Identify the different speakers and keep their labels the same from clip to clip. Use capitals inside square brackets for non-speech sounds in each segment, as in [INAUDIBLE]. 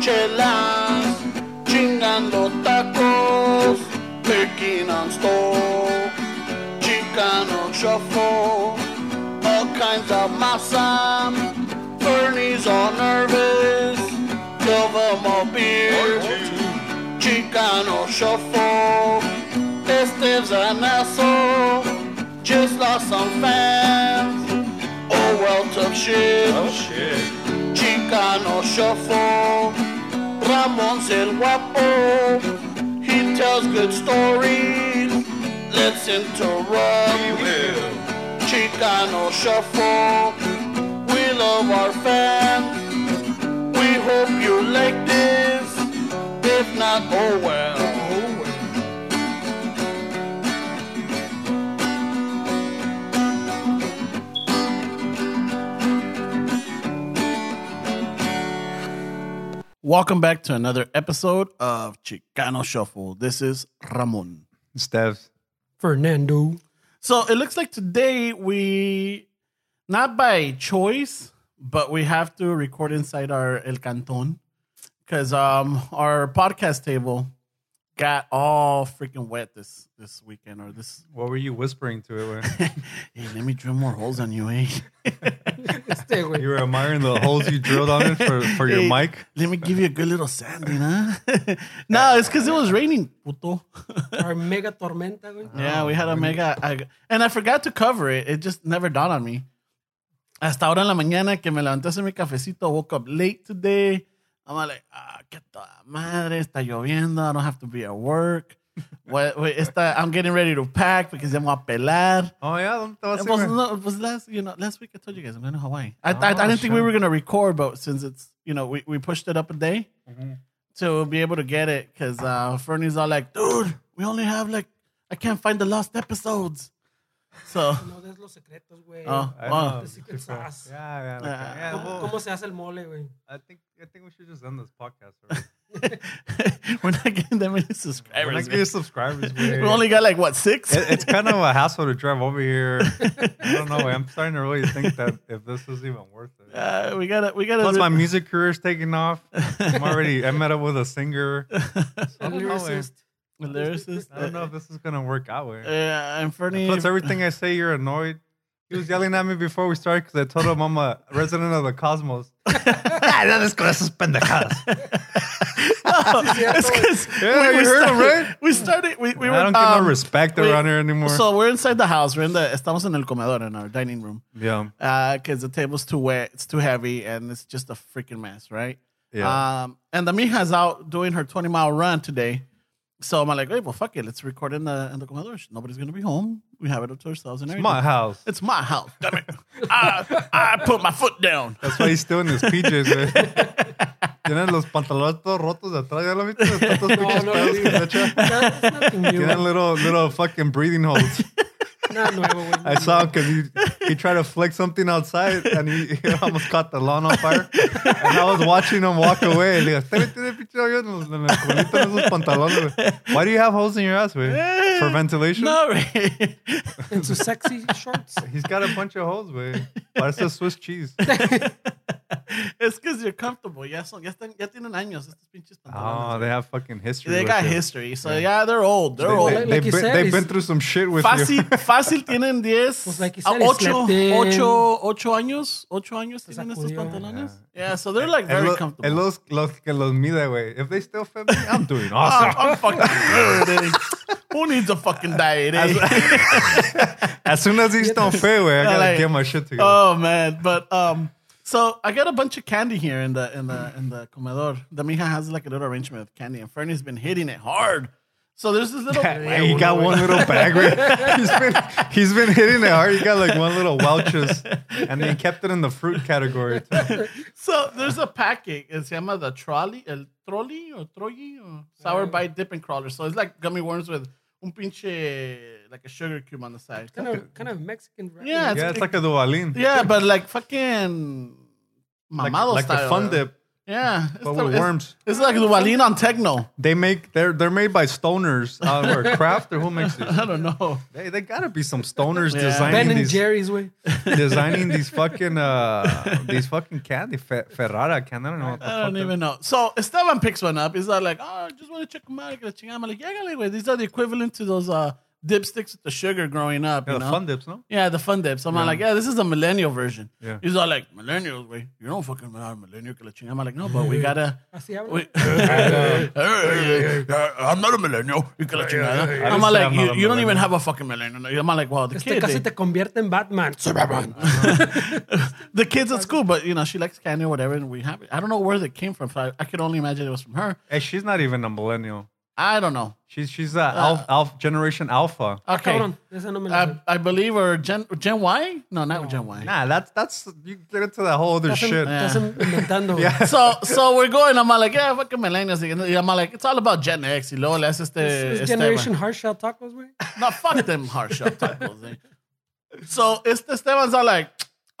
Speaker 1: chelas, chingando tacos, picking on stove, chicano shuffle, all kinds of masa. Bernie's all nervous, give 'em a beer, chicano shuffle. Esteves an asshole, just lost some fans. Oh well, tough shit. Chicano Shuffle. Ramon's el guapo. He tells good stories. Let's interrupt. Chicano Shuffle. We love our fans. We hope you like this. If not, oh well.
Speaker 2: Welcome back to another episode of Chicano Shuffle. This is Ramon.
Speaker 3: Stev.
Speaker 4: Fernando.
Speaker 2: So it looks like today we, not by choice, but we have to record inside our El Canton because um, our podcast table got all freaking wet this this weekend or this. [LAUGHS]
Speaker 3: What were you whispering to it?
Speaker 2: hey, let me drill more holes on you, eh?
Speaker 4: Este,
Speaker 3: When [LAUGHS]
Speaker 4: güey.
Speaker 3: you [LAUGHS] were admiring the holes you drilled on it for,
Speaker 2: [LAUGHS]
Speaker 3: for your
Speaker 2: Hey,
Speaker 3: mic?
Speaker 2: Let me give you a good little sanding, huh? [LAUGHS] no, it's because it was raining, puto.
Speaker 4: Our mega tormenta, güey.
Speaker 2: Yeah, we had a mega. I, and I forgot to cover it. It just never dawned on me. Hasta ahora en la mañana que me levanté a hacer mi cafecito, woke up late today. I'm like, ah, qué toda madre, está lloviendo. I don't have to be at work. Wait, wait, está, I'm getting ready to pack because I'm a pelar.
Speaker 3: Oh, yeah. That was
Speaker 2: It was, no, it was last, you know, last week I told you guys I'm going to Hawaii. I, I, I
Speaker 3: Oh,
Speaker 2: didn't think we
Speaker 3: sure.
Speaker 2: were going to record, but since it's, you know, we, we pushed it up a day to be able to get it because uh, Fernie's all like, dude, we only have like, I can't find the lost episodes. So, [LAUGHS]
Speaker 4: No des los secretos, güey.
Speaker 2: Oh,
Speaker 3: I
Speaker 2: wow.
Speaker 3: know.
Speaker 4: The secret sauce.
Speaker 3: Yeah, yeah, okay.
Speaker 2: Uh,
Speaker 3: yeah.
Speaker 4: ¿Cómo,
Speaker 3: well,
Speaker 4: cómo se hace el mole, güey?
Speaker 3: I think I think we should just end this
Speaker 2: [LAUGHS]
Speaker 3: podcast. Right?
Speaker 2: we're not getting that many
Speaker 3: We're
Speaker 2: subscribers.
Speaker 3: not getting
Speaker 2: [LAUGHS]
Speaker 3: subscribers.
Speaker 2: man.
Speaker 3: weird.
Speaker 2: we only got like, what, six?
Speaker 3: It- it's kind of a hassle to drive over here. I don't know. I'm starting to really think
Speaker 2: [LAUGHS]
Speaker 3: that if this is even worth
Speaker 2: [LAUGHS]
Speaker 3: it.
Speaker 2: uh, we got to, we got to.
Speaker 3: Plus, my music career is taking off. I'm already. I met up with
Speaker 2: [LAUGHS]
Speaker 3: a singer. So I, don't know, eh.
Speaker 4: Lyricist.
Speaker 2: lyricist.
Speaker 3: I don't know if this is gonna work out. eh.
Speaker 2: Yeah, and Fernie. [LAUGHS]
Speaker 3: Plus, [LAUGHS] everything I say, you're annoyed. He was yelling at me before we started because I told him I'm a resident of the cosmos. [LAUGHS]
Speaker 2: No, it's 'cause
Speaker 3: Yeah,
Speaker 2: we-
Speaker 3: you
Speaker 2: we
Speaker 3: heard him,
Speaker 2: started-
Speaker 3: right?
Speaker 2: We started. We, we were,
Speaker 3: I don't get
Speaker 2: um,
Speaker 3: no respect
Speaker 2: we-
Speaker 3: around here anymore.
Speaker 2: So we're inside the house. We're in the estamos en el comedor in our dining room
Speaker 3: yeah,
Speaker 2: because the table's too wet, it's too heavy, and it's just a freaking mess, right?
Speaker 3: yeah.
Speaker 2: Um, and the mija's out doing her twenty mile run today, so I'm like, hey, well, fuck it, let's record in the in the comedor. Nobody's gonna be home. We have it up to ourselves and
Speaker 3: it's
Speaker 2: everything.
Speaker 3: my house.
Speaker 2: It's my house. Damn it! [LAUGHS] I I put my foot down.
Speaker 3: That's why he's still in his
Speaker 2: [LAUGHS]
Speaker 3: PJs, güey. Tienen los pantalones todos rotos de atrás. ¿Ya lo viste? Tantos pinches
Speaker 4: no,
Speaker 3: pedos que
Speaker 4: no.
Speaker 3: se echa.
Speaker 4: That's nothing new.
Speaker 3: Tienen
Speaker 4: güey.
Speaker 3: little, little fucking breathing holes.
Speaker 4: Nada nuevo, güey.
Speaker 3: [LAUGHS] I saw him because he, he tried to flick something outside and he, he almost caught the lawn on fire. And I was watching him walk away. Le digo, "Este güey tiene pinche hoyo en los- en el culito de esos pantalones, güey." Why do you have holes in your ass, güey? For ventilation?
Speaker 2: No, right?
Speaker 4: En sus sexy shorts. [LAUGHS]
Speaker 3: He's got a bunch of holes, güey.
Speaker 2: [LAUGHS]
Speaker 3: Parece Swiss cheese.
Speaker 2: [LAUGHS] it's because you're comfortable. Ya son, ya están, ya tienen años estos pinches pantalones.
Speaker 3: Oh, they have fucking history.
Speaker 2: they
Speaker 3: with
Speaker 2: got
Speaker 3: you.
Speaker 2: history, so yeah, they're old. They're
Speaker 3: They,
Speaker 2: old.
Speaker 3: they,
Speaker 4: Like- like
Speaker 3: have
Speaker 4: you said,
Speaker 3: been, they've been
Speaker 4: it's-
Speaker 3: through some shit with you.
Speaker 2: [LAUGHS] Fácil,
Speaker 3: [LAUGHS]
Speaker 2: fácil tienen 10
Speaker 4: Pues, like you
Speaker 2: a
Speaker 4: said, it's
Speaker 2: 8,
Speaker 4: like them.
Speaker 2: 8, 8 años, 8 años tienen estos
Speaker 4: sacudió.
Speaker 2: pantalones. Yeah. so they're like very
Speaker 3: And lo-
Speaker 2: comfortable.
Speaker 3: and los, los que los mide, güey. If they still fit me, I'm [LAUGHS] doing
Speaker 2: Ah, [LAUGHS]
Speaker 3: awesome.
Speaker 2: I'm fucking good. eh? Who needs a fucking diet? eh?
Speaker 3: as soon as these don't fit, güey, [LAUGHS] I gotta
Speaker 2: like,
Speaker 3: get my shit together.
Speaker 2: [LAUGHS] oh man, but um so I got a bunch of candy here in the in the in the comedor. The mija has like a little arrangement of candy and Fernie's been hitting it hard. So there's this little
Speaker 3: [LAUGHS] Hey, you got one little bag.
Speaker 2: [LAUGHS]
Speaker 3: Right? he's been he's been hitting it hard. He got like one little Welch's, and then he kept it in the fruit
Speaker 2: [LAUGHS]
Speaker 3: category. Too.
Speaker 2: So there's a packet. It's llama the trolley, el trolley or trolley or sour bite dipping crawler. So it's like gummy worms with un pinche like a sugar cube on the side.
Speaker 4: Kind of, kind of Mexican. wrapping.
Speaker 2: Yeah,
Speaker 3: Yeah, it's like a Duvalin.
Speaker 2: Yeah, but like fucking
Speaker 3: like,
Speaker 2: mamado
Speaker 3: like the
Speaker 2: style. eh?
Speaker 3: fun dip.
Speaker 2: Yeah. It's
Speaker 3: but
Speaker 2: the-
Speaker 3: with
Speaker 2: it's-
Speaker 3: worms.
Speaker 2: It's like Duvalin on
Speaker 3: [LAUGHS]
Speaker 2: techno.
Speaker 3: They make they're they're made by stoners
Speaker 2: [LAUGHS]
Speaker 3: uh, or craft or who makes it?
Speaker 2: I don't know.
Speaker 3: They, they gotta be some stoners
Speaker 2: Yeah.
Speaker 3: designing
Speaker 4: Ben and
Speaker 3: these
Speaker 4: Jerry's way.
Speaker 3: [LAUGHS] designing these fucking uh these fucking candy Fe- Ferrara can I don't know what the
Speaker 2: I
Speaker 3: fuck
Speaker 2: don't
Speaker 3: they're-
Speaker 2: even know. So Esteban picks one up. He's not like, oh, I just want to check them out. que la chingada." I'm like, yeah, güey. These are the equivalent to those uh, dipsticks with the sugar growing up.
Speaker 3: Yeah,
Speaker 2: you
Speaker 3: the
Speaker 2: know?
Speaker 3: fun dips, no?
Speaker 2: Yeah, the fun dips. I'm like, yeah, this is the millennial version.
Speaker 3: Yeah.
Speaker 2: He's all like, millennials, wait, you don't fucking know millennial que la chingada." I'm like, no, but we gotta.
Speaker 4: Así hablan. [LAUGHS]
Speaker 2: [LAUGHS] we- I'm not a millennial. que la chingada. I'm
Speaker 3: I
Speaker 2: like,
Speaker 3: said I'm
Speaker 2: you,
Speaker 3: not a
Speaker 2: you don't even
Speaker 3: millennial.
Speaker 2: have a fucking millennial. I'm like, wow, the
Speaker 4: Este
Speaker 2: kid.
Speaker 4: casi
Speaker 2: they-
Speaker 4: te convierte en Batman. Ah, Soy Batman.
Speaker 2: [LAUGHS] the kids at school, but you know, she likes candy or whatever, and we have it. I don't know where that came from. So I, I could only imagine it was from her.
Speaker 3: Hey, she's not even a millennial.
Speaker 2: I don't know.
Speaker 3: She's she's uh, alpha, alpha generation alpha.
Speaker 2: Okay.
Speaker 4: Cabrón, esa no me la sé.
Speaker 2: I, I believe or Gen Gen Y? No, not Gen Y.
Speaker 3: Nah, that's that's you get into that whole other
Speaker 4: Estás en-
Speaker 3: shit.
Speaker 4: estás en- inventando.
Speaker 2: [LAUGHS]
Speaker 4: güey.
Speaker 3: Yeah.
Speaker 2: So so we're going. I'm like, yeah, fucking millennials. And I'm like, it's all about Gen X. Y luego le haces este,
Speaker 4: This
Speaker 2: este,
Speaker 4: generation hard shell tacos, güey.
Speaker 2: No, fuck them hard shell tacos. eh. So este Esteban's all like,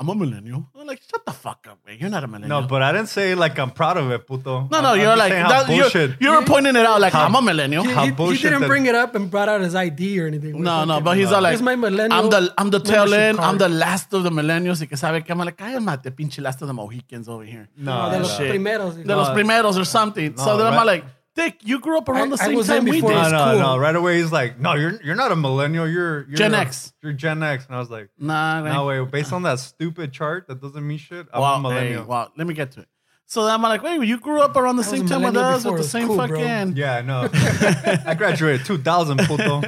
Speaker 2: I'm a millennial. I'm like, shut the fuck up, man. You're not a millennial.
Speaker 3: No, but I didn't say like I'm proud of it, puto.
Speaker 2: no,
Speaker 3: I'm-
Speaker 2: no,
Speaker 3: I'm
Speaker 2: you're
Speaker 3: just
Speaker 2: like,
Speaker 3: saying
Speaker 2: that,
Speaker 3: bullshit.
Speaker 2: you're, you're pointing it out like, I'm a millennial.
Speaker 4: He-
Speaker 3: How
Speaker 4: he, he
Speaker 3: bullshit
Speaker 4: didn't
Speaker 3: that-
Speaker 4: bring it up and brought out his ID or anything. güey.
Speaker 2: No, no,
Speaker 4: Fucking-
Speaker 2: but he's all like,
Speaker 4: Here's my millennial
Speaker 2: I'm the I'm the tail
Speaker 4: membership
Speaker 2: end.
Speaker 4: card.
Speaker 2: I'm the last of the millennials. Y que sabe que I'm like, cállate, pinche last of the Mohicans over here.
Speaker 4: No, de los
Speaker 2: shit.
Speaker 4: primeros. güey.
Speaker 2: De los primeros or something. so
Speaker 3: No,
Speaker 2: then I'm
Speaker 3: right-
Speaker 2: like, Dick, you grew up around
Speaker 4: I-
Speaker 2: the
Speaker 4: I
Speaker 2: same
Speaker 4: was in
Speaker 2: time we
Speaker 4: before
Speaker 2: did.
Speaker 3: No,
Speaker 4: It's
Speaker 3: no,
Speaker 4: cool.
Speaker 3: no. Right away, he's like, "No, you're you're not a millennial. You're, you're
Speaker 2: Gen X.
Speaker 3: You're Gen X." And I was like,
Speaker 2: Nah, güey.
Speaker 3: "No way." Based on that stupid chart that doesn't mean shit, I'm
Speaker 2: wow,
Speaker 3: a
Speaker 2: hey,
Speaker 3: millennial.
Speaker 2: wow. Let me get to it. So then I'm like, wait, you grew up around the
Speaker 4: was
Speaker 2: same
Speaker 4: a
Speaker 2: time with
Speaker 4: millennial
Speaker 2: us
Speaker 4: before.
Speaker 2: with the
Speaker 4: It's
Speaker 2: same
Speaker 4: cool, bro.
Speaker 2: fucking.
Speaker 3: Yeah,
Speaker 2: [LAUGHS]
Speaker 3: I know. I graduated 2000, puto.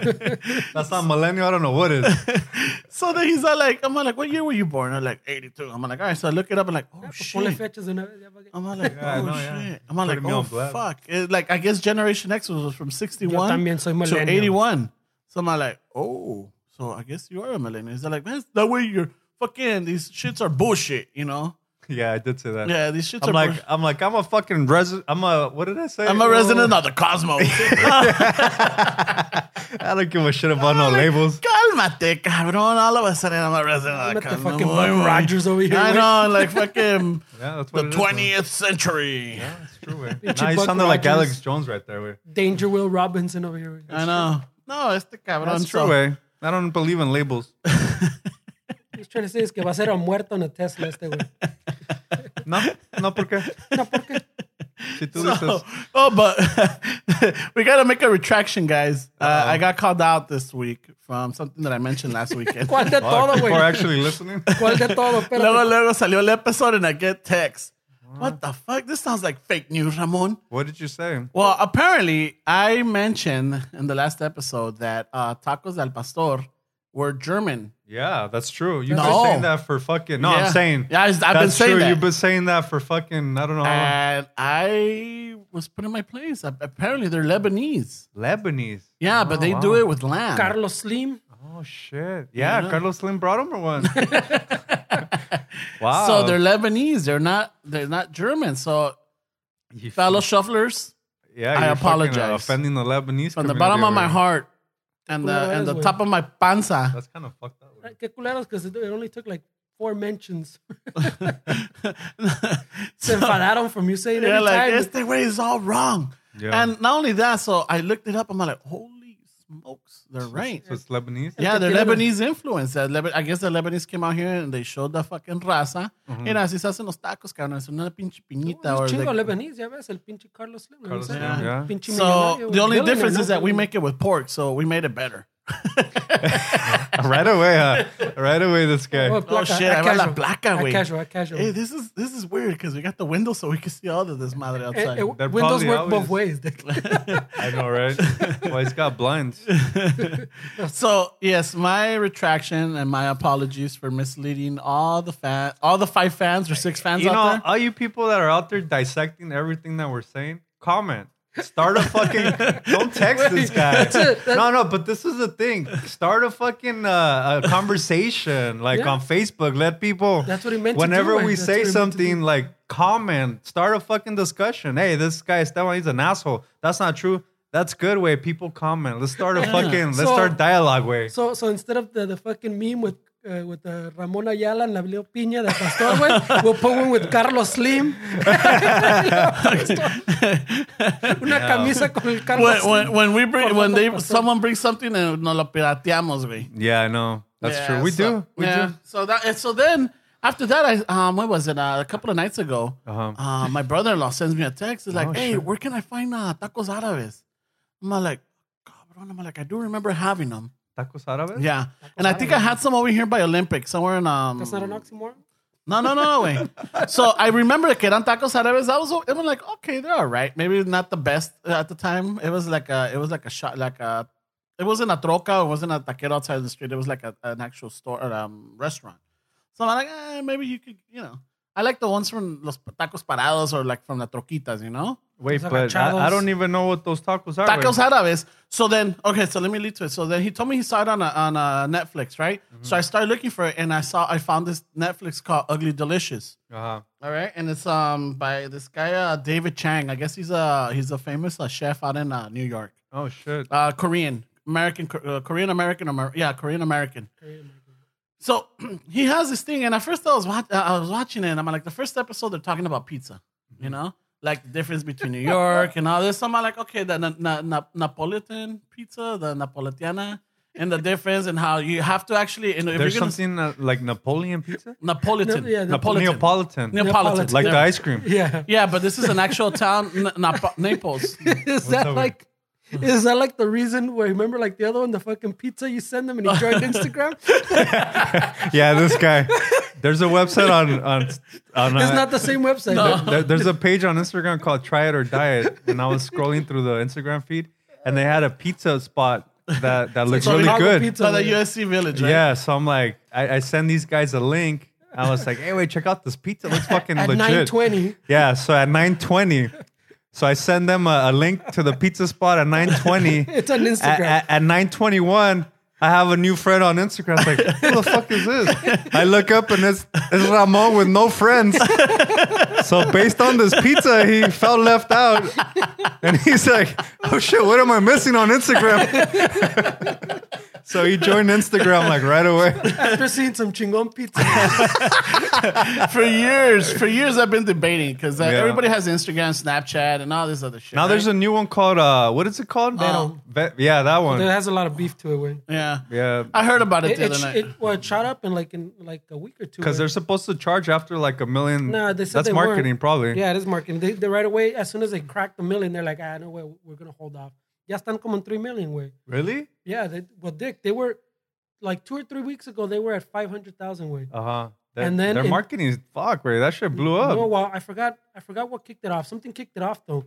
Speaker 3: That's not millennial. I don't know what is. [LAUGHS]
Speaker 2: So then he's all like, I'm like, what year were you born? I'm like, 82. I'm like, all right. So I look it up and like, oh
Speaker 4: Pues Ponle
Speaker 2: shit.
Speaker 4: fechas de una vez. ya, porque-
Speaker 2: I'm like,
Speaker 3: [LAUGHS] Yeah, I
Speaker 2: oh
Speaker 3: know,
Speaker 2: shit.
Speaker 3: yeah.
Speaker 2: I'm like,
Speaker 3: Putting me
Speaker 2: oh
Speaker 3: on blast.
Speaker 2: fuck. It, like, I guess Generation X was was from 61
Speaker 4: también soy
Speaker 2: to
Speaker 4: millennial.
Speaker 2: 81. So I'm like, oh, so I guess you are a millennial. They're like, man, that way you're fucking, these shits are bullshit, you know?
Speaker 3: Yeah, I did say that.
Speaker 2: Yeah, these shits
Speaker 3: I'm
Speaker 2: are
Speaker 3: like, "Oh."
Speaker 2: bullshit.
Speaker 3: I'm like, I'm a fucking resident. I'm a what did I say?
Speaker 2: I'm a resident of the
Speaker 3: [LAUGHS]
Speaker 2: cosmos.
Speaker 3: I don't give a shit about no
Speaker 2: [LAUGHS]
Speaker 3: labels.
Speaker 2: Calmate, cabrón. All of a sudden, I'm a resident
Speaker 4: I'm
Speaker 2: of
Speaker 4: at
Speaker 2: the
Speaker 4: the
Speaker 2: cosmos.
Speaker 4: fucking Buck
Speaker 2: Muy, muy.
Speaker 4: Rogers over here,
Speaker 2: I
Speaker 4: güey.
Speaker 2: know,
Speaker 4: [LAUGHS]
Speaker 2: like fucking
Speaker 3: Yeah, that's what
Speaker 2: the
Speaker 3: it is,
Speaker 2: 20th century.
Speaker 3: though. That's
Speaker 2: [LAUGHS]
Speaker 3: true. Way.
Speaker 4: It's
Speaker 3: Nah,
Speaker 4: your
Speaker 3: he
Speaker 4: Buck
Speaker 3: sounded like
Speaker 4: Rogers.
Speaker 3: Alex Jones right there. Way.
Speaker 4: Danger Will Robinson over here.
Speaker 2: I know. No, este cabrón.
Speaker 3: That's
Speaker 2: so-
Speaker 3: true. eh. Way. I don't believe in labels.
Speaker 4: He's trying to say es que va a ser a muerto en a Tesla este
Speaker 2: [LAUGHS]
Speaker 4: güey.
Speaker 3: No, no, por qué?
Speaker 4: No, ¿por qué?
Speaker 3: Si
Speaker 2: [LAUGHS] [LAUGHS]
Speaker 3: tú
Speaker 2: So-
Speaker 3: dices,
Speaker 2: oh, but [LAUGHS] we got to make a retraction, guys. Uh, I got called out this week from something that I
Speaker 4: [LAUGHS]
Speaker 2: mentioned last weekend.
Speaker 4: ¿Cuál de todo,
Speaker 3: or
Speaker 4: güey?
Speaker 3: actually listening.
Speaker 2: [LAUGHS]
Speaker 4: ¿Cuál de [LAUGHS] todo?
Speaker 2: luego,
Speaker 4: Espérate.
Speaker 2: luego salió el episode and I get text.
Speaker 4: Ah.
Speaker 2: What the fuck? This sounds like fake news, Ramon.
Speaker 3: What did you say?
Speaker 2: Well, apparently, I mentioned in the last episode that uh, tacos del pastor were German.
Speaker 3: Yeah, that's true. You've
Speaker 2: No.
Speaker 3: been saying that for fucking. No,
Speaker 2: Yeah.
Speaker 3: I'm saying.
Speaker 2: Yeah, I- I've been
Speaker 3: that's
Speaker 2: saying
Speaker 3: true.
Speaker 2: that. Ah.
Speaker 3: You've been saying that for fucking. I don't know. how
Speaker 2: And I was put in my place. Ap- Apparently, they're Lebanese.
Speaker 3: long. Lebanese.
Speaker 2: Yeah, but they do
Speaker 3: Oh, wow.
Speaker 2: it with lamb.
Speaker 4: Carlos Slim.
Speaker 3: Oh shit! Yeah, Carlos Slim brought him
Speaker 2: [LAUGHS]
Speaker 3: or one. wow.
Speaker 2: So they're Lebanese. They're not. They're not German. So
Speaker 3: You-
Speaker 2: fellow shufflers,
Speaker 3: Yeah,
Speaker 2: I
Speaker 3: you're
Speaker 2: apologize.
Speaker 3: fucking uh, offending the Lebanese
Speaker 2: from the
Speaker 3: community
Speaker 2: bottom of
Speaker 3: over
Speaker 2: my
Speaker 3: here.
Speaker 2: heart and the and the top of my panza.
Speaker 3: That's kind of fucked up.
Speaker 4: Ay, Qué culeros, because it only took like four mentions. [LAUGHS] Se
Speaker 2: so,
Speaker 4: enfadaron from you saying
Speaker 2: [LAUGHS] yeah,
Speaker 4: every
Speaker 2: like
Speaker 4: time.
Speaker 2: this way is all wrong.
Speaker 3: Yeah.
Speaker 2: And not only that, so I looked it up. I'm like, holy smokes, they're right.
Speaker 3: So it's Lebanese.
Speaker 2: Yeah, the
Speaker 4: tequila.
Speaker 2: Lebanese influence. That Leb- I guess the Lebanese came out here and they showed the fucking raza. You know, así se hacen los tacos, cabrón. Es una pinche piñita.
Speaker 4: Un
Speaker 2: or
Speaker 4: chingo
Speaker 2: like-
Speaker 4: lebanés, ya ves, el pinche Carlos Slim. ¿no?
Speaker 3: Carlos
Speaker 4: O sea,
Speaker 3: Slim, yeah.
Speaker 4: Pinche
Speaker 2: so
Speaker 4: millonario,
Speaker 2: the only
Speaker 4: billionaire,
Speaker 2: difference
Speaker 4: ¿no?
Speaker 2: is that we make it with pork, so we made it better.
Speaker 3: [LAUGHS] right away, huh?
Speaker 2: [LAUGHS]
Speaker 3: Right away, this guy.
Speaker 4: Oh,
Speaker 2: Oh
Speaker 4: placa,
Speaker 2: shit, I
Speaker 4: a
Speaker 2: got la
Speaker 4: casual.
Speaker 2: placa,
Speaker 4: A
Speaker 2: güey. Eh,
Speaker 4: casual, a casual.
Speaker 2: Hey, this is this is weird because we got the window so we can see all of this madre
Speaker 4: Eh,
Speaker 2: [LAUGHS] outside.
Speaker 4: eh,
Speaker 3: They're
Speaker 4: Windows
Speaker 3: probably
Speaker 4: work both
Speaker 3: always-
Speaker 4: ways. [LAUGHS]
Speaker 3: I know, [LAUGHS] right? well, he's got blinds.
Speaker 2: so yes, my retraction and my apologies for misleading all the fan, all the five fans or six fans
Speaker 3: You
Speaker 2: out
Speaker 3: know,
Speaker 2: there.
Speaker 3: all you people that are out there dissecting everything that we're saying, comment. Start a fucking. [LAUGHS] don't text this guy.
Speaker 4: it, that's-
Speaker 3: no, no, but this is the thing. Start a fucking uh,
Speaker 4: [LAUGHS]
Speaker 3: a conversation, like
Speaker 4: Yeah.
Speaker 3: on Facebook. Let people.
Speaker 4: That's what he meant to
Speaker 3: Whenever
Speaker 4: do, and
Speaker 3: we
Speaker 4: that's what
Speaker 3: say
Speaker 4: he meant to
Speaker 3: something, like comment, start a fucking discussion. Hey, this guy Esteban, he's an asshole. That's not true. That's good way. People comment. Let's start a fucking. Let's
Speaker 4: So-
Speaker 3: start dialogue way.
Speaker 4: So, so instead of the, the fucking meme with uh, with uh, Ramón Ayala and Abelio Piña de Pastor, güey. We'll put one with Carlos Slim. Una camisa con el Carlos
Speaker 2: When,
Speaker 4: Slim.
Speaker 2: [LAUGHS] when, when we bring, when they,
Speaker 4: Cortando pastor.
Speaker 2: someone brings something and nos lo pirateamos, güey.
Speaker 3: Yeah, I know. That's
Speaker 2: Yeah,
Speaker 3: true. We
Speaker 2: so-
Speaker 3: do. We
Speaker 2: yeah.
Speaker 3: do.
Speaker 2: So that and so then after that, I um, what was it? Uh, a couple of nights ago,
Speaker 3: Uh-huh.
Speaker 2: uh, my brother-in-law sends me a text. He's like,
Speaker 3: Oh,
Speaker 2: "Hey,
Speaker 3: sure.
Speaker 2: where can I find uh, tacos árabes?" I'm like, "Cabrón," I'm like, "I do remember having them."
Speaker 3: Tacos árabes?
Speaker 2: Yeah, and I think I had some over here by Olympic somewhere in um.
Speaker 4: That's not an oxymoron.
Speaker 2: No, no, no, no, wait. so I remember que eran tacos árabes. I was, I was like, okay, they're all right. Maybe not the best at the time. It was like a, it was like a shot, like a, it wasn't a troca. It wasn't a taquero outside the street. It was like a, an actual store, or, um, restaurant. So I'm like, eh, maybe you could, you know. I like the ones from los tacos parados or like from the troquitas, you know?
Speaker 3: Wait,
Speaker 4: Los
Speaker 3: but I, I
Speaker 4: agachados.
Speaker 3: don't even know what those tacos are.
Speaker 2: Tacos Árabes. So then, okay, so let me lead to it. So then he told me he saw it on a, on a Netflix, right? So I started looking for it and I saw, I found this Netflix called Ugly Delicious.
Speaker 3: Uh-huh.
Speaker 2: All right, and it's um by this guy uh, David Chang. I guess he's a he's a famous uh, chef out in uh, New York.
Speaker 3: Oh, shit.
Speaker 2: Uh, Korean American, uh, Korean American, Amer- yeah, Korean American. So [CLEARS THROAT] he has this thing, and at first I was watch- I was watching it, and I'm like, the first episode they're talking about pizza, you know, like the difference between New York and all this. So I'm like, okay, the na- na- na- Napolitan pizza, the Napolitana, and the difference, and how you have to actually, you know, if
Speaker 3: There's
Speaker 2: you're gonna
Speaker 3: something uh, like Napoleon pizza?
Speaker 2: Napolitan,
Speaker 4: No, yeah,
Speaker 2: Napolitan,
Speaker 3: Neapolitan.
Speaker 2: Neapolitan.
Speaker 3: Like the
Speaker 2: Yeah.
Speaker 3: ice cream.
Speaker 4: Yeah.
Speaker 2: Yeah, but this is an actual
Speaker 3: [LAUGHS]
Speaker 2: town, N- Nap- Naples.
Speaker 4: Is that
Speaker 3: over.
Speaker 4: like? Is that like the reason where remember like the other one, the fucking pizza you send them and he joined Instagram?
Speaker 3: Yeah, this guy. There's a website on on on.
Speaker 4: It's
Speaker 3: uh,
Speaker 4: not the same website.
Speaker 2: No.
Speaker 3: there- there's a page on Instagram called Try It or Die It, and I was scrolling through the Instagram feed, and they had a pizza spot that that looked
Speaker 4: like
Speaker 3: really
Speaker 4: Chicago
Speaker 3: good.
Speaker 4: pizza.
Speaker 2: So the USC village, right?
Speaker 3: Yeah, so I'm like, I, I send these guys a link. I was like, hey, wait, check out this pizza. It Looks fucking
Speaker 4: [LAUGHS] At
Speaker 3: legit.
Speaker 4: nine twenty.
Speaker 3: Yeah, so at 9:20, so I send them a, a link to the pizza spot at
Speaker 4: [LAUGHS]
Speaker 3: 9:20.
Speaker 4: It's on Instagram.
Speaker 3: At, at, at 9:21, I have a new friend on Instagram. I was like, who the fuck is this? I look up and it's it's Ramon with no friends. so based on this pizza, he felt left out, and he's like, oh shit, what am I missing on Instagram? [LAUGHS] so he joined Instagram like right away.
Speaker 4: After seeing some chingon pizza.
Speaker 2: For years, for years, I've been debating because uh,
Speaker 3: Yeah.
Speaker 2: everybody has Instagram, Snapchat, and all this other shit.
Speaker 3: Now there's a
Speaker 2: right?
Speaker 3: new one called uh, what is it called?
Speaker 4: Venom.
Speaker 3: Ve- yeah, that one.
Speaker 4: It has a lot of beef to it, way.
Speaker 2: yeah.
Speaker 3: yeah.
Speaker 2: I heard about it,
Speaker 4: It,
Speaker 2: the
Speaker 4: it,
Speaker 2: other night.
Speaker 4: it, well, it shot up in like in like a week or two.
Speaker 3: Because
Speaker 4: eh?
Speaker 3: they're supposed to charge after like a million.
Speaker 4: no, they said
Speaker 3: that's
Speaker 4: they weren't.
Speaker 3: marketing, probably.
Speaker 4: Yeah, it is marketing. They, they right away as soon as they crack the million, they're like, ah, no way, we're gonna hold off. Ya están como en three million, way.
Speaker 3: Really?
Speaker 4: Yeah, they, well, Dick, they were like two or three weeks ago, they were at five hundred thousand, way.
Speaker 3: Uh huh.
Speaker 4: And then
Speaker 3: their
Speaker 4: it-
Speaker 3: marketing is fuck, right? That shit blew
Speaker 4: No,
Speaker 3: up.
Speaker 4: well, I forgot. I forgot what kicked it off. Something kicked it off though.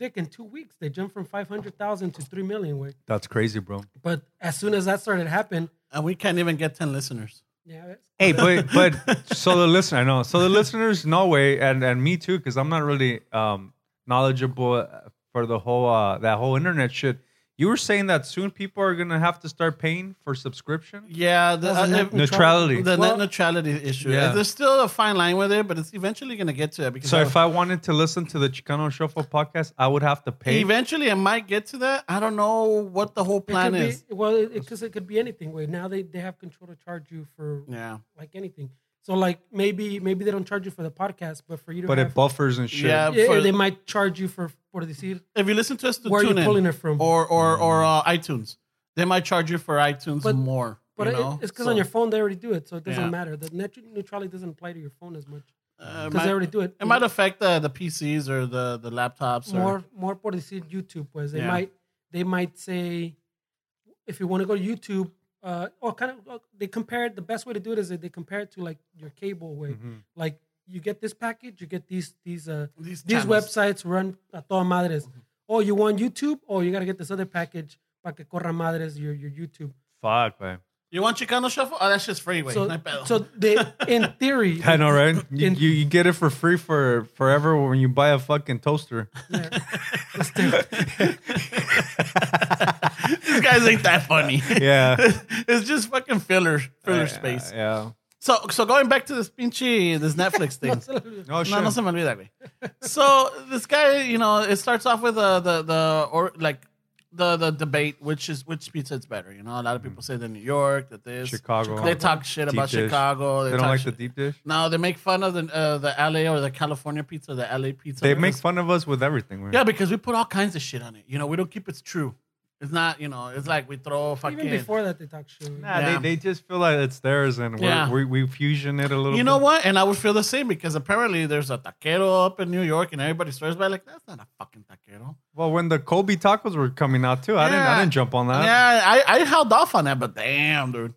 Speaker 4: Dick, in two weeks, they jumped from five hundred thousand to three million, way.
Speaker 3: That's crazy, bro.
Speaker 4: But as soon as that started to happen,
Speaker 2: and we can't even get 10 listeners.
Speaker 4: yeah, it's- [LAUGHS]
Speaker 3: Hey, but but so the listener, I know. So the listeners, no way, and and me too, because I'm not really um knowledgeable for the whole uh that whole internet shit. You were saying that soon people are gonna have to start paying for subscription
Speaker 2: Yeah. The,
Speaker 4: Doesn't
Speaker 2: uh,
Speaker 4: it-
Speaker 2: if-
Speaker 3: neutrality.
Speaker 2: the
Speaker 4: Well-
Speaker 2: net neutrality issue.
Speaker 3: Yeah.
Speaker 2: There's still a fine line with it, but it's eventually going to get to it because
Speaker 3: So
Speaker 2: I-
Speaker 3: if I wanted to listen to the Chicano Shuffle podcast, I would have to pay.
Speaker 2: eventually it might get to that. I don't know what the whole
Speaker 4: it
Speaker 2: plan
Speaker 4: could
Speaker 2: is.
Speaker 4: Be, well, because it, could be anything. Way now they, they have control to charge you for
Speaker 2: yeah.
Speaker 4: like anything. So like maybe maybe they don't charge you for the podcast, but for you to
Speaker 3: but
Speaker 4: have,
Speaker 3: it buffers and shit.
Speaker 2: Yeah.
Speaker 4: yeah,
Speaker 2: for-
Speaker 4: they might charge you for por decir
Speaker 2: If you listen to us, to
Speaker 4: where
Speaker 2: tune
Speaker 4: you're
Speaker 2: in. Oh,
Speaker 4: pulling it from.
Speaker 2: or or or
Speaker 3: Mm.
Speaker 2: uh, iTunes. They might charge you for iTunes
Speaker 4: But-
Speaker 2: more.
Speaker 4: but
Speaker 2: you
Speaker 4: it-
Speaker 2: know?
Speaker 4: it's because
Speaker 2: So, uh,
Speaker 4: on your phone they already do it, so it doesn't
Speaker 2: Yeah.
Speaker 4: matter. The net neutrality doesn't apply to your phone as much
Speaker 2: uh, it
Speaker 4: because
Speaker 2: might,
Speaker 4: they already do it.
Speaker 2: it might affect the, the PCs or the the laptops. Or,
Speaker 4: more more por decir YouTube was they
Speaker 2: Yeah.
Speaker 4: might they might say if you want to go to YouTube uh, or kind of well, they compare it. The best way to do it is that they compare it to like your cable way. Like you get this package, you get these these uh,
Speaker 2: Mm-hmm. These
Speaker 4: these,
Speaker 2: channels. Mm-hmm.
Speaker 4: websites run a toda madres. Oh, you want YouTube? Oh, you gotta get this other package para que corra madres your your YouTube.
Speaker 3: Fuck, man.
Speaker 2: you want Chicano Shuffle? Oh, that's just freeway.
Speaker 4: So, so they in theory,
Speaker 3: I know, right? You,
Speaker 4: In-
Speaker 3: you, you get it for free for forever when you buy a fucking toaster.
Speaker 2: [LAUGHS] [LAUGHS] these guys ain't that funny.
Speaker 3: [LAUGHS]
Speaker 2: [LAUGHS]
Speaker 3: Yeah.
Speaker 2: it's just fucking filler filler space.
Speaker 3: Yeah.
Speaker 2: So so going back to this pinchy this Netflix
Speaker 4: [LAUGHS]
Speaker 2: thing.
Speaker 3: Oh, shit.
Speaker 2: No, no se me olvida, güey. So this guy, you know, it starts off with uh, the the or like the the debate which is which pizza is better. You know, a lot of people say the New York, that this
Speaker 3: Mm. Chicago.
Speaker 2: They talk shit
Speaker 3: Deep
Speaker 2: about
Speaker 3: dish.
Speaker 2: Chicago.
Speaker 3: They
Speaker 2: They,
Speaker 3: don't
Speaker 2: talk
Speaker 3: like the
Speaker 2: shit.
Speaker 3: deep dish.
Speaker 2: No, they make fun of the uh, the LA or the California pizza, the LA pizza.
Speaker 3: They
Speaker 2: because-
Speaker 3: make fun of us with everything. man.
Speaker 2: yeah, because we put all kinds of shit on it. You know, we don't keep it true. It's not, you know, it's like we throw fucking.
Speaker 4: Even before that, they talk shit.
Speaker 3: Nah,
Speaker 2: Yeah.
Speaker 3: They, they just feel like it's theirs and we're,
Speaker 2: Yeah.
Speaker 3: we, we fusion it a little
Speaker 2: you know
Speaker 3: bit.
Speaker 2: what? And I would feel the same because apparently there's a taquero up in New York and everybody swears by it. like that's not a fucking taquero.
Speaker 3: Well, when the Kobe tacos were coming out too, I didn't I
Speaker 2: Yeah.
Speaker 3: didn't jump on that.
Speaker 2: yeah, I, I held off on that, but damn, dude.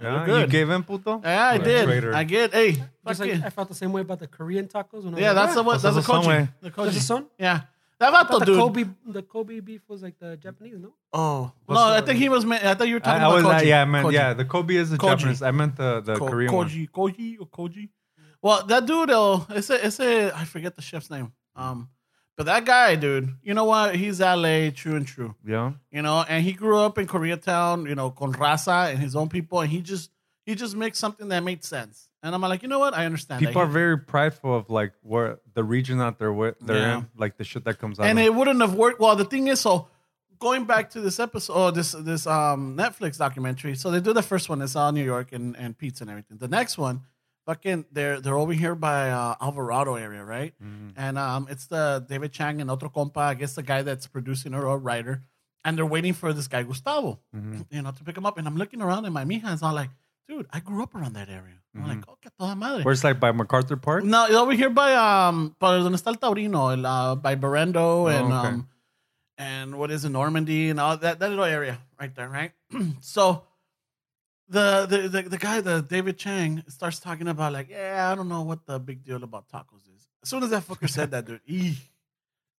Speaker 2: They
Speaker 3: Yeah,
Speaker 2: were
Speaker 3: you
Speaker 2: good. Eh,
Speaker 3: gave in, puto?
Speaker 2: yeah, I
Speaker 3: What a
Speaker 2: did.
Speaker 3: traitor.
Speaker 2: I get. Hey,
Speaker 4: Just
Speaker 2: fuck
Speaker 4: like
Speaker 2: it.
Speaker 4: I felt the same way about the Korean tacos. When I
Speaker 2: yeah,
Speaker 4: was
Speaker 2: that's the one. That's
Speaker 3: That's
Speaker 2: the
Speaker 3: the
Speaker 2: koji.
Speaker 3: Sunway.
Speaker 2: The
Speaker 4: That's the
Speaker 2: koji.
Speaker 4: son.
Speaker 2: Yeah, that vato,
Speaker 4: the
Speaker 2: Oh, dude.
Speaker 4: Kobe, the Kobe beef was like the Japanese, no?
Speaker 2: Oh
Speaker 3: What's
Speaker 2: no, I
Speaker 3: the-
Speaker 2: think he was. ma- I thought you were
Speaker 3: I,
Speaker 2: talking
Speaker 3: I was,
Speaker 2: about koji.
Speaker 3: I, yeah, I meant,
Speaker 2: Koji.
Speaker 3: yeah, the Kobe is the
Speaker 2: Koji.
Speaker 3: Japanese. I meant the, the
Speaker 2: Ko-
Speaker 3: Korean one.
Speaker 2: koji, koji or koji. Well, that dude, though, it's a, it's a, I forget the chef's name. Um, but that guy, dude, you know what? He's LA, true and true.
Speaker 3: Yeah.
Speaker 2: you know, and he grew up in Koreatown, you know, con raza and his own people, and he just he just makes something that made sense. And I'm like, you know what? I understand.
Speaker 3: People
Speaker 2: that.
Speaker 3: are very prideful of like where the region that they're with, they're
Speaker 2: Yeah.
Speaker 3: in, like the shit that comes out.
Speaker 2: and
Speaker 3: of
Speaker 2: it wouldn't have worked. Well, the thing is, so going back to this episode, or this this um Netflix documentary. So they do the first one. It's all New York and, and pizza and everything. The next one, fucking, they're they're over here by uh, Alvarado area, right?
Speaker 3: Mm-hmm.
Speaker 2: And um, it's the David Chang and otro compa. I guess the guy that's producing or a writer. And they're waiting for this guy Gustavo,
Speaker 3: Mm-hmm.
Speaker 2: you know, to pick him up. And I'm looking around, and my mija is all like, "Dude, I grew up around that area." I'm
Speaker 3: Mm-hmm.
Speaker 2: like, "Oh, que toda madre."
Speaker 3: Where it's like by MacArthur Park?
Speaker 2: No, over here by um, by donde está el Taurino, el, uh, by Barrendo and
Speaker 3: okay.
Speaker 2: um, and what is it, Normandy and all that that little area right there, right? [CLEARS THROAT] so the, the the the guy, the David Chang, starts talking about like, yeah, I don't know what the big deal about tacos is. As soon as that fucker said that, dude, [LAUGHS] eeh.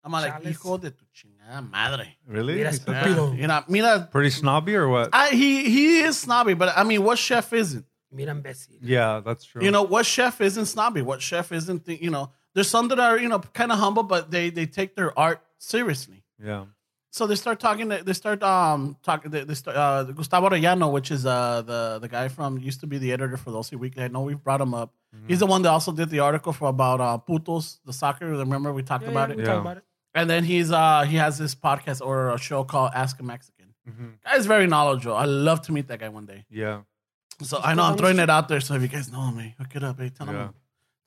Speaker 2: I'm like,
Speaker 4: Chales.
Speaker 2: hijo de tu chingada madre.
Speaker 3: Really?
Speaker 4: Mira,
Speaker 3: He said
Speaker 4: Stupid.
Speaker 2: Yeah,
Speaker 3: that?
Speaker 4: Pepito.
Speaker 2: you know, mira,
Speaker 3: Pretty snobby or what?
Speaker 2: I, he he is snobby, but I mean, what chef isn't?
Speaker 4: Mira imbécil.
Speaker 3: yeah, that's true.
Speaker 2: You know, what chef isn't snobby? What chef isn't, thi- you know, there's some that are, you know, kind of humble, but they they take their art seriously.
Speaker 3: yeah.
Speaker 2: So they start talking, they start um talking, they, they start, uh, Gustavo Arellano, which is uh the, the guy from, used to be the editor for Los Weekly. I know we've brought him up. He's the one that also did the article for about uh, Putos, the soccer. Remember we talked
Speaker 4: Yeah,
Speaker 2: about
Speaker 4: yeah,
Speaker 2: it?
Speaker 4: we
Speaker 3: Yeah.
Speaker 4: talk about it.
Speaker 2: And then he's uh he has this podcast or a show called Ask a Mexican.
Speaker 3: Mhm.
Speaker 2: Guy's very knowledgeable. I love to meet that guy one day.
Speaker 3: Yeah.
Speaker 2: So I know I'm throwing it out there. So if you guys know me, hook it up. Hey, tell
Speaker 3: Yeah.
Speaker 2: him,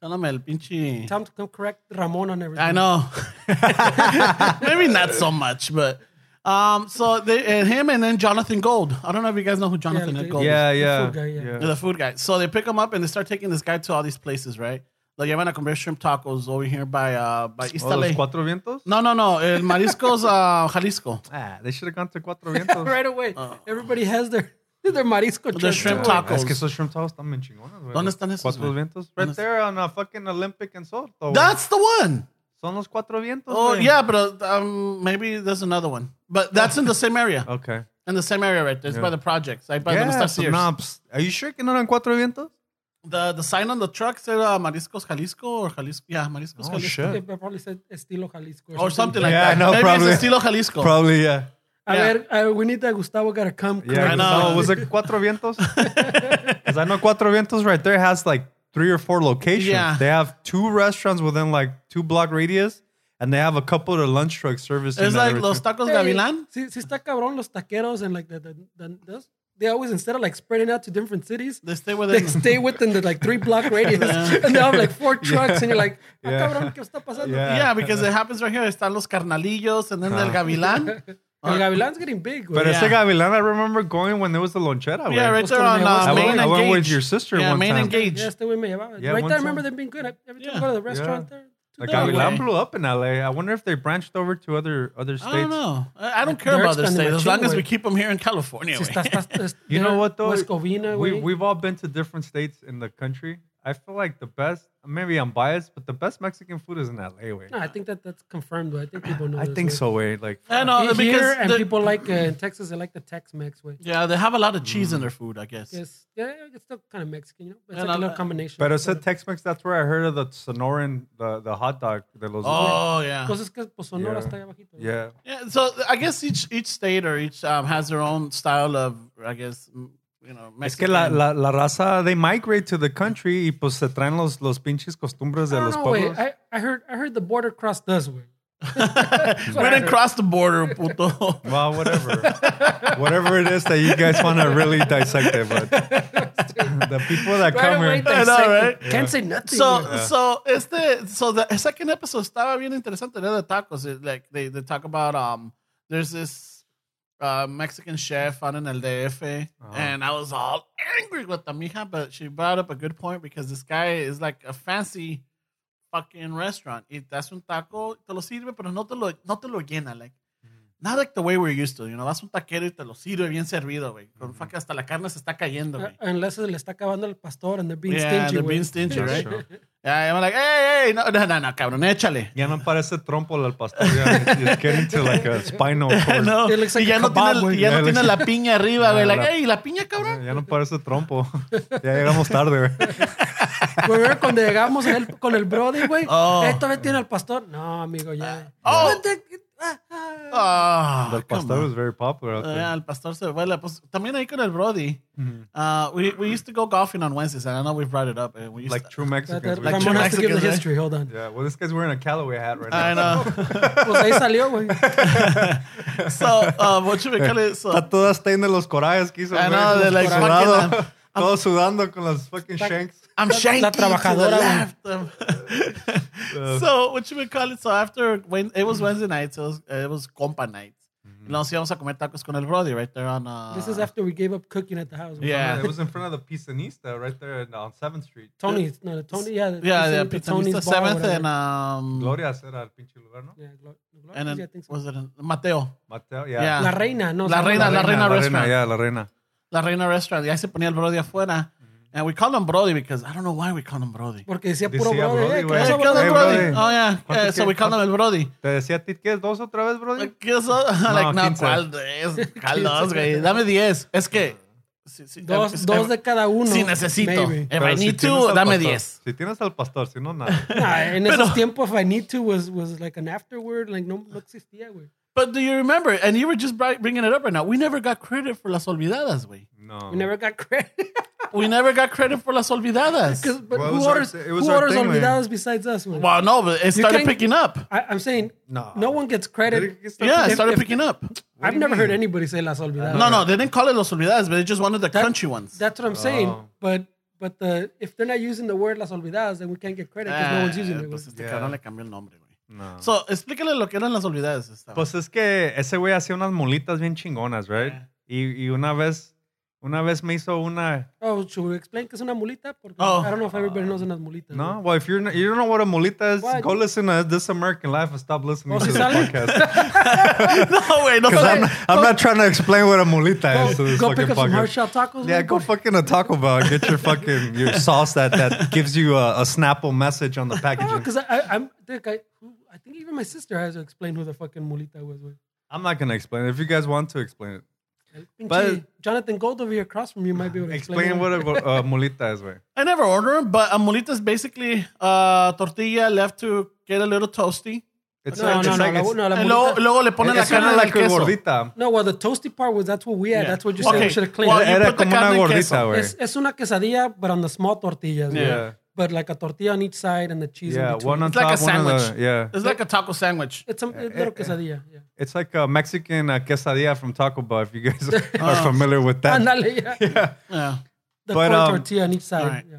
Speaker 2: tell him el pinche.
Speaker 4: Time to come correct Ramon on everything.
Speaker 2: I know. [LAUGHS] Maybe not so much, but um. So they and him and then Jonathan Gold. I don't know if you guys know who Jonathan
Speaker 4: the-
Speaker 2: Gold.
Speaker 3: Yeah,
Speaker 4: the
Speaker 3: yeah.
Speaker 4: food guy, yeah.
Speaker 2: is. They're the food guy. So they pick him up and they start taking this guy to all these places, right? Like I'm gonna comer shrimp tacos over here by uh by East
Speaker 3: Oh,
Speaker 2: LA.
Speaker 3: those Cuatro Vientos?
Speaker 2: No, no, no. El Mariscos uh, Jalisco.
Speaker 3: Ah, they should have gone to
Speaker 2: [LAUGHS]
Speaker 3: Cuatro
Speaker 4: [LAUGHS]
Speaker 3: Vientos.
Speaker 4: right away. Everybody has their [LAUGHS] their marisco.
Speaker 2: The
Speaker 4: church.
Speaker 2: shrimp
Speaker 4: Yeah.
Speaker 2: tacos.
Speaker 3: Es que esos shrimp tacos están bien chingones, güey.
Speaker 2: ¿Dónde están esos,
Speaker 3: Cuatro
Speaker 2: güey?
Speaker 3: vientos.
Speaker 2: ¿Dónde
Speaker 3: Right
Speaker 2: están?
Speaker 3: there on a fucking Olympic and Soto. güey.
Speaker 2: That's the one.
Speaker 3: Son los cuatro vientos,
Speaker 2: Oh
Speaker 3: güey.
Speaker 2: yeah, but um, maybe there's another one. But that's in the same area.
Speaker 3: Okay.
Speaker 2: In the same area right there. It's
Speaker 3: Yeah.
Speaker 2: by the projects. Like by the
Speaker 3: Yeah,
Speaker 2: Mr.
Speaker 3: so
Speaker 2: Sears.
Speaker 3: nah, ps- are you sure que no eran cuatro vientos?
Speaker 2: The the sign on the truck said uh, Mariscos Jalisco or Jalisco. Yeah, Mariscos
Speaker 3: Oh,
Speaker 2: Jalisco.
Speaker 3: shit.
Speaker 4: They probably said estilo Jalisco
Speaker 2: Or something like
Speaker 3: Yeah, I
Speaker 2: that.
Speaker 3: know,
Speaker 2: maybe
Speaker 3: probably.
Speaker 2: it's estilo Jalisco.
Speaker 3: Probably, yeah.
Speaker 4: A
Speaker 2: Yeah.
Speaker 4: ver, uh, we need that Gustavo gotta come.
Speaker 3: Yeah,
Speaker 2: I
Speaker 4: correct.
Speaker 2: know.
Speaker 3: so was it Cuatro Vientos?
Speaker 2: [LAUGHS]
Speaker 3: Because I know Cuatro Vientos right there has like three or four locations.
Speaker 2: Yeah.
Speaker 3: They have two restaurants within like two block radius, and they have a couple of lunch truck services.
Speaker 2: It's like Los Tacos
Speaker 4: Hey,
Speaker 2: Gavilan.
Speaker 4: Si, si está cabrón los taqueros and like the, the, the, those, they always instead of like spreading out to different cities,
Speaker 2: They stay
Speaker 4: they
Speaker 2: [LAUGHS] within.
Speaker 4: stay within the like three block radius [LAUGHS] and they have like four trucks and you're like, ah,
Speaker 3: Yeah.
Speaker 4: cabrón, ¿qué está pasando?
Speaker 3: Yeah.
Speaker 2: yeah, because it happens right here. Están Los Carnalillos and then
Speaker 3: Ah.
Speaker 2: El
Speaker 3: [LAUGHS]
Speaker 2: Gavilan.
Speaker 4: El Gavilán's getting big. güey.
Speaker 3: But it's
Speaker 2: Yeah.
Speaker 3: ese Gavilan, I remember going when there was the lonchera.
Speaker 2: Yeah,
Speaker 3: güey.
Speaker 2: right
Speaker 4: Those
Speaker 2: there
Speaker 4: are
Speaker 2: on
Speaker 4: my
Speaker 2: uh,
Speaker 4: West
Speaker 3: I
Speaker 2: Main
Speaker 3: went, I
Speaker 2: and
Speaker 3: went with
Speaker 2: Gage.
Speaker 3: your sister
Speaker 2: Yeah,
Speaker 3: one
Speaker 2: Main
Speaker 3: time.
Speaker 2: and Gage.
Speaker 4: Yeah, este güey me llevaba.
Speaker 3: Yeah,
Speaker 4: right
Speaker 3: one
Speaker 4: there, I
Speaker 3: time.
Speaker 4: remember them being good. Every time
Speaker 2: Yeah.
Speaker 4: I go to the restaurant
Speaker 3: Yeah.
Speaker 4: there.
Speaker 3: Like,
Speaker 4: they're
Speaker 2: Gavilan
Speaker 4: like-
Speaker 3: Gavilan blew up in LA. I wonder if they branched over to other other states.
Speaker 2: I don't know. I, I don't
Speaker 4: The
Speaker 2: care
Speaker 4: Dirk's
Speaker 2: about this
Speaker 4: done
Speaker 2: state
Speaker 4: the
Speaker 2: as long
Speaker 4: machine
Speaker 2: as we
Speaker 4: way.
Speaker 2: keep them here in California.
Speaker 4: Si
Speaker 2: güey.
Speaker 4: estás- estás- estás-
Speaker 3: You know what though?
Speaker 4: West Covina,
Speaker 3: we
Speaker 4: güey.
Speaker 3: we've all been to different states in the country. I feel like the best. Maybe I'm biased, but the best Mexican food is in LA. Way.
Speaker 4: No, I think that that's confirmed. Though. I think people know.
Speaker 3: I
Speaker 4: this,
Speaker 3: think
Speaker 4: güey.
Speaker 3: so. Way like
Speaker 2: I know
Speaker 4: Here
Speaker 2: because
Speaker 4: and
Speaker 2: the-
Speaker 4: people like uh, in Texas, they like the Tex-Mex way.
Speaker 2: yeah, they have a lot of cheese in their food, I guess.
Speaker 4: Mm. Yes, yeah, it's still kind of Mexican, you know. It's
Speaker 2: And
Speaker 4: like a
Speaker 2: I-
Speaker 4: little combination.
Speaker 3: Pero said Tex-Mex. That's where I heard of the Sonoran, the, the hot dog. De los
Speaker 2: Oh yeah.
Speaker 4: Entonces que pues Sonora
Speaker 3: Yeah.
Speaker 4: está ahí abajito. güey.
Speaker 3: yeah.
Speaker 2: Yeah, so I guess each each state or each um, has their own style of, I guess, m- you know,
Speaker 3: Es que
Speaker 2: Mexican.
Speaker 3: la, la, la raza they migrate to the country y pues se traen los los pinches costumbres
Speaker 4: I
Speaker 3: de
Speaker 4: don't
Speaker 3: los
Speaker 4: know,
Speaker 3: pueblos.
Speaker 4: güey. I, I heard I heard the border cross does way.
Speaker 2: [LAUGHS] we didn't cross the border, puto.
Speaker 3: Well, whatever. whatever it is that you guys want to really dissect it, but the people
Speaker 4: Right
Speaker 3: that come
Speaker 4: away,
Speaker 3: here.
Speaker 4: they
Speaker 2: I know,
Speaker 4: say-
Speaker 2: right?
Speaker 4: Can't say nothing.
Speaker 2: So,
Speaker 4: güey.
Speaker 2: so este, so the second episode estaba bien interesante. The other tacos, it, like they, they talk about um, there's this uh, Mexican chef out in El DF, and I was all angry with the mija, but she brought up a good point because this guy is like a fancy fucking restaurant. Y te hace un taco, te lo sirve, pero no te lo, no te lo llena, like. Not like the way we're used to, you know. Vas a un taquero y te lo sirve bien servido, güey. Con fuck, hasta la carne se está cayendo,
Speaker 4: Uh,
Speaker 2: güey.
Speaker 4: Unless se le está acabando el pastor and they're being
Speaker 2: Yeah,
Speaker 4: stingy.
Speaker 2: they're
Speaker 4: güey.
Speaker 2: being stingy,
Speaker 3: That's
Speaker 2: right?
Speaker 3: true.
Speaker 2: Yeah, I'm like, hey, hey, no, no, no, no, cabrón, échale.
Speaker 3: Ya no parece trompo al pastor. Ya, it's, it's getting to like a spinal
Speaker 2: [LAUGHS]
Speaker 3: cord.
Speaker 2: No,
Speaker 4: It looks
Speaker 2: y
Speaker 4: like
Speaker 2: ya
Speaker 4: a
Speaker 2: no
Speaker 4: kebab,
Speaker 2: tiene,
Speaker 4: güey.
Speaker 2: ya
Speaker 3: Yeah,
Speaker 2: no
Speaker 3: it
Speaker 2: tiene
Speaker 3: [LAUGHS] looks-
Speaker 2: la piña arriba, güey.
Speaker 3: Ah,
Speaker 2: Like,
Speaker 3: la-
Speaker 2: hey, ¿la piña, cabrón?
Speaker 3: Ya no parece trompo. ya llegamos tarde, güey.
Speaker 2: Ah,
Speaker 4: Güey, ¿verdad? cuando llegamos en el- con el brody, güey.
Speaker 2: Oh.
Speaker 4: Esto vez tiene al pastor. No, amigo, ya.
Speaker 2: Oh.
Speaker 4: Ponte- ah, ah.
Speaker 2: Ah,
Speaker 3: The
Speaker 2: come
Speaker 3: pastor
Speaker 2: on.
Speaker 3: was very popular. out
Speaker 2: Ah,
Speaker 3: there.
Speaker 2: yeah, el pastor se vuela. Pues también ahí con el Brody.
Speaker 3: Mhm.
Speaker 2: Uh, we, we used to go golfing on Wednesdays, and I know we've brought it up. And we used
Speaker 3: Like
Speaker 2: to,
Speaker 3: true
Speaker 4: That-
Speaker 3: Mexicans.
Speaker 4: that-
Speaker 3: we-
Speaker 2: Like
Speaker 4: Ramón has to
Speaker 2: Mexican,
Speaker 4: give the
Speaker 2: right?
Speaker 4: history. Hold on.
Speaker 3: yeah, well, this guy's wearing a Callaway hat right now.
Speaker 2: I
Speaker 3: [LAUGHS]
Speaker 2: know.
Speaker 4: Pues ahí salió, güey.
Speaker 2: so, uh, what should we call it? So,
Speaker 3: [LAUGHS] Está toda stained de los corajes que hizo.
Speaker 2: I
Speaker 3: güey,
Speaker 2: know,
Speaker 3: los
Speaker 2: they're like
Speaker 3: sudado.
Speaker 2: fucking, um,
Speaker 3: [LAUGHS] Todo sudando con las fucking shanks.
Speaker 2: I'm shanking
Speaker 4: la
Speaker 2: to the
Speaker 4: trabajadora,
Speaker 2: left. [LAUGHS] so, what should we call it? So, after when it was Wednesday nights, it was, it was compa night. Y nos íbamos a comer tacos con el Brody right there on. Uh,
Speaker 4: This is after we gave up cooking at the house. güey.
Speaker 2: Yeah.
Speaker 3: Yeah, it was in front of the Pisanista right there in- on 7th Street.
Speaker 4: Tony's. No, the [LAUGHS] Tony. Yeah. the
Speaker 2: Yeah, yeah,
Speaker 4: Tony's- the
Speaker 2: pizza
Speaker 4: Tony's
Speaker 2: Mista
Speaker 4: bar or
Speaker 2: seventh
Speaker 4: whatever.
Speaker 2: and um
Speaker 3: Gloria será el pinche lugar, ¿no?
Speaker 4: Yeah, Glo- Glo-
Speaker 2: and
Speaker 4: yeah, I
Speaker 2: then
Speaker 4: think so.
Speaker 2: was it in- Mateo
Speaker 3: Mateo,
Speaker 2: Yeah.
Speaker 3: yeah.
Speaker 4: La Reina, no.
Speaker 2: La
Speaker 4: se
Speaker 2: Reina,
Speaker 4: llama
Speaker 2: La Reina Restaurant.
Speaker 3: yeah, la reina.
Speaker 2: La Reina Restaurant y ahí se ponía el Brody afuera
Speaker 4: Mm-hmm.
Speaker 2: and we called him Brody because I don't know why we called him Brody.
Speaker 4: Porque decía puro
Speaker 3: Decía
Speaker 4: brother.
Speaker 3: brother,
Speaker 4: eh, ¿qué
Speaker 3: güey.
Speaker 2: Hey,
Speaker 4: pasó,
Speaker 2: ¿qué
Speaker 4: brother?
Speaker 2: onda,
Speaker 3: Hey,
Speaker 2: Brody?
Speaker 3: Brody.
Speaker 2: Oh yeah,
Speaker 3: ¿Cuánto
Speaker 2: yeah, so
Speaker 3: que-
Speaker 2: we called him el Brody.
Speaker 3: Te decía, ¿ti quieres dos otra vez, brother?
Speaker 2: ¿Qué es eso?
Speaker 4: [LAUGHS]
Speaker 2: like, no,
Speaker 3: 15.
Speaker 2: ¿cuál es? ¿Cuál dos, güey? Dame 10. Es que si- si-
Speaker 4: Dos,
Speaker 2: if-
Speaker 4: dos de cada uno.
Speaker 2: si Em, necesito. Em,
Speaker 4: maybe.
Speaker 2: If I need to, dame 10.
Speaker 3: Si tienes al pastor, si
Speaker 4: [LAUGHS]
Speaker 3: no, nada.
Speaker 4: Nah, Ah, en
Speaker 2: Pero-
Speaker 4: esos tiempos, if I need to, was, was like an afterword. Like, no, no existía, güey.
Speaker 2: But do you remember? And you were just bri- bringing it up right now. We never got credit for Las Olvidadas, güey.
Speaker 3: No.
Speaker 4: We never got credit. [LAUGHS]
Speaker 2: We never got credit for Las Olvidadas.
Speaker 4: 'Cause- but
Speaker 3: Well, it
Speaker 4: who
Speaker 3: was our
Speaker 4: orders,
Speaker 3: thi- it was
Speaker 4: who
Speaker 3: our
Speaker 4: orders
Speaker 3: thing, güey.
Speaker 4: olvidados besides us, güey?
Speaker 2: Well, no, but it started
Speaker 4: can't-
Speaker 2: picking up.
Speaker 4: I, I'm saying
Speaker 3: No.
Speaker 4: no. one gets credit.
Speaker 2: Yeah, it
Speaker 4: if-
Speaker 2: started
Speaker 4: if-
Speaker 2: picking up.
Speaker 4: I've
Speaker 3: do you
Speaker 4: never heard
Speaker 3: mean?
Speaker 4: anybody say las olvidadas.
Speaker 2: No, no, they didn't call it Los Olvidadas, but they just wanted the
Speaker 4: That-
Speaker 2: crunchy ones.
Speaker 4: That's what I'm saying.
Speaker 3: Oh.
Speaker 4: But but the if they're not using the word las olvidadas, then we can't get credit because no one's using
Speaker 2: Ah,
Speaker 4: it. güey.
Speaker 2: pues este
Speaker 3: Yeah.
Speaker 2: cabrón le cambió el nombre, güey.
Speaker 3: No.
Speaker 2: So, explícale lo que eran Las Olvidadas. esta vez. [LAUGHS]
Speaker 3: Pues es que ese güey hacía unas mulitas bien chingonas, right? Y, y una vez, una vez me hizo una.
Speaker 4: Oh, should we explain que es una mulita? Porque
Speaker 2: Oh.
Speaker 4: I don't know if everybody knows unas mulitas.
Speaker 3: No, well, if you're not, you don't know what a mulita is,
Speaker 4: What?
Speaker 3: go listen to This American Life and stop listening
Speaker 4: Oh,
Speaker 3: to
Speaker 4: si
Speaker 3: the
Speaker 4: sale. [LAUGHS]
Speaker 3: podcast.
Speaker 2: no, Ah, güey,
Speaker 3: [LAUGHS]
Speaker 2: no.
Speaker 3: Because I'm, I'm not trying to explain what a mulita
Speaker 4: güey.
Speaker 3: is to
Speaker 4: Go,
Speaker 3: this
Speaker 4: go
Speaker 3: fucking
Speaker 4: pick up some hard
Speaker 3: podcast.
Speaker 4: shell tacos.
Speaker 3: Yeah,
Speaker 4: güey.
Speaker 3: go fucking to Taco Bell. and Get your
Speaker 4: [LAUGHS]
Speaker 3: fucking your sauce that, that gives you a, a Snapple message on the
Speaker 4: No,
Speaker 3: packaging.
Speaker 4: because [LAUGHS] I, I, I'm think I, who- I think even my sister has to explain who the fucking mulita was. With.
Speaker 3: I'm not gonna explain it. If you guys want to explain it, But-
Speaker 4: Jonathan Gold over here across from you might be able to explain,
Speaker 3: explain what a, a mulita
Speaker 4: [LAUGHS]
Speaker 3: is. Way.
Speaker 2: I never order them, but a mulita is basically uh, tortilla left to get a little toasty.
Speaker 3: It's
Speaker 4: No, no, no, no, no, la
Speaker 2: And luego,
Speaker 4: mulita-
Speaker 2: luego le ponen la
Speaker 3: it's kind
Speaker 2: carne
Speaker 3: of
Speaker 2: en
Speaker 3: like
Speaker 2: el
Speaker 3: a
Speaker 2: queso.
Speaker 3: gordita.
Speaker 4: No, well, the toasty part was that's what we had.
Speaker 2: Yeah.
Speaker 4: That's what you said
Speaker 2: Okay.
Speaker 4: we should have cleaned.
Speaker 2: Well,
Speaker 4: up.
Speaker 2: you
Speaker 3: [LAUGHS] Era
Speaker 2: put the
Speaker 3: como una
Speaker 2: carne en
Speaker 3: gordita,
Speaker 2: queso.
Speaker 3: güey.
Speaker 4: it's, it's una quesadilla, but on the small tortillas. güey.
Speaker 2: Yeah.
Speaker 4: But like a tortilla on each side and the cheese in
Speaker 3: Yeah,
Speaker 4: between.
Speaker 3: one on Eh,
Speaker 2: It's like
Speaker 3: top,
Speaker 2: a
Speaker 3: one on
Speaker 2: sandwich.
Speaker 3: the yeah.
Speaker 2: It's like a taco sandwich.
Speaker 4: It's a, a little quesadilla.
Speaker 3: [LAUGHS]
Speaker 4: Yeah.
Speaker 3: It's like a Mexican uh, quesadilla from Taco Bell. If you
Speaker 2: [LAUGHS]
Speaker 3: guys [LAUGHS] are familiar with that. [LAUGHS]
Speaker 4: Andale, yeah.
Speaker 2: Yeah.
Speaker 4: The
Speaker 3: But,
Speaker 4: corn
Speaker 3: um,
Speaker 4: tortilla on each side.
Speaker 2: Alright.
Speaker 4: Yeah.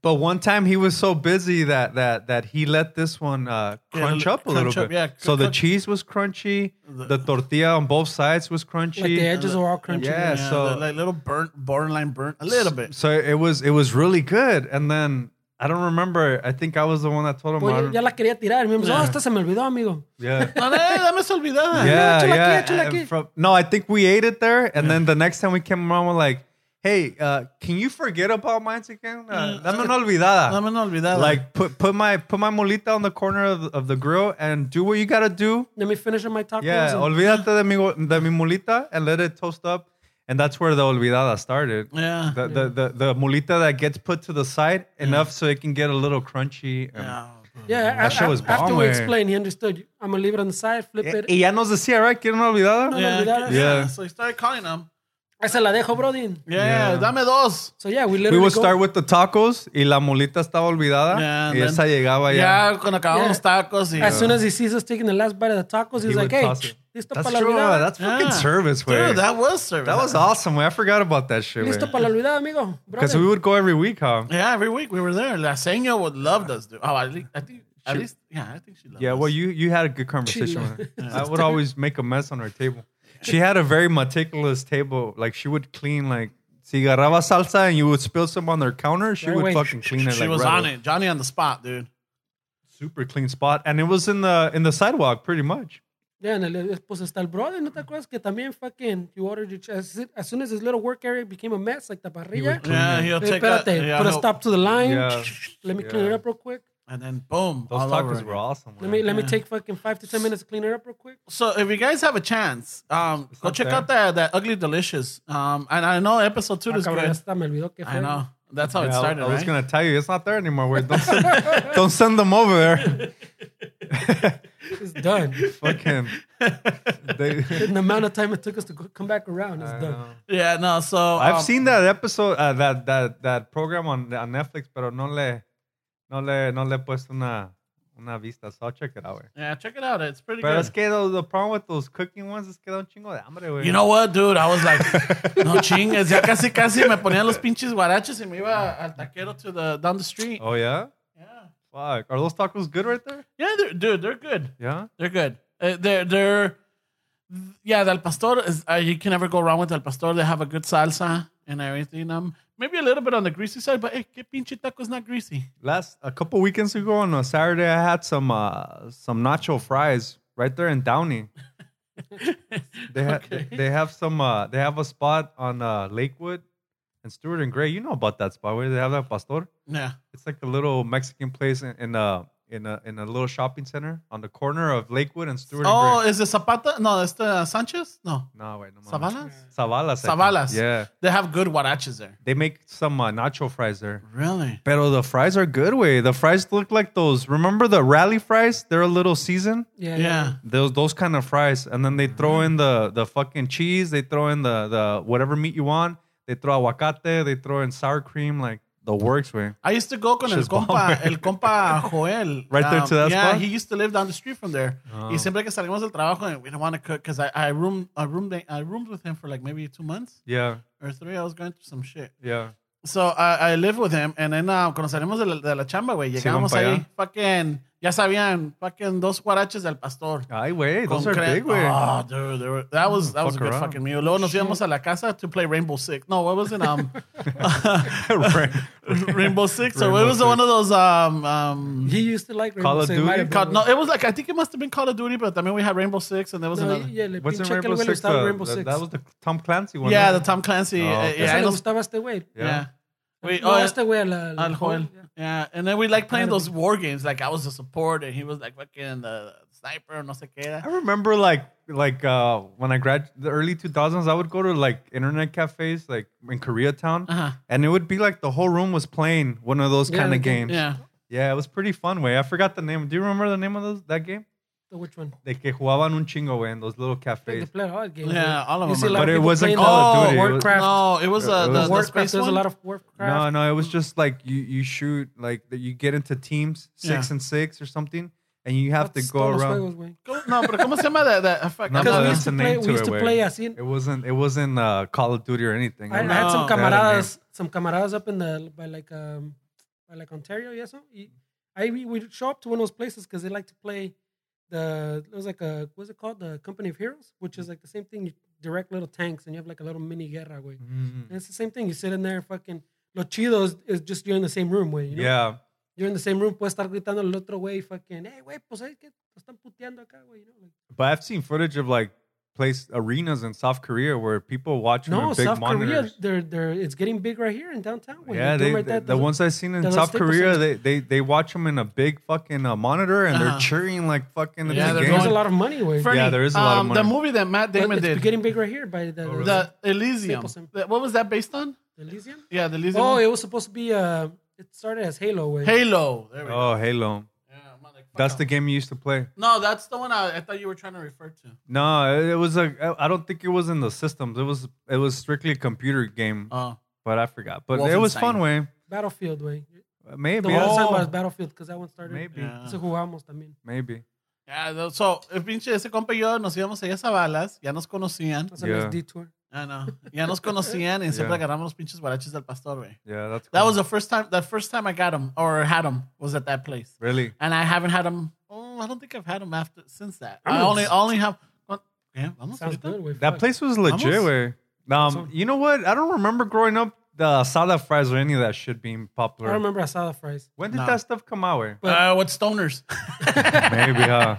Speaker 3: But one time he was so busy that that that he let this one uh,
Speaker 2: Yeah,
Speaker 3: crunch
Speaker 2: l-
Speaker 3: up a little
Speaker 2: crunch up,
Speaker 3: bit.
Speaker 2: yeah, cr-
Speaker 3: so the
Speaker 2: crunch-
Speaker 3: cheese was crunchy, the tortilla on both sides was crunchy.
Speaker 4: Like the edges are all crunchy.
Speaker 3: Yeah, so-
Speaker 2: the- like little burnt, borderline burnt, a little bit.
Speaker 3: so it was it was really good. And then I don't remember. I think I was the one that told him. I
Speaker 4: Well,
Speaker 3: don't-
Speaker 4: ya la quería tirar. Remember, oh, esta se me olvidó, amigo.
Speaker 3: yeah.
Speaker 2: [LAUGHS] No, no, dame esa [LAUGHS] olvidada.
Speaker 3: yeah,
Speaker 4: chulaqui,
Speaker 3: yeah.
Speaker 4: chulaqui.
Speaker 3: uh, From, no, I think we ate it there, and then the next time we came around, we're like, "Hey, uh, can you forget about mine again? Uh, dame una olvidada.
Speaker 2: Mm, Dame una olvidada.
Speaker 3: Like put put my put my molita on the corner of the, of the grill and do what you gotta do.
Speaker 4: Let me finish on my tacos.
Speaker 3: Yeah,
Speaker 4: and-
Speaker 3: olvídate de mi de mi molita and let it toast up. And that's where the olvidada started.
Speaker 2: Yeah. Mm.
Speaker 3: The the the, the molita that gets put to the side enough so it can get a little crunchy. And,
Speaker 2: Yeah.
Speaker 4: yeah. a-
Speaker 3: shit was Eh,
Speaker 4: a-
Speaker 3: bomb,
Speaker 4: After we
Speaker 3: güey.
Speaker 4: explained, he understood. I'm gonna leave it on the side, flip
Speaker 3: Y
Speaker 4: it.
Speaker 3: y ya nos decía, right? ¿Quieren una olvidada?
Speaker 4: No,
Speaker 2: Yeah,
Speaker 4: olvidada.
Speaker 2: yeah.
Speaker 3: Yeah.
Speaker 2: So he started calling them.
Speaker 4: Esa la dejo, Brody.
Speaker 2: Yeah,
Speaker 3: Yeah.
Speaker 2: dame dos.
Speaker 4: So yeah, we
Speaker 3: We
Speaker 4: literally
Speaker 3: would
Speaker 4: go-
Speaker 3: start with the tacos y la mulita estaba olvidada
Speaker 2: Yeah,
Speaker 3: y
Speaker 2: and
Speaker 3: esa llegaba ya.
Speaker 2: Ya, cuando acabamos
Speaker 4: Yeah.
Speaker 2: los tacos y...
Speaker 4: as soon as he sees us taking the last bite of the tacos, he's
Speaker 3: He
Speaker 4: like,
Speaker 3: would
Speaker 4: "Hey,
Speaker 3: toss it.
Speaker 4: listo
Speaker 3: That's
Speaker 4: para la
Speaker 3: true.
Speaker 4: olvidada.
Speaker 3: That's fucking
Speaker 2: Yeah.
Speaker 3: service, güey.
Speaker 2: Dude, that
Speaker 3: That,
Speaker 2: was service.
Speaker 3: was awesome, güey. I forgot about that shit,
Speaker 4: eh? listo
Speaker 3: güey.
Speaker 4: para la olvidada, amigo."
Speaker 3: Because
Speaker 4: brother."
Speaker 3: we would go every week, huh?
Speaker 2: Yeah, every week we were there. La Señor would loved us, dude. Oh, at least, I think, at least, yeah, I think she loved
Speaker 3: Yeah,
Speaker 2: us.
Speaker 3: well, you you had a good conversation with
Speaker 4: [LAUGHS]
Speaker 3: her. I would always make a mess on her table. She had a very meticulous table. Like she would clean like si agarraba salsa and you would spill some on their counter, she
Speaker 4: Right
Speaker 3: would
Speaker 4: away.
Speaker 3: fucking clean it.
Speaker 2: she
Speaker 3: like,
Speaker 2: was
Speaker 3: right
Speaker 2: on
Speaker 3: away.
Speaker 2: it. Johnny on the spot, dude.
Speaker 3: Super clean spot, and it was in the in the sidewalk pretty much.
Speaker 4: Yeah, and el- pues hasta el brother, ¿no te acuerdas que también fucking you ordered your ch- as, as soon as his little work area became a mess, like the parrilla.
Speaker 3: clean
Speaker 2: Yeah,
Speaker 3: it.
Speaker 2: he'll
Speaker 4: "Hey,
Speaker 2: take that.
Speaker 4: espérate,
Speaker 2: yeah,
Speaker 4: put a
Speaker 2: he'll-
Speaker 4: stop to the line.
Speaker 3: Yeah.
Speaker 4: Let me clean it
Speaker 3: Yeah.
Speaker 4: up real quick.
Speaker 2: And then boom,
Speaker 3: Those
Speaker 2: all over
Speaker 3: tacos were
Speaker 2: again.
Speaker 3: awesome.
Speaker 4: Let me
Speaker 3: man.
Speaker 4: let me
Speaker 2: Yeah.
Speaker 4: take fucking five to ten minutes to clean it up real quick.
Speaker 2: So if you guys have a chance, um, go
Speaker 3: not
Speaker 2: check
Speaker 3: there.
Speaker 2: out that that ugly delicious. Um, and I know episode two
Speaker 4: Ah,
Speaker 2: is
Speaker 4: cabrón,
Speaker 2: good.
Speaker 4: hasta me olvidó que
Speaker 2: I
Speaker 4: fue.
Speaker 2: know that's how Oh,
Speaker 3: Yeah,
Speaker 2: it
Speaker 3: I-
Speaker 2: started,
Speaker 3: I was
Speaker 2: right?
Speaker 3: gonna tell you it's not there anymore. Wait, don't send, don't send them over
Speaker 2: [LAUGHS]
Speaker 3: there.
Speaker 4: [LAUGHS] It's done.
Speaker 3: Fucking. They,
Speaker 2: [LAUGHS]
Speaker 4: In the amount of time it took us to go, come back around, it's
Speaker 3: I
Speaker 4: done.
Speaker 3: know.
Speaker 2: Yeah, no. So
Speaker 3: I've
Speaker 2: um,
Speaker 3: seen that episode, uh, that that that program on on Netflix, pero no le no le no le he puesto una una vista. So I'll check it out. güey.
Speaker 2: Yeah, check it out. It's pretty
Speaker 3: Pero
Speaker 2: good.
Speaker 3: es que the, the problem with those cooking ones es que da un chingo de hambre, güey.
Speaker 2: You know what, dude? I was
Speaker 3: [LAUGHS]
Speaker 2: like, no chingues. Ya casi casi me ponía los pinches guaraches y me iba al taquero to the down the street.
Speaker 3: Oh yeah.
Speaker 2: Yeah,
Speaker 3: Fuck. Are those tacos good right there?
Speaker 2: yeah, they're, dude, they're good.
Speaker 3: Yeah.
Speaker 2: They're good. Uh, they're they're yeah. Del pastor is uh, you can never go wrong with del pastor. They have a good salsa and everything. Um, maybe a little bit on the greasy side, but hey, que pinche taco's not greasy. [LAUGHS]
Speaker 3: Last a couple weekends ago on a Saturday, I had some uh, some nacho fries right there in Downey. They ha- they have some uh, they have a spot on uh, Lakewood and Stewart and Gray. You know about that spot where they have that pastor.
Speaker 2: Yeah.
Speaker 3: It's like a little Mexican place in, in a in a in a little shopping center on the corner of Lakewood and Stewart.
Speaker 2: Oh,
Speaker 3: and Gray.
Speaker 2: is it Zapata? No, it's the Sanchez. No,
Speaker 3: no wait, no mames.
Speaker 2: Savalas.
Speaker 3: Savalas. I think.
Speaker 2: Savalas.
Speaker 3: Yeah,
Speaker 2: They have good huaraches there.
Speaker 3: they make some uh, nacho fries there.
Speaker 2: Really?
Speaker 3: Pero the fries are good. Way the fries look like those. Remember the rally fries? They're a little seasoned.
Speaker 4: Yeah,
Speaker 2: Yeah.
Speaker 3: Those those kind of fries, and then they throw in the the fucking cheese. They throw in the the whatever meat you want. They throw aguacate. They throw in sour cream. Like the works way.
Speaker 2: I used to go con el
Speaker 3: She's bomb,
Speaker 2: compa,
Speaker 3: güey.
Speaker 2: el compa Joel.
Speaker 3: [LAUGHS]
Speaker 2: Um,
Speaker 3: Right there to that
Speaker 2: yeah,
Speaker 3: spot? Oh.
Speaker 2: he used to live down the street from there. Y siempre que salimos del trabajo, we don't want to cook because I, I roomed I roomed I roomed with him for like maybe two months
Speaker 3: Yeah,
Speaker 2: or three. I was going through some shit.
Speaker 3: yeah.
Speaker 2: So I, I live with him, and then uh, cuando salimos de la, de la chamba, güey, llegamos
Speaker 3: pa'
Speaker 2: ahí,
Speaker 3: allá.
Speaker 2: fucking, ya sabían, fucking dos guaraches del pastor.
Speaker 3: Ay, way. Ah, Those
Speaker 2: Con
Speaker 3: are
Speaker 2: cre-
Speaker 3: big. Way. [LAUGHS]
Speaker 2: Oh, dude, they were, that was that was a
Speaker 3: fuck
Speaker 2: good
Speaker 3: around.
Speaker 2: fucking meal. Luego nos íbamos a la casa to play Rainbow Six. No, what was it?
Speaker 3: [LAUGHS]
Speaker 2: Um, [LAUGHS] Rainbow Six, or what
Speaker 3: Rainbow
Speaker 2: was it?
Speaker 3: Six.
Speaker 2: one of those um um.
Speaker 4: He used to like Rainbow
Speaker 3: Call of
Speaker 4: Six. It might
Speaker 3: Duty?
Speaker 4: have been
Speaker 2: Call, no,
Speaker 4: one.
Speaker 2: it was like I think it must have been Call of Duty, but I mean we had Rainbow Six and there was
Speaker 4: No,
Speaker 2: another.
Speaker 4: yeah, le
Speaker 3: What's in
Speaker 4: pinche que el
Speaker 3: Rainbow
Speaker 4: güey le
Speaker 3: Six?
Speaker 4: gustaba
Speaker 3: The-
Speaker 4: Rainbow
Speaker 3: the-
Speaker 4: Six.
Speaker 3: That was the Tom Clancy one.
Speaker 2: Yeah,
Speaker 3: right?
Speaker 2: the Tom Clancy.
Speaker 3: Oh,
Speaker 2: uh,
Speaker 3: okay.
Speaker 2: Yeah,
Speaker 4: Ese
Speaker 2: I
Speaker 4: le
Speaker 2: know.
Speaker 4: gustaba a este güey.
Speaker 2: Yeah. We,
Speaker 4: No,
Speaker 2: oh,
Speaker 4: a este güey, al, al-
Speaker 2: Al Joel.
Speaker 4: Yeah.
Speaker 2: Yeah, and then we like playing
Speaker 4: Kinda
Speaker 2: those war games. Like I was a support, and he was like fucking the sniper, no sé qué
Speaker 3: I
Speaker 2: era.
Speaker 3: remember like like uh when I grad the early 2000s, I would go to like internet cafes like in Koreatown,
Speaker 2: Uh-huh.
Speaker 3: and it would be like the whole room was playing one of those
Speaker 4: Yeah,
Speaker 3: kind
Speaker 4: the
Speaker 3: of
Speaker 4: game-
Speaker 3: games.
Speaker 2: Yeah,
Speaker 3: Yeah, it was pretty fun. Way I forgot the name. Do you remember the name of those, that game?
Speaker 4: So Which one?
Speaker 3: De que jugaban un chingo way in those little
Speaker 4: They
Speaker 3: cafes.
Speaker 4: play oh, all the games.
Speaker 2: yeah, all of
Speaker 4: You
Speaker 2: them.
Speaker 4: see
Speaker 2: are
Speaker 4: a lot of
Speaker 2: like-
Speaker 3: But it
Speaker 4: people
Speaker 3: wasn't
Speaker 4: playing
Speaker 3: Call of
Speaker 4: all
Speaker 3: Duty. It was-
Speaker 4: Warcraft.
Speaker 2: No, it was uh,
Speaker 3: It
Speaker 2: the,
Speaker 3: was
Speaker 2: the
Speaker 4: Warcraft.
Speaker 2: space
Speaker 4: There's
Speaker 2: one.
Speaker 4: a lot of Warcraft.
Speaker 3: No, no, it
Speaker 4: Mm.
Speaker 3: was just like you you shoot like that you get into teams six
Speaker 2: Yeah.
Speaker 3: and six or something, and you have to go around.
Speaker 2: ¿Cómo- No, pero cómo se llama that? that fuck,
Speaker 3: No,
Speaker 2: I'm
Speaker 3: no,
Speaker 4: Because we
Speaker 2: not-
Speaker 3: that's
Speaker 4: used to
Speaker 3: the name
Speaker 4: play, we
Speaker 3: to
Speaker 4: used
Speaker 3: it,
Speaker 4: to
Speaker 3: güey.
Speaker 4: play así.
Speaker 3: It wasn't it wasn't uh, Call of Duty or anything.
Speaker 4: I,
Speaker 3: It
Speaker 4: I
Speaker 3: was-
Speaker 4: had
Speaker 2: No.
Speaker 4: some
Speaker 3: They had a
Speaker 4: camaradas, some camaradas up in the by like um by like Ontario, yes. Y, I we would show up to one of those places because they like to play the it was like a what's it called the Company of Heroes, which is like the same thing. You direct little tanks and you have like a little mini guerra, güey.
Speaker 3: Mm.
Speaker 4: And it's the same thing. You sit in there, fucking. Lo chido is, is just you're in the same room, güey. You know?
Speaker 3: Yeah.
Speaker 4: You're in the same room, puedes estar gritando al otro güey, fucking. Hey, güey, pues sabes que lo están puteando acá, güey. You know? like,
Speaker 3: But I've seen footage of like place arenas in South Korea where people watch
Speaker 4: no,
Speaker 3: on big
Speaker 4: South Korea,
Speaker 3: monitors.
Speaker 4: they're they're it's getting big right here in downtown. güey.
Speaker 3: yeah,
Speaker 4: You do
Speaker 3: they,
Speaker 4: right
Speaker 3: they-
Speaker 4: there,
Speaker 3: the
Speaker 4: there's a-
Speaker 3: ones I've seen in
Speaker 4: the
Speaker 3: South
Speaker 4: little staples
Speaker 3: Korea,
Speaker 4: center.
Speaker 3: they, they they watch them in a big fucking uh, monitor and
Speaker 2: Uh-huh.
Speaker 4: Ah.
Speaker 3: they're cheering like fucking.
Speaker 2: Yeah,
Speaker 3: Yeah, the
Speaker 2: they're
Speaker 3: game.
Speaker 4: There's
Speaker 2: going-
Speaker 4: a lot of money, güey.
Speaker 2: Fernie,
Speaker 3: Yeah, there is a lot of
Speaker 2: um,
Speaker 3: money.
Speaker 2: The movie that Matt
Speaker 4: But
Speaker 2: Damon
Speaker 4: it's
Speaker 2: did,
Speaker 4: getting big right here by the,
Speaker 3: Oh,
Speaker 4: the,
Speaker 2: the Elysium.
Speaker 4: Staples Center.
Speaker 2: The- What was that based on?
Speaker 4: the Elysium.
Speaker 2: Yeah, the Elysium.
Speaker 4: Oh,
Speaker 2: one.
Speaker 4: it was supposed to be. Uh, it started as Halo. Way.
Speaker 2: Halo. There we go.
Speaker 3: Oh, Halo.
Speaker 2: Yeah, I'm like,
Speaker 3: That's the game you used to play.
Speaker 2: No, that's the one I, I thought you were trying to refer to.
Speaker 3: No, it, it was a. I- I don't think it was in the systems. It was it was strictly a computer game,
Speaker 2: Oh,
Speaker 3: but I forgot. But it was
Speaker 2: Wolfenstein.
Speaker 3: fun way.
Speaker 4: Battlefield, way. The
Speaker 3: Maybe
Speaker 4: one I was talking
Speaker 3: oh,
Speaker 4: about is Battlefield because that one started.
Speaker 3: maybe
Speaker 2: Yeah.
Speaker 4: Eso jugamos también.
Speaker 3: maybe.
Speaker 2: yeah. tho- So, el pinche ese compa y yo nos íbamos allá a balas, ya nos conocían.
Speaker 4: That's a nice
Speaker 3: Yeah.
Speaker 4: detour.
Speaker 2: Ah, no. Ya nos conocían y siempre
Speaker 3: [LAUGHS] Yeah.
Speaker 2: agarramos los pinches guaraches del pastor, güey.
Speaker 3: Yeah, that's
Speaker 2: That
Speaker 3: cool.
Speaker 2: was the first time, that first time I got them or had them was at that place.
Speaker 3: really
Speaker 2: And I haven't had them, oh, I don't think I've had them after, since that. I
Speaker 4: I'm
Speaker 2: only,
Speaker 4: obs-
Speaker 2: only have, what- yeah, vamos
Speaker 4: Sounds
Speaker 2: ahorita.
Speaker 4: good. Way.
Speaker 3: that place was legit.
Speaker 2: Vamos.
Speaker 3: Way. Um, you know what? I don't remember growing up the salad fries or any of that shit being
Speaker 4: I
Speaker 3: popular.
Speaker 4: don't remember asada fries. [LAUGHS]
Speaker 3: When did
Speaker 2: No.
Speaker 3: that stuff come out? Way?
Speaker 2: Uh, what stoners?
Speaker 3: Maybe, huh?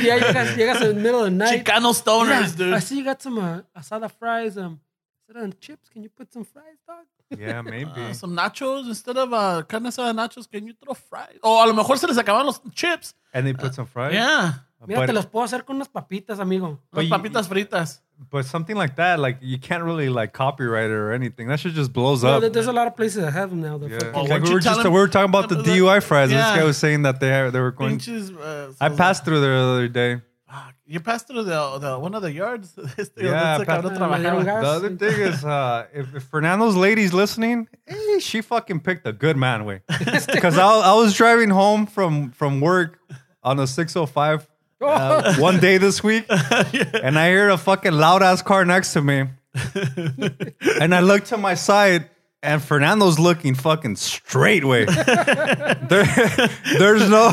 Speaker 4: yeah, you guys, you guys in the middle of the night.
Speaker 2: Chicano stoners,
Speaker 4: Yeah, I
Speaker 2: dude.
Speaker 4: see you got some uh, asada fries. Um, instead of chips, can you put some fries, dog?
Speaker 2: [LAUGHS]
Speaker 3: Yeah, maybe.
Speaker 2: Uh, some nachos instead of uh, carne asada nachos, can you throw fries? O a lo mejor se les acabaron los chips.
Speaker 3: and they put some fries.
Speaker 2: uh, Yeah.
Speaker 4: Mira, te
Speaker 3: Uh, But,
Speaker 4: los puedo hacer con unas papitas, amigo.
Speaker 3: But
Speaker 2: Unas
Speaker 3: you-
Speaker 2: papitas fritas.
Speaker 3: but something like that, like you can't really like copyright it or anything. That shit just blows
Speaker 4: Well,
Speaker 3: up.
Speaker 4: there's a lot of places that have them now. The
Speaker 3: Uh, Yeah.
Speaker 4: fucking-
Speaker 2: Well,
Speaker 3: Like,
Speaker 2: weren't
Speaker 3: we
Speaker 2: you
Speaker 3: were just
Speaker 2: telling-
Speaker 3: we were talking about the DUI fries.
Speaker 2: Yeah.
Speaker 3: This guy was saying that they they were going.
Speaker 2: Pinches. uh,
Speaker 3: I passed through there the other day.
Speaker 2: Fuck. You passed through the, the one of the yards. [LAUGHS] Este, donde
Speaker 3: Yeah,
Speaker 2: ese
Speaker 3: I passed-
Speaker 2: cabrón
Speaker 4: Ah, me dieron
Speaker 2: trabajaba.
Speaker 4: gas.
Speaker 3: The other thing
Speaker 2: [LAUGHS]
Speaker 3: is, uh, if, if Fernando's lady's listening, eh, she fucking picked a good man
Speaker 2: [LAUGHS]
Speaker 3: way. Because I, I was driving home from from work on a 605
Speaker 2: [LAUGHS]
Speaker 3: uh, one day this week, and I hear a fucking loud ass car next to me, and I look to my side. And Fernando's looking fucking straight way. there, there's no,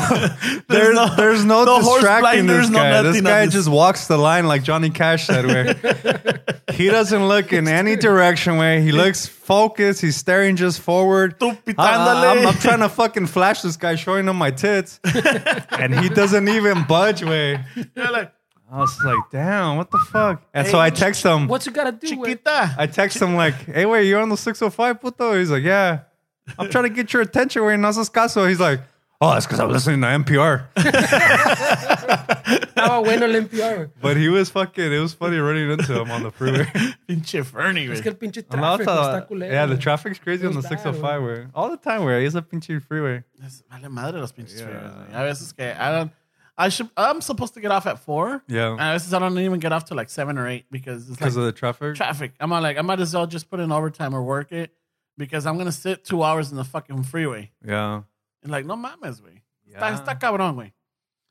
Speaker 3: there's,
Speaker 2: no-
Speaker 3: no, there's no,
Speaker 2: no horse
Speaker 3: distracting
Speaker 2: blinders,
Speaker 3: this
Speaker 2: no
Speaker 3: guy. this
Speaker 2: nothing
Speaker 3: guy
Speaker 2: on this.
Speaker 3: just walks the line like Johnny Cash that way. He doesn't look in any direction, way. He looks focused. He's staring just forward.
Speaker 2: Tú
Speaker 3: I,
Speaker 2: pitándole.
Speaker 3: am trying to fucking flash this guy, showing him my tits, and he doesn't even budge, way.
Speaker 2: You're like,
Speaker 3: I was like, damn, what the fuck? And so I text
Speaker 4: [LAUGHS]
Speaker 3: him.
Speaker 4: What you gotta do? güey?
Speaker 3: [LAUGHS]
Speaker 2: Chiquita.
Speaker 3: I text him like, hey, wait, you're on the 605 puto? He's like, yeah. I'm trying to get your attention, way. No haces caso. He's like, oh, that's because I'm listening to NPR.
Speaker 4: Estaba bueno el NPR, güey.
Speaker 3: But he was fucking. It was funny running into him on
Speaker 4: [LAUGHS]
Speaker 3: the freeway.
Speaker 2: Pinche Fernie,
Speaker 4: Es
Speaker 2: güey.
Speaker 4: que el pinche
Speaker 3: And also,
Speaker 4: tráfico está culero.
Speaker 3: yeah, the
Speaker 4: güey.
Speaker 3: traffic's crazy on the
Speaker 4: It's bad,
Speaker 3: 605 way. All the time, where it's a pinchy freeway.
Speaker 2: Es- Vale madre los pinches
Speaker 3: Yeah.
Speaker 2: ferias, güey. A veces que I don't I should I'm supposed to get off at four.
Speaker 3: Yeah.
Speaker 2: And a veces I don't even get off till like seven or eight because it's like
Speaker 3: Because of the traffic.
Speaker 2: traffic. I'm all like I might as well just put in overtime or work it because I'm gonna sit two hours in the fucking freeway.
Speaker 3: yeah.
Speaker 2: And like no mames, güey.
Speaker 3: Yeah.
Speaker 2: Está, está cabrón, güey.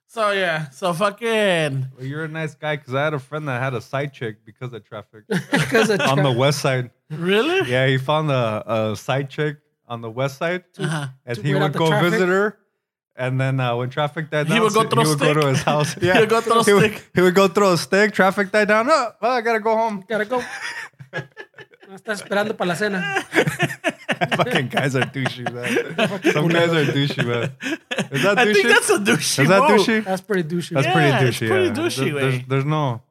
Speaker 2: So yeah, so fucking
Speaker 3: Well, you're a nice guy because I had a friend that had a side chick because of
Speaker 4: [LAUGHS]
Speaker 3: traffic
Speaker 4: Because of
Speaker 3: on the
Speaker 4: traffic.
Speaker 3: west side.
Speaker 2: really?
Speaker 3: Yeah, he found a, a side chick on the west side,
Speaker 2: Uh-huh.
Speaker 3: and
Speaker 4: to
Speaker 3: he
Speaker 4: wait out
Speaker 3: would
Speaker 4: the
Speaker 3: go
Speaker 4: traffic?
Speaker 3: visit her. And then uh, when traffic died
Speaker 2: He
Speaker 3: down,
Speaker 2: would go
Speaker 3: so
Speaker 2: throw
Speaker 3: he would go
Speaker 2: stick?
Speaker 3: to
Speaker 2: [LAUGHS]
Speaker 3: his house. Yeah,
Speaker 2: would go throw
Speaker 3: he would-
Speaker 2: stick?
Speaker 3: he would go throw a stick. Traffic died down. Oh, well, I gotta go home. [LAUGHS]
Speaker 4: Gotta go. No estás esperando para la cena.
Speaker 3: Fucking guys are douchey,
Speaker 2: [LAUGHS]
Speaker 3: man. Some guys are douchey, man. Is that
Speaker 2: I
Speaker 3: douchey?
Speaker 2: think that's a douchey.
Speaker 3: Is that
Speaker 2: move.
Speaker 3: douchey?
Speaker 4: That's pretty douchey.
Speaker 3: That's
Speaker 4: güey.
Speaker 3: pretty
Speaker 2: Yeah,
Speaker 3: douchey.
Speaker 2: it's pretty
Speaker 3: yeah.
Speaker 2: douchey, eh?
Speaker 3: There-
Speaker 2: way.
Speaker 3: there's, there's no.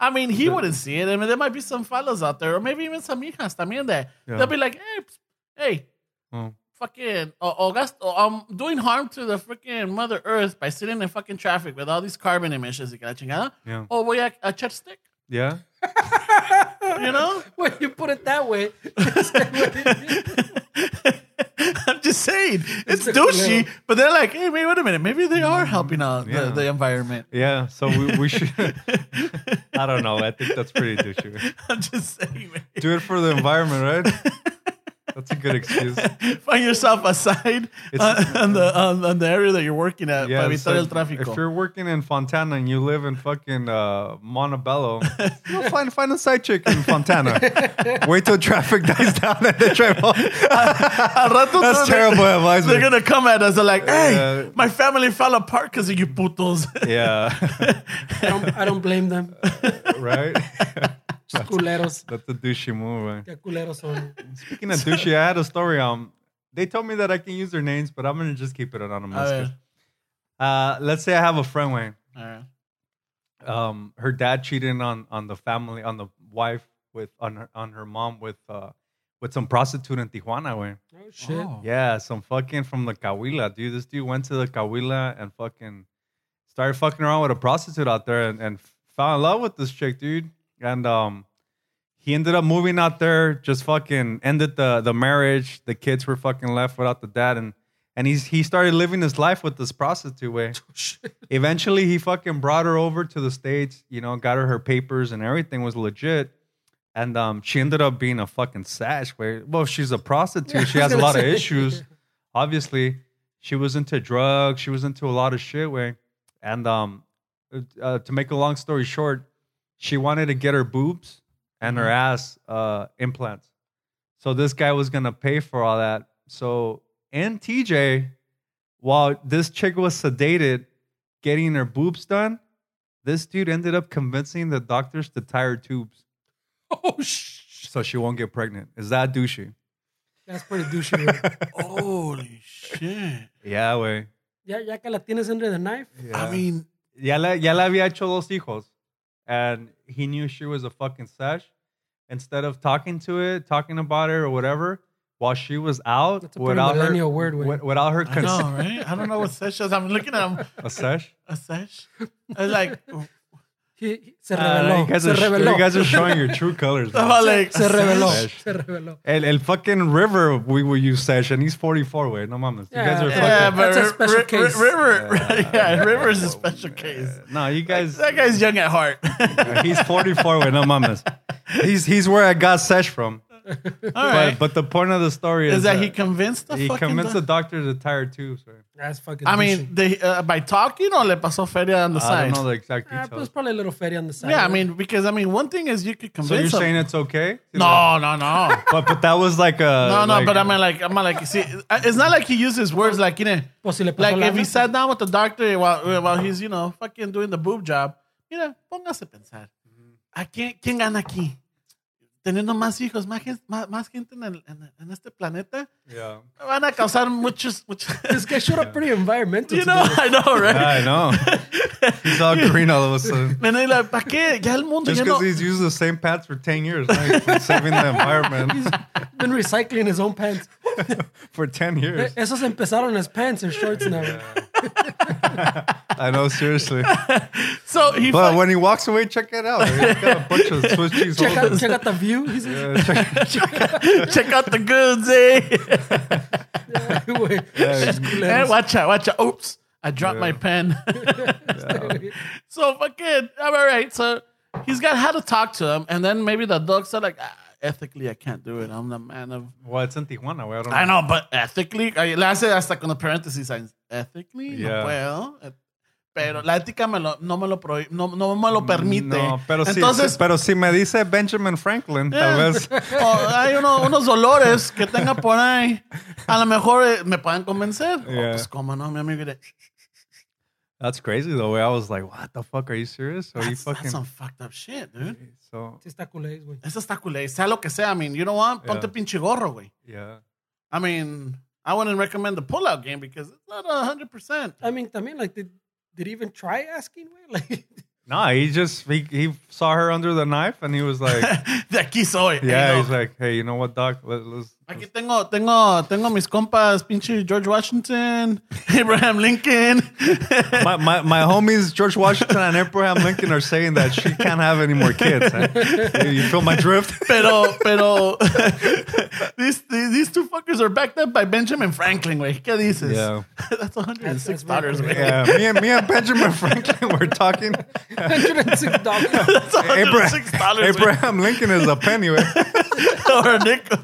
Speaker 2: I mean, he wouldn't see it. I mean, there might be some fellas out there, or maybe even some hijas también that
Speaker 3: Yeah.
Speaker 2: they'll be like, hey, ps- hey,
Speaker 3: Oh.
Speaker 2: fucking, or, or, gast- or um, doing harm to the freaking Mother Earth by sitting in fucking traffic with all these carbon emissions. You got chingada?
Speaker 3: Yeah.
Speaker 2: Or voy a, a chapstick,
Speaker 3: Yeah.
Speaker 2: you know?
Speaker 4: When you put it that way,
Speaker 2: [LAUGHS] I'm just saying, it's
Speaker 4: a
Speaker 2: douchey,
Speaker 4: culero.
Speaker 2: but they're like, hey, wait, wait a minute. Maybe they are helping out
Speaker 3: Yeah.
Speaker 2: the, the environment. [LAUGHS]
Speaker 3: Yeah. So we, we should. [LAUGHS] I don't know. I think that's pretty douchey.
Speaker 2: I'm just saying, man.
Speaker 3: Do it for the
Speaker 2: [LAUGHS]
Speaker 3: environment, right? That's a good excuse.
Speaker 2: Find yourself aside on, on the on, on the area that you're working at [LAUGHS]
Speaker 3: Yeah.
Speaker 2: para evitar
Speaker 3: so
Speaker 2: el tráfico.
Speaker 3: [LAUGHS] If you're working in Fontana and you live in fucking uh,
Speaker 2: [LAUGHS]
Speaker 3: Montebello, you know, find find a side chick in Fontana. Wait till traffic dies down and
Speaker 2: [LAUGHS]
Speaker 3: then [LAUGHS] drive home.
Speaker 2: Al rato they're- [LAUGHS]
Speaker 3: That's terrible advice.
Speaker 2: They're
Speaker 3: man.
Speaker 2: gonna come at us. They're like, "Hey,
Speaker 3: Yeah.
Speaker 2: my family fell apart because of you
Speaker 3: [LAUGHS]
Speaker 2: putos."
Speaker 3: Yeah.
Speaker 2: [LAUGHS]
Speaker 4: I don't, I don't blame them.
Speaker 3: right.
Speaker 4: Just culeros.
Speaker 3: That's a douchey move, right?
Speaker 4: Qué culeros son.
Speaker 3: Speaking
Speaker 2: [LAUGHS]
Speaker 3: of douchey, I had a story. Um, they told me that I can use their names, but I'm gonna just keep it
Speaker 2: A
Speaker 3: anonymous.
Speaker 2: ver.
Speaker 3: 'cause, Uh, let's say I have a friend, Wayne.
Speaker 2: All right.
Speaker 3: Um, her dad cheating on on the family, on the wife with on her, on her mom with uh with some prostitute in Tijuana, Wayne.
Speaker 4: Oh, shit.
Speaker 3: Yeah, some fucking from the Cahuila, dude. This dude went to the Cahuila and fucking started fucking around with a prostitute out there and, and fell in love with this chick, dude. And um, he ended up moving out there, just fucking ended the, the marriage. The kids were fucking left without the dad. And And he's he started living his life with this prostitute way.
Speaker 4: Oh,
Speaker 3: Eventually, he fucking brought her over to the states. You know, got her her papers and everything was legit. And um, she ended up being a fucking sash. Where well, she's a prostitute.
Speaker 4: Yeah,
Speaker 3: she
Speaker 4: I
Speaker 3: has
Speaker 4: was
Speaker 3: a
Speaker 4: gonna
Speaker 3: lot of
Speaker 4: say.
Speaker 3: issues. Obviously, she was into drugs. She was into a lot of shit. Way and um, uh, to make a long story short, she wanted to get her boobs and her
Speaker 4: Mm-hmm.
Speaker 3: ass uh, implants. So this guy was gonna pay for all that. So and TJ, while this chick was sedated, getting her boobs done, this dude ended up convincing the doctors to tie her tubes
Speaker 4: Oh shh.
Speaker 3: so she won't get pregnant. Is that douchey?
Speaker 4: That's pretty douchey. güey.
Speaker 2: Holy shit.
Speaker 3: Yeah, way.
Speaker 4: Ya, ya que la tienes under the knife.
Speaker 2: I
Speaker 3: [LAUGHS]
Speaker 2: mean,
Speaker 3: ya la, ya la había hecho dos hijos. And he knew she was a fucking sesh. Instead of talking to it, talking about her or whatever, while she was out,
Speaker 4: That's a pretty
Speaker 3: without her,
Speaker 4: millennial word, güey.
Speaker 3: wi- without her
Speaker 2: I know,
Speaker 3: consent,
Speaker 2: right? I don't know what sesh is. I'm looking at him.
Speaker 3: a sesh.
Speaker 2: A sesh? I was like,
Speaker 4: [LAUGHS] He- he- se
Speaker 2: Ah,
Speaker 4: reveló.
Speaker 3: Uh, you, guys
Speaker 4: se
Speaker 3: are, sh-
Speaker 4: reveló.
Speaker 3: you guys are showing your true
Speaker 4: [LAUGHS]
Speaker 3: colors.
Speaker 2: I
Speaker 3: man.
Speaker 2: was like,
Speaker 4: se
Speaker 2: [LAUGHS] a
Speaker 4: reveló.
Speaker 2: sesh?
Speaker 3: sesh.
Speaker 4: Se reveló.
Speaker 3: El, el fucking river we will use sesh, and he's 44, way. No mames. You guys are
Speaker 4: Yeah.
Speaker 3: fucking.
Speaker 2: Yeah, but
Speaker 4: That's a special
Speaker 2: Ri- Ri-
Speaker 4: case.
Speaker 2: River, yeah, River's a special case.
Speaker 3: No, you guys.
Speaker 2: That guy's young at heart. [LAUGHS]
Speaker 3: [LAUGHS] He's 44 with no mamas. He's he's where I got sesh from.
Speaker 2: All
Speaker 3: But,
Speaker 2: right.
Speaker 3: but the point of the story is,
Speaker 2: Uh, is that he convinced the
Speaker 3: he
Speaker 2: fucking
Speaker 3: convinced
Speaker 2: doc-
Speaker 3: the doctor to tie her tubes. Right?
Speaker 4: That's fucking.
Speaker 2: I
Speaker 4: douchey.
Speaker 2: mean, they, uh, by talking or le pasó feria on the
Speaker 3: I
Speaker 2: side?
Speaker 3: don't know the exact
Speaker 4: Ah,
Speaker 3: details.
Speaker 4: pues probably a little fatty on the side.
Speaker 2: yeah, I
Speaker 4: güey.
Speaker 2: mean, because I mean, one thing is you could
Speaker 3: so you're
Speaker 2: convince
Speaker 3: saying
Speaker 2: him.
Speaker 3: it's okay?
Speaker 2: [LAUGHS] No, no,
Speaker 3: [LAUGHS]
Speaker 2: no.
Speaker 3: but but that was like a
Speaker 2: No, no,
Speaker 3: Uh, like-
Speaker 2: but I mean, like, I'm like, see, it's not like he used his words like, you know,
Speaker 4: Pues si le pasó
Speaker 2: like
Speaker 4: lana.
Speaker 2: if he sat down with the doctor while, while he's, you know, fucking doing the boob job, mira, póngase a pensar. ¿A quién, quién gana aquí? Teniendo más hijos, más, gen- más, más gente en, el- en- en este planeta,
Speaker 3: yeah.
Speaker 2: van a causar muchos, muchos. [LAUGHS]
Speaker 4: this guy showed up pretty environmental.
Speaker 2: you know,
Speaker 4: today.
Speaker 2: I know, right?
Speaker 3: Yeah,
Speaker 2: [LAUGHS]
Speaker 3: I know. he's all green all of a sudden.
Speaker 2: And they're like, ¿para qué? Ya el mundo
Speaker 3: Just
Speaker 2: ya no.
Speaker 3: because he's used the same pants for ten years, like, he's saving the environment
Speaker 2: [LAUGHS]
Speaker 4: been recycling his own pants.
Speaker 3: for ten years.
Speaker 4: E, Esos empezaron as pants and shorts now. güey.
Speaker 3: I know, seriously.
Speaker 2: So he,
Speaker 3: But
Speaker 2: fuck-
Speaker 3: when he walks away, check it out. He's
Speaker 2: [LAUGHS]
Speaker 3: got a bunch of Swiss cheese
Speaker 4: Check out,
Speaker 3: [LAUGHS] holders.
Speaker 4: check out the view. He's
Speaker 3: Yeah, check-
Speaker 2: [LAUGHS] check out the goods, eh?
Speaker 4: güey.
Speaker 2: Eh, watch out, watch out. Oops, I dropped my
Speaker 3: Yeah.
Speaker 2: pen.
Speaker 3: [LAUGHS]
Speaker 2: [LAUGHS]
Speaker 3: yeah.
Speaker 2: So fucking, I'm all right. So he's got how to talk to him, and then maybe the dog said like, ah, ethically, I can't do it. I'm the man of.
Speaker 3: Well, it's in Tijuana. güey, I don't know.
Speaker 2: I know, but ethically, I- le hace hasta con the parentheses signs. Ethically,
Speaker 3: Yeah.
Speaker 2: no puedo. Eh, Pero la ética me lo, no me lo prohí- no, no me lo permite.
Speaker 3: No, pero si,
Speaker 2: Entonces,
Speaker 3: pero si me dice Benjamin Franklin, tal
Speaker 2: Yeah. [LAUGHS]
Speaker 3: vez.
Speaker 2: o oh, hay uno- unos dolores que tenga por ahí. A lo mejor eh, me puedan convencer. Oh,
Speaker 3: Yeah.
Speaker 2: pues cómo no, mi amigo. Y de,
Speaker 3: That's crazy though. way I was like, what the fuck? Are you serious? Are you
Speaker 2: That's, that's
Speaker 3: fucking
Speaker 2: some fucked up shit, dude.
Speaker 3: so
Speaker 4: Sí está culé, güey.
Speaker 2: Eso está culé. Sea lo que sea, I mean, you know what? Ponte
Speaker 3: Yeah.
Speaker 2: pinche gorro, güey.
Speaker 3: yeah.
Speaker 2: I mean, I wouldn't recommend the pullout game because it's not hundred percent. [LAUGHS]
Speaker 4: I mean, también, like, did, did he even try asking, güey? Like, [LAUGHS]
Speaker 3: Nah, he just he, he saw her under the knife and he
Speaker 2: [LAUGHS]
Speaker 3: was like
Speaker 2: De aquí soy.
Speaker 3: Yeah,
Speaker 2: Hey,
Speaker 3: he's
Speaker 2: no.
Speaker 3: like, Hey, you know what, Doc? Let, let's, [LAUGHS]
Speaker 2: Aquí tengo, tengo, tengo mis compas, pinche George Washington, [LAUGHS] Abraham Lincoln. [LAUGHS]
Speaker 3: my, my my homies George Washington and Abraham Lincoln are saying that she can't have any more
Speaker 2: [LAUGHS]
Speaker 3: kids. eh? You- You feel my drift?
Speaker 2: Pero, pero, [LAUGHS] these, these, these two fuckers are backed up by Benjamin Franklin, güey. ¿Qué dices?
Speaker 3: Yeah.
Speaker 2: [LAUGHS] That's 106
Speaker 4: That's- that's
Speaker 2: dollars, güey.
Speaker 3: Yeah. Me and me and Benjamin [LAUGHS] Franklin were talking.
Speaker 4: $106.
Speaker 2: That's 106
Speaker 3: Abraham,
Speaker 2: dollars, güey.
Speaker 3: Abraham Lincoln is a penny. eh?
Speaker 2: Or a nickel.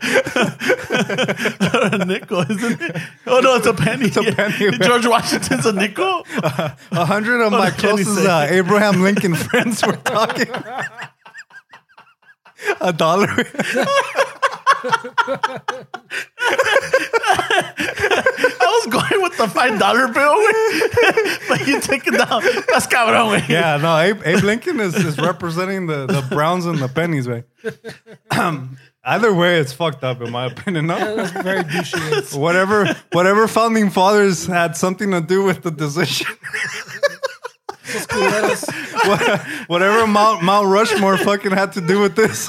Speaker 2: or a nickel, isn't it? Oh, no, it's a penny. It's
Speaker 3: a penny, man.
Speaker 2: George Washington's a nickel?
Speaker 3: A hundred of
Speaker 2: What
Speaker 3: my
Speaker 2: can you
Speaker 3: closest
Speaker 2: say?
Speaker 3: uh, Abraham Lincoln friends were talking. A dollar.
Speaker 2: I was going with the five dollar bill, güey. but you take it down. That's cabrón, güey.
Speaker 3: Yeah, no, Abe, Abe Lincoln is, is representing the, the Browns and the pennies, right? [CLEARS THROAT] Either way, it's fucked up, in my opinion. No?
Speaker 4: That's very douchey. güey.
Speaker 3: Whatever, whatever founding fathers had something to do with the decision. [LAUGHS]
Speaker 4: Esos culeros.
Speaker 3: What- whatever Mount, Mount Rushmore fucking had to do with this.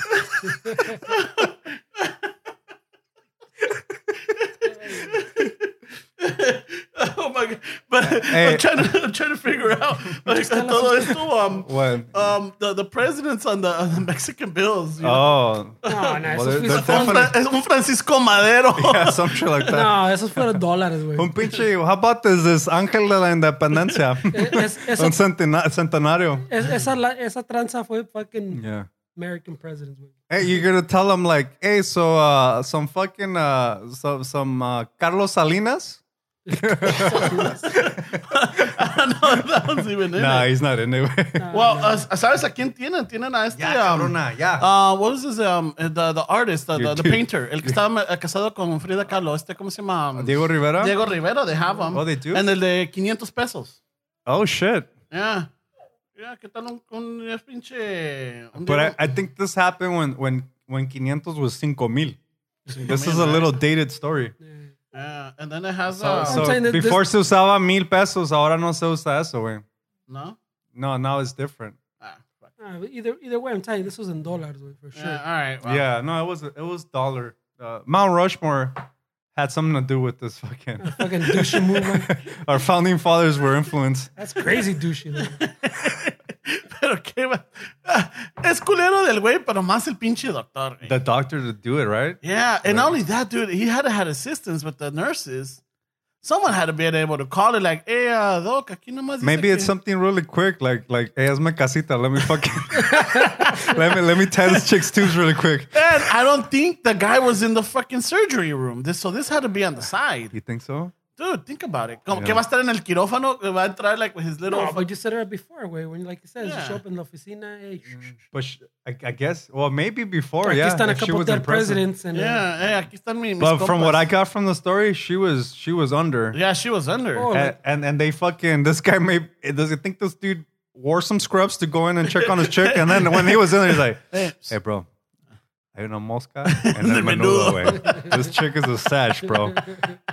Speaker 2: Oh my god. But
Speaker 3: Hey.
Speaker 2: I'm, trying to, I'm trying to figure out. Like, todo esto, um,
Speaker 3: What?
Speaker 2: um, the, the presidents on the, on the Mexican bills. You know?
Speaker 3: Oh,
Speaker 4: No, no,
Speaker 3: Well,
Speaker 4: esos
Speaker 3: they're-
Speaker 4: fueron-
Speaker 3: they're
Speaker 2: un, Fra- es un Francisco Madero.
Speaker 3: yeah, [LAUGHS] some shit like that.
Speaker 4: no, esos fueron dólares, güey.
Speaker 3: Un pinche, how about this, this Ángel de
Speaker 4: [LAUGHS]
Speaker 3: la Independencia?
Speaker 4: E, Eh, Es- esa-
Speaker 3: Un centena- centenario.
Speaker 4: es- Esa la- esa tranza fue fucking
Speaker 3: Yeah.
Speaker 4: American presidents,
Speaker 3: [LAUGHS]
Speaker 4: güey.
Speaker 3: Hey, you're gonna tell them like, hey, so uh, some fucking uh, some some uh, Carlos Salinas?
Speaker 2: I don't know if that one's even in
Speaker 3: Nah,
Speaker 2: it.
Speaker 3: he's not in it. [LAUGHS]
Speaker 2: Well, uh, ¿sabes a quién tienen? Tienen a este. um,
Speaker 4: Ah.
Speaker 3: yeah.
Speaker 2: Uh, what was his, um, the, the artist, the, the, the
Speaker 3: Dude.
Speaker 2: painter, el que estaba eh, casado con Frida Kahlo, este, ¿cómo se llama? Um,
Speaker 3: Diego Rivera.
Speaker 2: Diego Rivera, they have him.
Speaker 3: Oh, they do?
Speaker 2: And el de 500 pesos.
Speaker 3: Oh shit.
Speaker 2: Yeah. Yeah, ¿qué tal un, un es pinche... un
Speaker 3: But I,
Speaker 2: Diego-
Speaker 3: I think this happened when when when 500 was 5000. This is a
Speaker 2: right?
Speaker 3: little dated story.
Speaker 2: Yeah, and then it has...
Speaker 3: So,
Speaker 2: uh,
Speaker 3: so
Speaker 4: saying that this-
Speaker 3: before se usaba mil pesos, ahora no se usa eso, güey.
Speaker 2: no?
Speaker 3: No, now it's different.
Speaker 2: Ah, fuck.
Speaker 4: Ah, but either either way, I'm telling you, this was in dollars, güey, for sure.
Speaker 2: Yeah, all right. Well, [LAUGHS]
Speaker 3: Yeah, no, it was it was dollar. Uh, Mount Rushmore had something to do with this fucking.
Speaker 2: [LAUGHS]
Speaker 4: Fucking douchey move, güey.
Speaker 3: Our founding fathers were influenced.
Speaker 4: That's crazy douchey. güey.
Speaker 2: pero qué... va- Ah, Es culero del güey, pero más el pinche doctor. güey.
Speaker 3: The doctor to do it, right?
Speaker 2: Yeah, and not only that, dude, he had to had assistance with the nurses. Someone had to be able to call it like, hey, uh, doc, aquí nomás dice
Speaker 3: Maybe it's
Speaker 2: que-
Speaker 3: something really quick, like like hey, hazme casita. Let me fucking [LAUGHS] let me let me tie this chick's tubes really quick.
Speaker 2: And I don't think the guy was in the fucking surgery room. This, so this had to be on the side.
Speaker 3: You think so?
Speaker 2: Dude, think about it. Como
Speaker 3: Yeah.
Speaker 2: que va a estar en el quirófano, que va a entrar like with his little...
Speaker 4: No, but you said it before, güey. When like you said, you
Speaker 2: Yeah.
Speaker 4: show up in la oficina, hey, shh, shh, shh.
Speaker 3: But sh I, I guess. Well, maybe before.
Speaker 4: aquí
Speaker 3: Oh, yeah,
Speaker 4: están a
Speaker 3: if she
Speaker 4: couple
Speaker 3: was
Speaker 4: dead
Speaker 3: in prison.
Speaker 4: presidents and uh,
Speaker 2: yeah, hey, aquí están mi- mis
Speaker 3: But from what
Speaker 2: compas.
Speaker 3: I got from the story, she was she was under.
Speaker 2: Yeah, she was under. [LAUGHS]
Speaker 4: Oh,
Speaker 3: And, and and they fucking this guy may does he think this dude wore some scrubs to go in and check on his chick and then when he was in there he's like hey bro hay
Speaker 2: [LAUGHS]
Speaker 3: una mosca and
Speaker 2: De
Speaker 3: then menudo
Speaker 2: menudo.
Speaker 3: güey. this chick is a sash
Speaker 4: uh,
Speaker 3: bro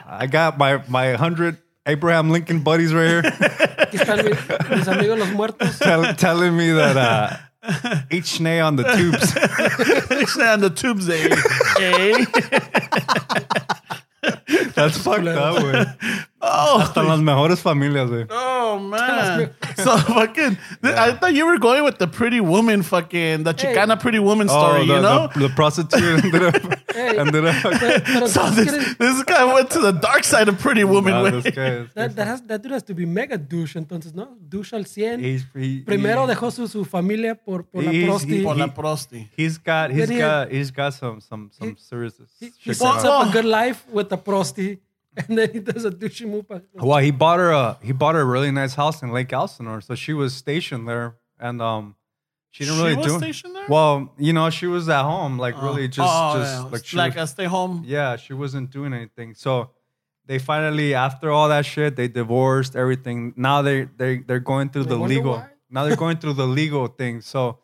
Speaker 3: I got my my hundred Abraham Lincoln buddies right here
Speaker 4: aquí están mis, mis amigos los
Speaker 3: [LAUGHS]
Speaker 4: muertos.
Speaker 3: tell, telling me that uh each nay on the tubes
Speaker 2: [LAUGHS] Actually, on the tubes,
Speaker 3: [LAUGHS]
Speaker 2: eh? eh?
Speaker 3: that's fucked up güey.
Speaker 2: Oh,
Speaker 3: hasta las mejores familias güey.
Speaker 2: oh, man. so fucking, th- I thought you were going with the pretty woman fucking, the Chicana pretty woman story,
Speaker 3: Oh, the,
Speaker 2: you know?
Speaker 3: the, the prostitute ended up, ended up
Speaker 4: Pero
Speaker 2: [LAUGHS] so
Speaker 4: ¿sabes qué
Speaker 2: this,
Speaker 4: eres?
Speaker 2: this guy went to the dark side of pretty woman. [LAUGHS]
Speaker 3: Nah,
Speaker 2: güey.
Speaker 3: Ah, this guy is-
Speaker 4: that, that, has, that dude has to be mega douche, entonces, ¿no? Douche al 100.
Speaker 3: he's- he-
Speaker 4: Primero
Speaker 3: he-
Speaker 4: dejó su, su familia por, por la
Speaker 3: He's-
Speaker 4: prosti.
Speaker 3: he-
Speaker 2: Por la prosti.
Speaker 3: He's got he's
Speaker 4: Then he-
Speaker 3: got he's got some some some serious
Speaker 4: He, he
Speaker 3: shit
Speaker 4: sets
Speaker 3: going on.
Speaker 4: up a good life with the prosti, [LAUGHS] and then he does a douchey move. pa-
Speaker 3: Well, he bought her a he bought her a really nice house in Lake Elsinore, so she was stationed there, and um, she didn't
Speaker 2: She
Speaker 3: really
Speaker 2: was
Speaker 3: do.
Speaker 2: stationed there?
Speaker 3: Well, you know, she was at home, like really just
Speaker 2: Oh,
Speaker 3: just
Speaker 2: yeah.
Speaker 3: like she
Speaker 2: like
Speaker 3: was-
Speaker 2: a stay home.
Speaker 3: yeah, she wasn't doing anything. So they finally, after all that shit, they divorced everything. Now they they they're going through the
Speaker 4: wonder
Speaker 3: legal.
Speaker 4: why?
Speaker 3: [LAUGHS] Now they're going through the legal thing. So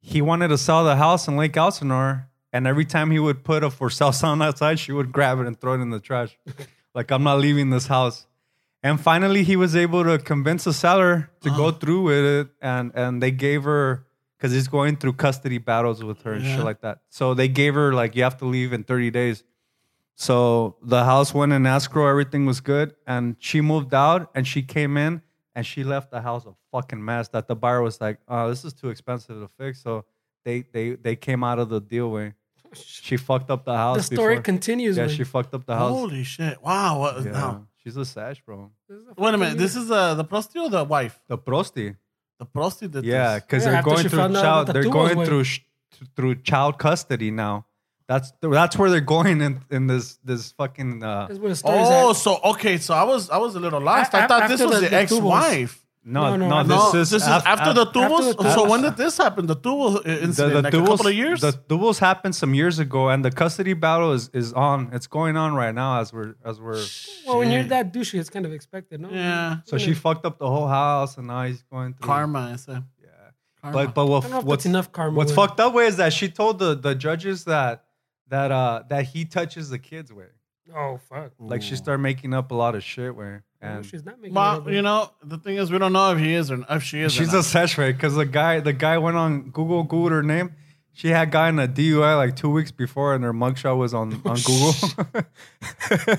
Speaker 3: he wanted to sell the house in Lake Elsinore, and every time he would put a for sale sign outside, she would grab it and throw it in the trash. [LAUGHS] like I'm not leaving this house. And finally, he was able to convince the seller to
Speaker 4: Ah.
Speaker 3: go through with it, and and they gave her because he's going through custody battles with her and shit like that. So they gave her like you have to leave in 30 days. So the house went in escrow, everything was good, and she moved out, and she came in, and she left the house a fucking mess. That the buyer was like, "Oh, this is too expensive to fix," so they they they came out of the deal way. She fucked up the
Speaker 4: The
Speaker 3: house.
Speaker 4: story
Speaker 3: before-
Speaker 4: continues.
Speaker 3: Yeah,
Speaker 4: güey.
Speaker 3: she fucked up the house.
Speaker 2: Holy shit. Wow. What,
Speaker 3: yeah,
Speaker 2: no.
Speaker 3: she's a sash, bro.
Speaker 2: Wait a minute. This is uh, the prosti or the wife?
Speaker 3: The prosti.
Speaker 2: The prosti did
Speaker 3: Yeah,
Speaker 2: this.
Speaker 3: because
Speaker 4: Yeah,
Speaker 3: they're
Speaker 4: after
Speaker 3: going
Speaker 4: she
Speaker 3: through
Speaker 4: found out
Speaker 3: child.
Speaker 4: that
Speaker 3: They're
Speaker 4: Tatu was
Speaker 3: going
Speaker 4: with-
Speaker 3: through sh- through child custody now. That's that's where they're going in in this this fucking. Uh,
Speaker 4: That's where the story's
Speaker 2: Oh,
Speaker 4: at.
Speaker 2: so okay. So I was I was a little lost.
Speaker 4: A-
Speaker 2: I
Speaker 4: a-
Speaker 2: thought this
Speaker 4: after
Speaker 2: was
Speaker 4: the-
Speaker 2: the,
Speaker 4: the
Speaker 2: ex-wife.
Speaker 3: no,
Speaker 4: No,
Speaker 3: no,
Speaker 4: no, no.
Speaker 2: No,
Speaker 3: This is af-
Speaker 2: after
Speaker 3: af-
Speaker 2: the tubos.
Speaker 4: after the
Speaker 2: so
Speaker 4: tubos.
Speaker 2: when did this happen? The tubos uh, incident,
Speaker 3: the, the
Speaker 2: like
Speaker 3: duels,
Speaker 2: a couple of years.
Speaker 3: The duels happened some years ago, and the custody battle is, is on. It's going on right now as we're as we're.
Speaker 4: Well, when you're that douchey, it's kind of expected, no?
Speaker 2: yeah,
Speaker 3: So she fucked up the whole house, and now he's going through.
Speaker 2: karma. I said.
Speaker 3: Yeah. But but
Speaker 4: I don't know
Speaker 3: what,
Speaker 4: if
Speaker 3: what's
Speaker 4: that's enough karma.
Speaker 3: what's
Speaker 4: güey.
Speaker 3: fucked up way is that she told the the judges that that uh that he touches the kids way.
Speaker 4: Oh, fuck.
Speaker 3: Like she started making up a lot of shit way, and
Speaker 4: She's not making it up,
Speaker 2: Well,
Speaker 4: güey.
Speaker 2: you know the thing is, we don't know if he is or if she is. or
Speaker 3: she's
Speaker 2: not.
Speaker 3: a sesh way because the guy the guy went on Google Googled her name. She had gotten a DUI like two weeks before, and her mugshot was on on Google.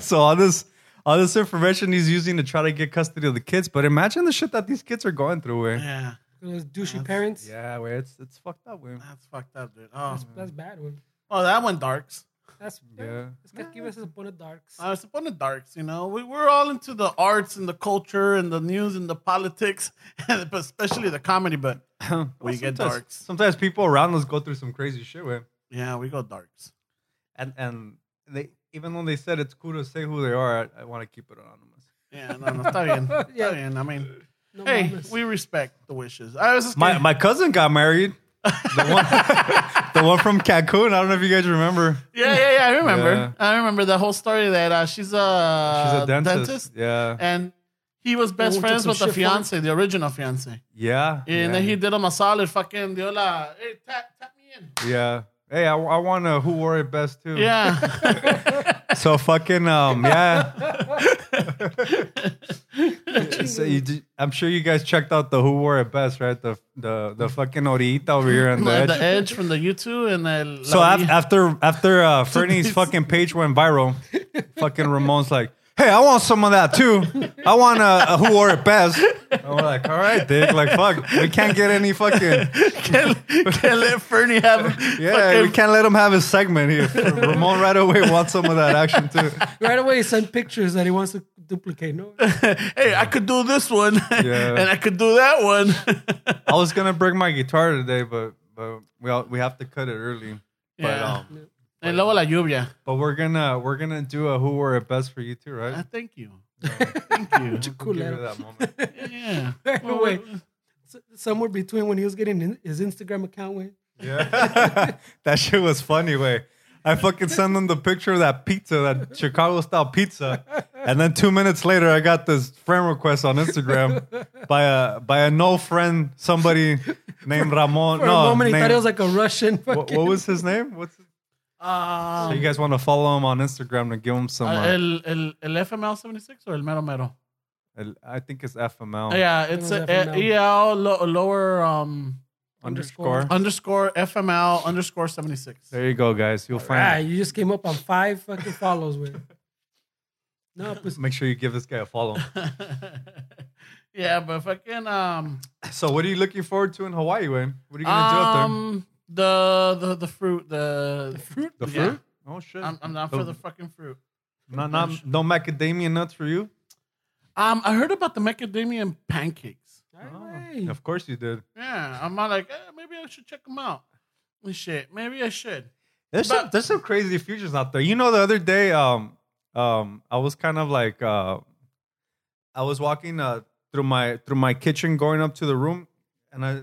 Speaker 3: [LAUGHS] so all this all this information he's using to try to get custody of the kids. But imagine the shit that these kids are going through, way.
Speaker 2: Yeah,
Speaker 4: Those douchey
Speaker 2: That's-
Speaker 4: parents.
Speaker 3: Yeah, way. It's it's fucked up, way.
Speaker 2: that's fucked up, dude. Oh,
Speaker 4: That's, that's bad. One.
Speaker 2: oh that went darks.
Speaker 4: That's yeah.
Speaker 3: Yeah.
Speaker 4: Es que aquí a veces se pone darks.
Speaker 2: I was Uh, upon the darks, you know. We, we're all into the arts and the culture and the news and the politics, [LAUGHS] and but especially the comedy. But
Speaker 3: Well,
Speaker 2: get
Speaker 3: sometimes-
Speaker 2: darks.
Speaker 3: Sometimes people around us go through some crazy shit, way.
Speaker 2: yeah, we go darks.
Speaker 3: And and they even though they said it's cool to say who they are, I, I want to keep it anonymous.
Speaker 2: Yeah, no, no,
Speaker 4: [LAUGHS]
Speaker 2: está bien, está
Speaker 4: Yeah.
Speaker 2: bien. I mean,
Speaker 4: no
Speaker 2: hey,
Speaker 4: mames.
Speaker 2: we respect the wishes. I was just
Speaker 3: My
Speaker 2: kidding.
Speaker 3: my cousin got married. The one, [LAUGHS] the one from Cancun. I don't know if you guys remember.
Speaker 2: yeah, yeah, yeah. I remember.
Speaker 3: Yeah.
Speaker 2: I remember the whole story that uh, she's
Speaker 3: She's
Speaker 2: a
Speaker 3: a dentist. Yeah.
Speaker 2: Uh, and he was
Speaker 4: we
Speaker 2: best
Speaker 4: took
Speaker 2: friends
Speaker 4: some
Speaker 2: with the
Speaker 4: shit for him.
Speaker 2: fiance, the original fiance.
Speaker 3: yeah.
Speaker 2: And
Speaker 3: yeah.
Speaker 2: then he did him a solid fucking diola. Hey, tap, tap me
Speaker 3: [LAUGHS]
Speaker 2: in.
Speaker 3: Yeah. Hey, I, I want to who wore it best too.
Speaker 2: Yeah.
Speaker 3: So fucking um yeah.
Speaker 4: [LAUGHS]
Speaker 3: so you did, I'm sure you guys checked out the who wore it best, right? The the the fucking orita over here on
Speaker 2: [LAUGHS]
Speaker 3: the
Speaker 2: the,
Speaker 3: edge.
Speaker 2: the edge from the YouTube and the
Speaker 3: So
Speaker 2: la-
Speaker 3: af- after after
Speaker 2: [LAUGHS]
Speaker 3: uh, Fernie's
Speaker 2: these-
Speaker 3: fucking page went viral, fucking Ramon's like, "Hey, I want some of that too. I want uh, a who wore it best." And we're like, "All right, dick. Like, fuck, we can't get any fucking [LAUGHS]
Speaker 2: can't, can't let Fernie have
Speaker 3: yeah.
Speaker 2: fucking-
Speaker 3: We can't let him have his segment here." Ramon right away wants some of that action too.
Speaker 4: right away he sent pictures that he wants to duplicate.
Speaker 2: [LAUGHS]
Speaker 4: No,
Speaker 2: hey, I could do this one [LAUGHS]
Speaker 3: Yeah.
Speaker 2: and I could do that one. [LAUGHS]
Speaker 3: I was gonna bring my guitar today, but but we all, we have to cut it early. But
Speaker 2: Yeah.
Speaker 3: um,
Speaker 2: and luego la lluvia.
Speaker 3: but we're gonna we're gonna do a who wore it best for you too,
Speaker 2: Ah,
Speaker 3: right?
Speaker 2: thank you. [LAUGHS] Thank you.
Speaker 3: We'll give you
Speaker 4: culero.
Speaker 3: that
Speaker 2: [LAUGHS]
Speaker 3: moment.
Speaker 2: Yeah.
Speaker 4: Right
Speaker 2: Well,
Speaker 4: away. S- somewhere between when he was getting in his Instagram account way.
Speaker 3: Yeah. [LAUGHS] that shit was funny, way. I fucking sent them the picture of that pizza, that Chicago style pizza. And then two minutes later I got this friend request on Instagram by a by a no friend somebody named Ramon.
Speaker 4: For
Speaker 3: no,
Speaker 4: a moment, he
Speaker 3: named-
Speaker 4: thought it was like a Russian.
Speaker 3: what,
Speaker 4: Fucking,
Speaker 3: what was his name? What's
Speaker 2: Um,
Speaker 3: so you guys want to follow him on Instagram to give him some
Speaker 2: Uh,
Speaker 3: uh,
Speaker 2: Ah, el, el, el FML 76 or el mero mero?
Speaker 3: el- I think it's FML
Speaker 2: yeah, it's
Speaker 4: It was
Speaker 2: a,
Speaker 4: FML.
Speaker 2: a- EL lo, lower um,
Speaker 3: underscore.
Speaker 2: underscore FML underscore 76.
Speaker 3: There you go, guys. You'll find
Speaker 4: Ah, you just came up on five fucking follows
Speaker 3: [LAUGHS]
Speaker 4: with. No, pues,
Speaker 3: make sure you give this guy a follow.
Speaker 2: [LAUGHS] yeah, but fucking um,
Speaker 3: so what are you looking forward to in Hawaii, Wayne? What are you gonna do out
Speaker 2: um the, the the fruit the, fruit
Speaker 3: there? The fruit? Oh shit.
Speaker 2: I'm, I'm not for the fucking fruit.
Speaker 3: No, no, no macadamia nuts for you.
Speaker 2: Um, I heard about the macadamia pancakes. Hmm.
Speaker 4: Alright.
Speaker 3: Of course you did.
Speaker 2: Yeah, I'm not like eh, maybe I should check them out. And shit, maybe I should.
Speaker 3: There's
Speaker 2: But-
Speaker 3: some, there's some crazy futures out there. You know, the other day, um, um, I was kind of like, uh, I was walking uh, through my through my kitchen, going up to the room, and I,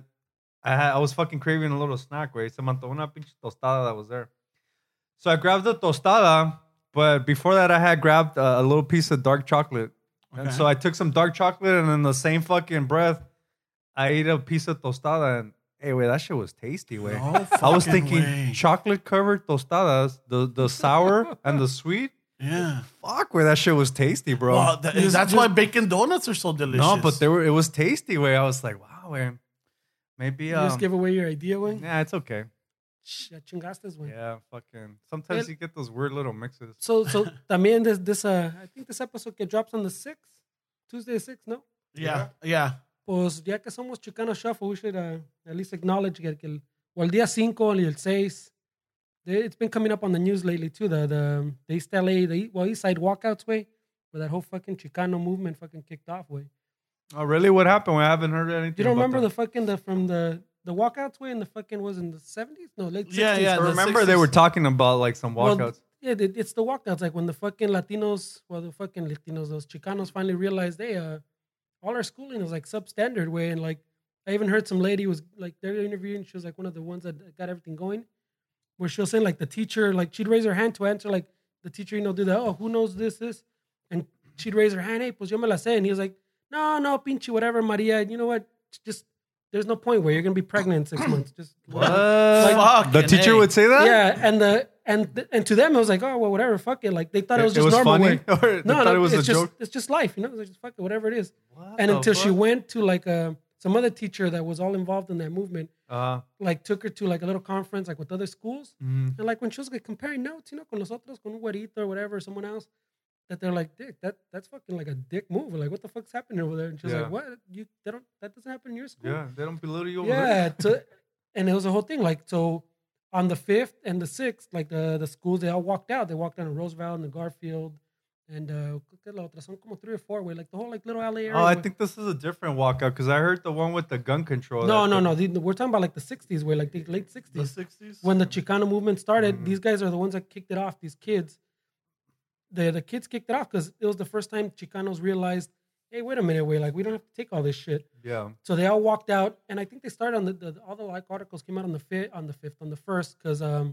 Speaker 3: I, had, I was fucking craving a little snack. Way se me antojó una pinche tostada that was there, so I grabbed the tostada. But before that, I had grabbed a, a little piece of dark chocolate, and
Speaker 2: Okay.
Speaker 3: so I took some dark chocolate, and in the same fucking breath, I ate a piece of tostada, and hey, wait, that shit was tasty, way. [LAUGHS] I was thinking chocolate covered tostadas, the the sour and the sweet.
Speaker 2: yeah.
Speaker 3: Fuck, where that shit was tasty, bro.
Speaker 2: Well, tha-
Speaker 4: Just-
Speaker 2: that's
Speaker 4: just-
Speaker 2: why bacon donuts are so delicious.
Speaker 3: no, but they were. It was tasty. Way I was like, wow, man. Maybe
Speaker 4: You
Speaker 3: um,
Speaker 4: just gave away your idea, way.
Speaker 3: yeah, it's okay.
Speaker 4: Sh- ya chingaste, güey.
Speaker 3: Yeah, fucking. Sometimes
Speaker 4: Well-
Speaker 3: you get those weird little mixes.
Speaker 4: So, so también this, this, uh, I think this episode que drops on the sixth, Tuesday the sixth, no?
Speaker 2: yeah, yeah.
Speaker 4: Pues ya que somos Chicano Shuffle, we should uh, at least acknowledge que, que el, o el día 5 y el 6, they- it's been coming up on the news lately too, the, the, um, the East LA, the E- well, East Side walkouts way, where that whole fucking Chicano movement fucking kicked off way.
Speaker 3: Oh, really? What happened? I haven't heard anything.
Speaker 4: You don't
Speaker 3: about
Speaker 4: remember
Speaker 3: that.
Speaker 4: the fucking, the from the, the walkouts way in the fucking, was in the 70s? No, late 60s.
Speaker 2: Yeah, yeah,
Speaker 3: I
Speaker 2: the
Speaker 3: remember they were
Speaker 2: 60s.
Speaker 3: talking about like some
Speaker 4: Well,
Speaker 3: walkouts.
Speaker 4: yeah, they- it's the walkouts. Like when the fucking Latinos, well, the fucking Latinos, those Chicanos finally realized, hey, uh, all our schooling is like substandard way. And like, I even heard some lady was like, they're interviewing. She was like one of the ones that got everything going, where she was saying like the teacher, like she'd raise her hand to answer, like the teacher, you know, do that. Oh, who knows this, this, and she'd raise her hand. Hey, pues yo me la sé. And he was like, no, no, pinche whatever, Maria. You know what? Just there's no point where you're gonna be pregnant in six months. Just
Speaker 2: Fucking
Speaker 3: the teacher
Speaker 2: A.
Speaker 3: would say that.
Speaker 4: yeah, and the and the, and to them it was like, oh well, whatever, fuck it. Like they thought it, was
Speaker 3: It- it
Speaker 4: just
Speaker 3: was
Speaker 4: normal.
Speaker 3: funny?
Speaker 4: way.
Speaker 3: [LAUGHS] Or they
Speaker 4: no,
Speaker 3: thought
Speaker 4: no,
Speaker 3: it was
Speaker 4: it's
Speaker 3: a
Speaker 4: just
Speaker 3: joke?
Speaker 4: it's just life, you know. It's like, just fuck it, whatever it is.
Speaker 3: What
Speaker 4: and
Speaker 3: the
Speaker 4: until she
Speaker 3: fuck?
Speaker 4: went to like uh, some other teacher that was all involved in that movement,
Speaker 3: Uh,
Speaker 4: like took her to like a little conference, like with other schools,
Speaker 3: mm,
Speaker 4: and like when she was like, comparing notes, you know, con los otros, con un guarito or whatever, someone else, that they're like, "Dick, that that's fucking like a dick move. Like, what the fuck's happening over there?" And she's
Speaker 3: Yeah.
Speaker 4: like, "What? You that don't that doesn't happen in your school."
Speaker 3: Yeah, they don't belittle you. Over
Speaker 4: yeah
Speaker 3: there.
Speaker 4: to, and it was a whole thing like so on the fifth and the sixth like the the schools they all walked out they walked down to roosevelt and the garfield and uh ¿qué es la otra? son como three or four way like the whole like little alley area
Speaker 3: Oh, I
Speaker 4: where-
Speaker 3: think this is a different walkout because I heard the one with the gun control.
Speaker 4: no
Speaker 3: that
Speaker 4: no
Speaker 3: the-
Speaker 4: no the, we're talking about like the 60s way like the late 60s
Speaker 2: The 60s?
Speaker 4: when the Chicano movement started,
Speaker 3: Mhm.
Speaker 4: these guys are the ones that kicked it off. These kids, the the kids kicked it off because it was the first time Chicanos realized, hey, wait a minute, wait, like we don't have to take all this shit.
Speaker 3: Yeah.
Speaker 4: So they all walked out, and I think they started on the, the all the like articles came out on the fifth, on the fifth, on the first, because um,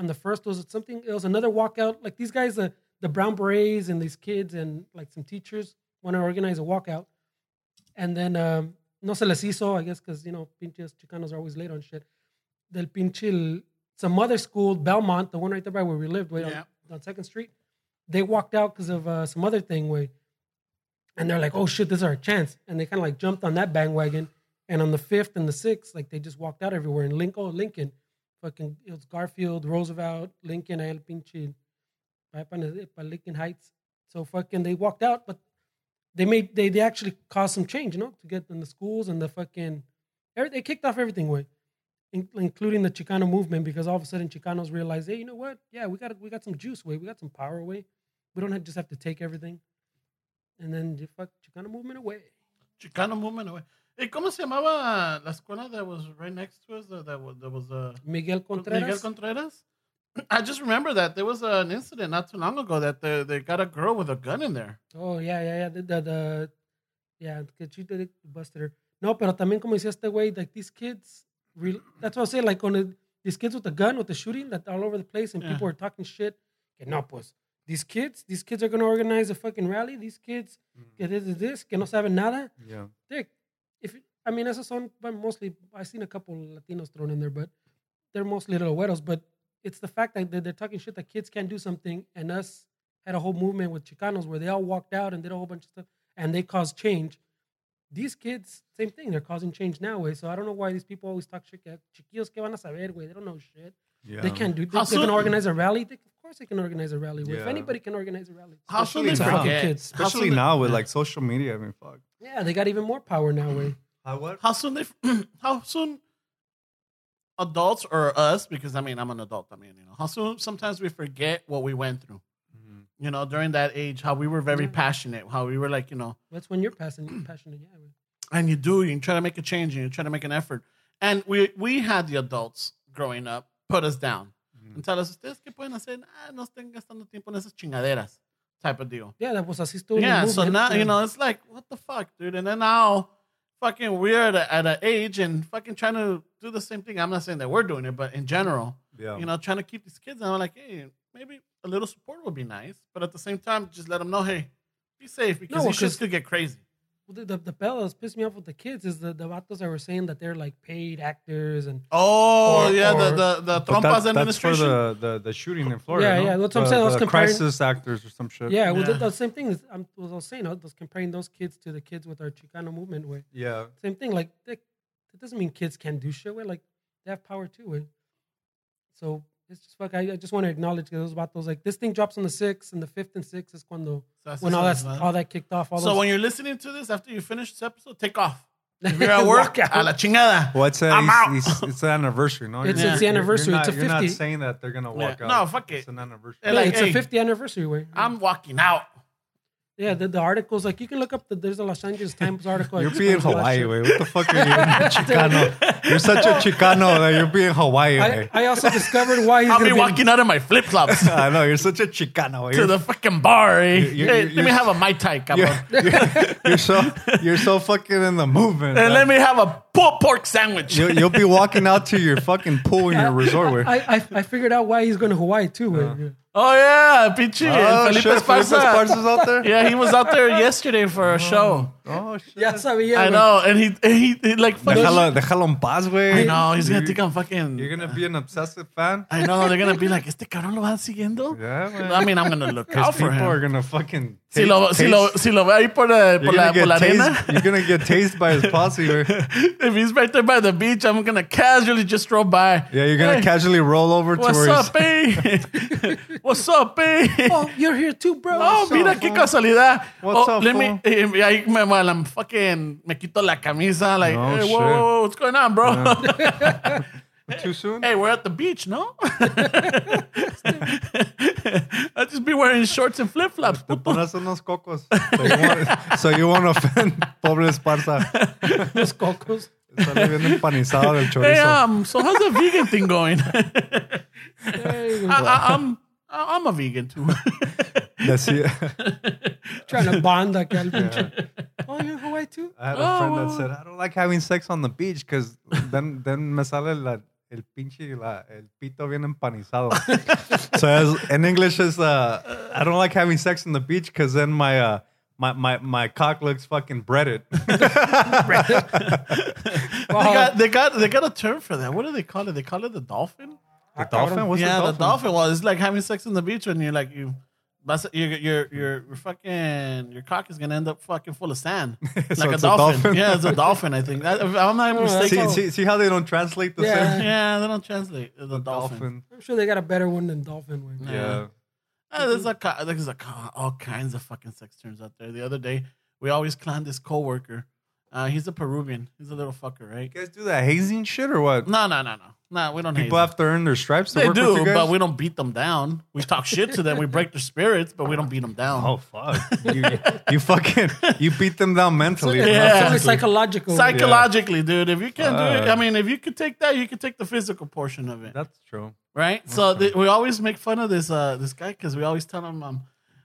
Speaker 4: on the first was something. It was another walkout. Like these guys, the the Brown Berets and these kids and like some teachers want to organize a walkout, and then um, no se les hizo, I guess, because you know pinches Chicanos are always late on shit. Del pinche el- some other school, Belmont, the one right there by where we lived, way
Speaker 2: Yeah.
Speaker 4: on, on Second Street, they walked out because of uh, some other thing where and they're like, "Oh shit, this is our chance!" And they kind of like jumped on that bandwagon. And on the fifth and the sixth, like they just walked out everywhere. And Lincoln, oh, Lincoln, fucking it was Garfield, Roosevelt, Lincoln, El Pinche, pa- pa- pa- Lincoln Heights. So fucking they walked out, but they made they they actually caused some change, you know, to get in the schools and the fucking every, they kicked off everything way, in, including the Chicano movement, because all of a sudden Chicanos realized, hey, you know what? Yeah, we got we got some juice way, we got some power way. We don't have, just have to take everything. And then the fuck Chicano movement away.
Speaker 2: Chicano movement away. Hey, ¿Cómo se llamaba la escuela that was right next to us? That, that was, that was uh,
Speaker 4: Miguel Contreras.
Speaker 2: Miguel Contreras? I just remember that there was an incident not too long ago that they, they got a girl with a gun in there.
Speaker 4: oh yeah, yeah, yeah. The, the, the yeah, que she did it, busted her. No, pero también como decía este güey, like these kids. Re- that's what I say. Like on the, these kids with the gun, with the shooting, that all over the place, and
Speaker 2: Yeah.
Speaker 4: people are talking shit. Que no, pues. These kids, these kids are gonna organize a fucking rally. These kids,
Speaker 2: Mm.
Speaker 4: que this is this, que no saben nada.
Speaker 3: Yeah.
Speaker 4: Dick, if I mean, as a son, but mostly I've seen a couple Latinos thrown in there, but they're mostly little weirdos. But it's the fact that they're, they're talking shit that kids can't do something, and us had a whole movement with Chicanos where they all walked out and did a whole bunch of stuff, and they caused change. These kids, same thing, they're causing change now, way. So I don't know why these people always talk shit. que Chiquillos que van a saber, way. They don't know shit.
Speaker 3: Yeah.
Speaker 4: They can't do. They,
Speaker 2: How
Speaker 4: they can
Speaker 2: soon-
Speaker 4: organize a rally. They, of course, they can organize a rally. güey. If
Speaker 3: Yeah.
Speaker 4: anybody can organize a rally,
Speaker 2: How soon
Speaker 3: Especially
Speaker 2: they
Speaker 3: now.
Speaker 2: forget?
Speaker 4: Kids.
Speaker 2: How
Speaker 3: Especially
Speaker 2: soon they-
Speaker 3: now with like social media. I mean, fuck.
Speaker 4: yeah, they got even more power now, way.
Speaker 3: How what?
Speaker 2: How soon they? [CLEARS THROAT] How soon? Adults or us, because I mean I'm an adult. I mean you know how soon sometimes we forget what we went through.
Speaker 3: Mm-hmm,
Speaker 2: You know during that age how we were very
Speaker 4: Yeah.
Speaker 2: passionate, how we were like you know,
Speaker 4: That's when you're passionate, [CLEARS THROAT] passionate, yeah. güey.
Speaker 2: and you do you try to make a change and you try to make an effort. And we we had the adults growing up put us down and tell us ustedes qué pueden hacer. Ah, no estén gastando tiempo en esas chingaderas type of deal.
Speaker 4: Yeah, that was así estuvo. en el
Speaker 2: Yeah, so
Speaker 4: movement,
Speaker 2: now
Speaker 4: yeah.
Speaker 2: you know it's like what the fuck, dude. And then now, fucking, we're at a, at an age and fucking trying to do the same thing. I'm not saying that we're doing it, but in general,
Speaker 3: Yeah.
Speaker 2: you know, trying to keep these kids. And I'm like, hey, maybe a little support would be nice, but at the same time, just let them know, hey, be safe
Speaker 4: No,
Speaker 2: because these shits
Speaker 4: 'cause-
Speaker 2: could get crazy.
Speaker 4: the, the, the bell that's pissed me off with the kids is the, the vatos that were saying that they're like paid actors and
Speaker 2: Oh
Speaker 4: Or-
Speaker 2: yeah,
Speaker 4: or-
Speaker 2: the the the
Speaker 3: But
Speaker 2: Trumpas
Speaker 3: that- that's for
Speaker 2: administration.
Speaker 3: the, the, the shooting in Florida.
Speaker 4: Yeah,
Speaker 3: no?
Speaker 4: yeah, that's what I'm
Speaker 3: The-
Speaker 4: saying, I was
Speaker 3: the
Speaker 4: comparing-
Speaker 3: crisis actors or some shit.
Speaker 4: yeah, well,
Speaker 2: Yeah.
Speaker 4: the, the same thing is I'm, was I was saying I was comparing those kids to the kids with our Chicano movement way.
Speaker 3: Yeah.
Speaker 4: Same thing, like that, that doesn't mean kids can't do shit way. Like they have power too way. So it's just fuck. I, I just want to acknowledge that those vatos like this thing drops on the sixth and the fifth and sixth is cuando
Speaker 2: So that's
Speaker 4: when
Speaker 2: just
Speaker 4: all
Speaker 2: what
Speaker 4: that
Speaker 2: it's about.
Speaker 4: all that kicked off. All
Speaker 2: so
Speaker 4: those,
Speaker 2: when you're listening to this after you finish this episode, take
Speaker 4: [LAUGHS]
Speaker 2: off. If you're at
Speaker 4: Walk
Speaker 2: work,
Speaker 4: out.
Speaker 2: a la chingada.
Speaker 3: Well, it's, a,
Speaker 2: I'm out.
Speaker 3: it's, it's, it's an anniversary, no?
Speaker 4: It's-
Speaker 2: it's the
Speaker 3: You're- you're
Speaker 4: anniversary,
Speaker 3: not-
Speaker 4: it's a
Speaker 3: You're not
Speaker 4: 50.
Speaker 3: saying that they're going to walk
Speaker 2: Yeah.
Speaker 3: out.
Speaker 2: No, fuck it.
Speaker 3: It's an anniversary.
Speaker 2: Yeah,
Speaker 4: yeah,
Speaker 2: like,
Speaker 4: it's
Speaker 2: hey,
Speaker 4: a 50th anniversary way.
Speaker 2: I'm walking out.
Speaker 4: Yeah, the, the articles like you can look up the there's a Los Angeles Times article. that
Speaker 3: You're
Speaker 4: explains
Speaker 3: being
Speaker 4: all that
Speaker 2: [LAUGHS]
Speaker 3: Hawaii,
Speaker 4: shit.
Speaker 3: way. What the fuck are you, Chicano? You're such a Chicano that you're being Hawaii,
Speaker 4: I,
Speaker 3: way.
Speaker 4: I also discovered why he's
Speaker 2: I'll
Speaker 4: gonna
Speaker 2: be walking out of my flip flops.
Speaker 3: I know you're such a Chicano. Way.
Speaker 2: to
Speaker 3: You're,
Speaker 2: the fucking bar. eh?
Speaker 3: You- you-
Speaker 2: Hey,
Speaker 3: you-
Speaker 2: let me have a mai tai,
Speaker 3: [LAUGHS]
Speaker 2: cabrón.
Speaker 3: you're, you're so you're so fucking in the movement.
Speaker 2: And
Speaker 3: man.
Speaker 2: let me have a pulled pork sandwich.
Speaker 3: you, you'll be walking out to your fucking pool in your resort. Where
Speaker 4: I, I I figured out why he's going to Hawaii too. wait,
Speaker 3: Uh-huh.
Speaker 4: yeah.
Speaker 2: oh yeah, pinche
Speaker 3: oh
Speaker 2: Felipe
Speaker 3: shit, Felipe
Speaker 2: Esparza.
Speaker 3: Esparza's out there.
Speaker 2: Yeah, he was out there yesterday for a show.
Speaker 3: Oh shit.
Speaker 4: Yeah, sorry, yeah.
Speaker 2: I
Speaker 4: wait.
Speaker 2: know, and he and he, he like fucking.
Speaker 3: Déjalo, déjalo en paz, güey.
Speaker 2: I know he's gonna
Speaker 3: You-
Speaker 2: think I'm fucking.
Speaker 3: You're gonna be an obsessive fan.
Speaker 2: [LAUGHS] I know they're gonna be
Speaker 3: [LAUGHS]
Speaker 2: like, este cabrón lo van siguiendo.
Speaker 3: Yeah, man.
Speaker 2: I mean, I'm gonna look
Speaker 3: These
Speaker 2: out for
Speaker 3: people are
Speaker 2: him.
Speaker 3: gonna fucking.
Speaker 2: Si
Speaker 3: taste-
Speaker 2: lo, si, lo,
Speaker 3: taste-
Speaker 2: si lo ve ahí por, eh,
Speaker 3: you're,
Speaker 2: por la,
Speaker 3: gonna
Speaker 2: por
Speaker 3: get
Speaker 2: la
Speaker 3: taste,
Speaker 2: arena,
Speaker 3: you're gonna get tased by his posse. güey.
Speaker 2: [LAUGHS] if he's right there by the beach, I'm gonna casually just stroll by.
Speaker 3: Yeah, you're gonna
Speaker 2: Hey.
Speaker 3: casually roll over to
Speaker 2: What's
Speaker 3: where he's.
Speaker 2: up, eh? [LAUGHS] What's up, eh?
Speaker 4: Oh, you're here too, bro.
Speaker 2: No,
Speaker 4: So-
Speaker 2: mira qué casualidad.
Speaker 3: What's
Speaker 2: oh,
Speaker 3: up,
Speaker 2: let me, eh, y ahí me, me, la fucking, me quito la camisa, like,
Speaker 3: No
Speaker 2: hey,
Speaker 3: shit.
Speaker 2: whoa, whoa, whoa, what's going on, bro?
Speaker 3: Too
Speaker 2: [LAUGHS]
Speaker 3: soon?
Speaker 2: hey, we're at the beach, no? [LAUGHS] I just be wearing shorts and flip flops.
Speaker 3: Te [LAUGHS] pones unos cocos. So you won't- So you won't offend pobre Esparza.
Speaker 4: Los cocos.
Speaker 3: Sale bien empanizado del
Speaker 2: Hey,
Speaker 3: chorizo.
Speaker 2: um, so how's the vegan thing [LAUGHS] going?
Speaker 4: Hey, we're
Speaker 2: I, I, I'm, I- I'm a vegan too.
Speaker 3: Decía-
Speaker 4: trying to bond acá
Speaker 3: [LAUGHS]
Speaker 4: al pinche. Oh, you're Hawaii too?
Speaker 3: I had a
Speaker 2: Oh,
Speaker 3: friend
Speaker 2: wow.
Speaker 3: that said, I don't like having sex on the beach because then, then me sale la, el pinche, la, el pito bien [LAUGHS] empanizado. so as, in English, is uh, I don't like having sex on the beach because then my, uh, my, my, my cock looks fucking breaded.
Speaker 2: they, [LAUGHS] got, they got, they got a term for that. What do they call it? They call it the dolphin.
Speaker 3: the dolphin? What's
Speaker 2: yeah, the
Speaker 3: the
Speaker 2: dolphin
Speaker 3: dolphin?
Speaker 2: was. It's like having sex on the beach when you're like you. That's your your your your fucking your cock is gonna end up fucking full of sand, like
Speaker 3: [LAUGHS] So
Speaker 2: a, dolphin.
Speaker 3: it's a dolphin?
Speaker 2: Yeah, it's a dolphin. I think. I, if I'm not
Speaker 4: that's
Speaker 2: mistaken.
Speaker 4: all.
Speaker 3: See, see, see how they don't translate the
Speaker 4: Yeah.
Speaker 3: same?
Speaker 2: Yeah, they don't translate. It's a dolphin.
Speaker 3: Dolphin.
Speaker 4: I'm sure they got a better one than dolphin wing.
Speaker 3: Yeah.
Speaker 2: Uh, there's a co- there's a co- all kinds of fucking sex terms out there. The other day, we always clown this coworker. Uh, he's a Peruvian. He's a little fucker, right?
Speaker 3: You guys do that hazing shit or what?
Speaker 2: No, no, no, no, no. We don't. hate
Speaker 3: People
Speaker 2: them.
Speaker 3: have to earn their stripes to
Speaker 2: They
Speaker 3: work with
Speaker 2: do,
Speaker 3: you guys?
Speaker 2: but we don't beat them down. We talk shit to them. We break their spirits, but we don't beat them down.
Speaker 3: Oh fuck! [LAUGHS] You, you fucking you beat them down mentally.
Speaker 4: It's
Speaker 2: Yeah.
Speaker 4: only psychological.
Speaker 2: Psychologically, dude, if you can't do it,
Speaker 3: Uh.
Speaker 2: I mean, if you could take that, you could take the physical portion of it,
Speaker 3: That's true.
Speaker 2: right? So th- we always make fun of this uh this guy because we always tell him um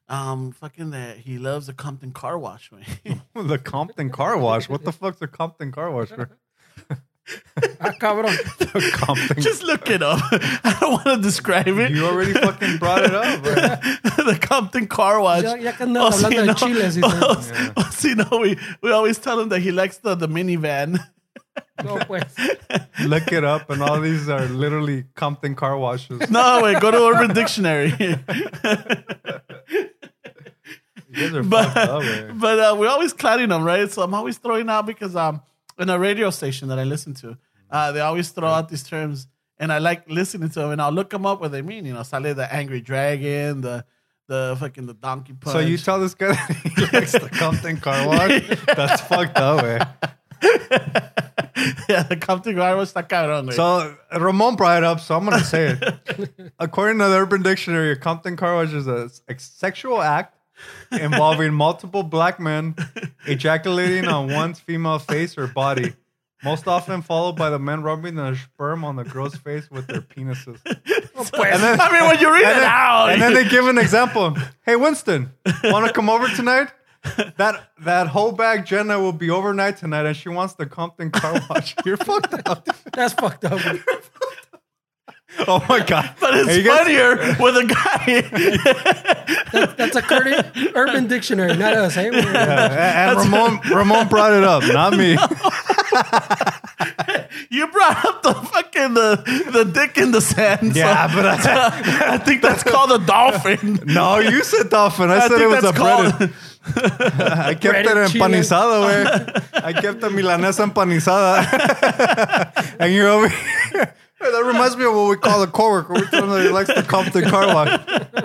Speaker 2: um fucking that he loves the Compton car wash. man. [LAUGHS]
Speaker 3: The Compton car wash. What the fuck's a Compton car wash? [LAUGHS] bro?
Speaker 4: Ah,
Speaker 2: [LAUGHS]
Speaker 4: cabrón.
Speaker 3: The Compton.
Speaker 2: Just look it up. [LAUGHS] I don't want to describe it.
Speaker 3: you already fucking brought it up. bro.
Speaker 2: [LAUGHS] the Compton car wash. [LAUGHS]
Speaker 4: Ya-
Speaker 2: Oh,
Speaker 4: ya que andamos
Speaker 2: O si
Speaker 4: hablando de chiles, dice.
Speaker 2: [LAUGHS] o si- o si no, we, we always tell him that he likes the, the minivan. [LAUGHS]
Speaker 4: No, pues.
Speaker 3: Look it up, and all these are literally Compton car washes.
Speaker 2: No, wait, go to Urban Dictionary. [LAUGHS]
Speaker 3: You guys
Speaker 2: [LAUGHS]
Speaker 3: are
Speaker 2: but
Speaker 3: fucked up. eh? bro.
Speaker 2: but uh, we're always clowning them, right? So I'm always throwing out because um in a radio station that I listen to, uh, they always throw out these terms, and I like listening to them, and I'll look them up what they mean. You know, Sale the angry dragon, the the fucking the donkey punch.
Speaker 3: So you tell this guy [LAUGHS] that he likes the Compton car wash? That's fucked up. eh? bro.
Speaker 2: [LAUGHS] yeah, the Compton Guard was that cabrón. So
Speaker 3: So Ramon brought it up, so I'm gonna say it.
Speaker 2: [LAUGHS]
Speaker 3: According to the Urban Dictionary, a Compton car wash is a s- sexual act
Speaker 2: [LAUGHS]
Speaker 3: involving multiple black men ejaculating on one's female face or body, most often followed by the men rubbing their sperm on the girl's face with their penises.
Speaker 2: and then, I mean, when you read it out,
Speaker 3: And then they give an example. Hey, Winston, want to come over tonight? That that whole bag Jenna will be overnight tonight, and she wants the Compton car wash. [LAUGHS] You're fucked up.
Speaker 4: That's fucked up. güey.
Speaker 3: Oh my god!
Speaker 2: but
Speaker 3: Hey, you
Speaker 2: it's
Speaker 3: guys-
Speaker 2: funnier with a guy. [LAUGHS]
Speaker 4: That's a current Urban Dictionary, not us. eh, Hey, We're-
Speaker 3: Yeah, and
Speaker 2: [LAUGHS]
Speaker 3: Ramon Ramon brought it up, not me.
Speaker 2: you brought up the fucking the, the dick in the sand. so-
Speaker 3: Yeah, but
Speaker 2: [LAUGHS]
Speaker 3: I,
Speaker 2: I think that's called a dolphin.
Speaker 3: [LAUGHS] no, Oh, you said dolphin. I,
Speaker 2: I
Speaker 3: said
Speaker 2: think
Speaker 3: it was a
Speaker 2: that's
Speaker 3: breaded. [LAUGHS] I kept it
Speaker 4: Breaded chile.
Speaker 2: [LAUGHS]
Speaker 3: empanizado, güey. I kept the milanesa empanizada. [LAUGHS] and you're over here. Hey, That reminds me of what we call a coworker. We tell him that he likes the Compton car wash.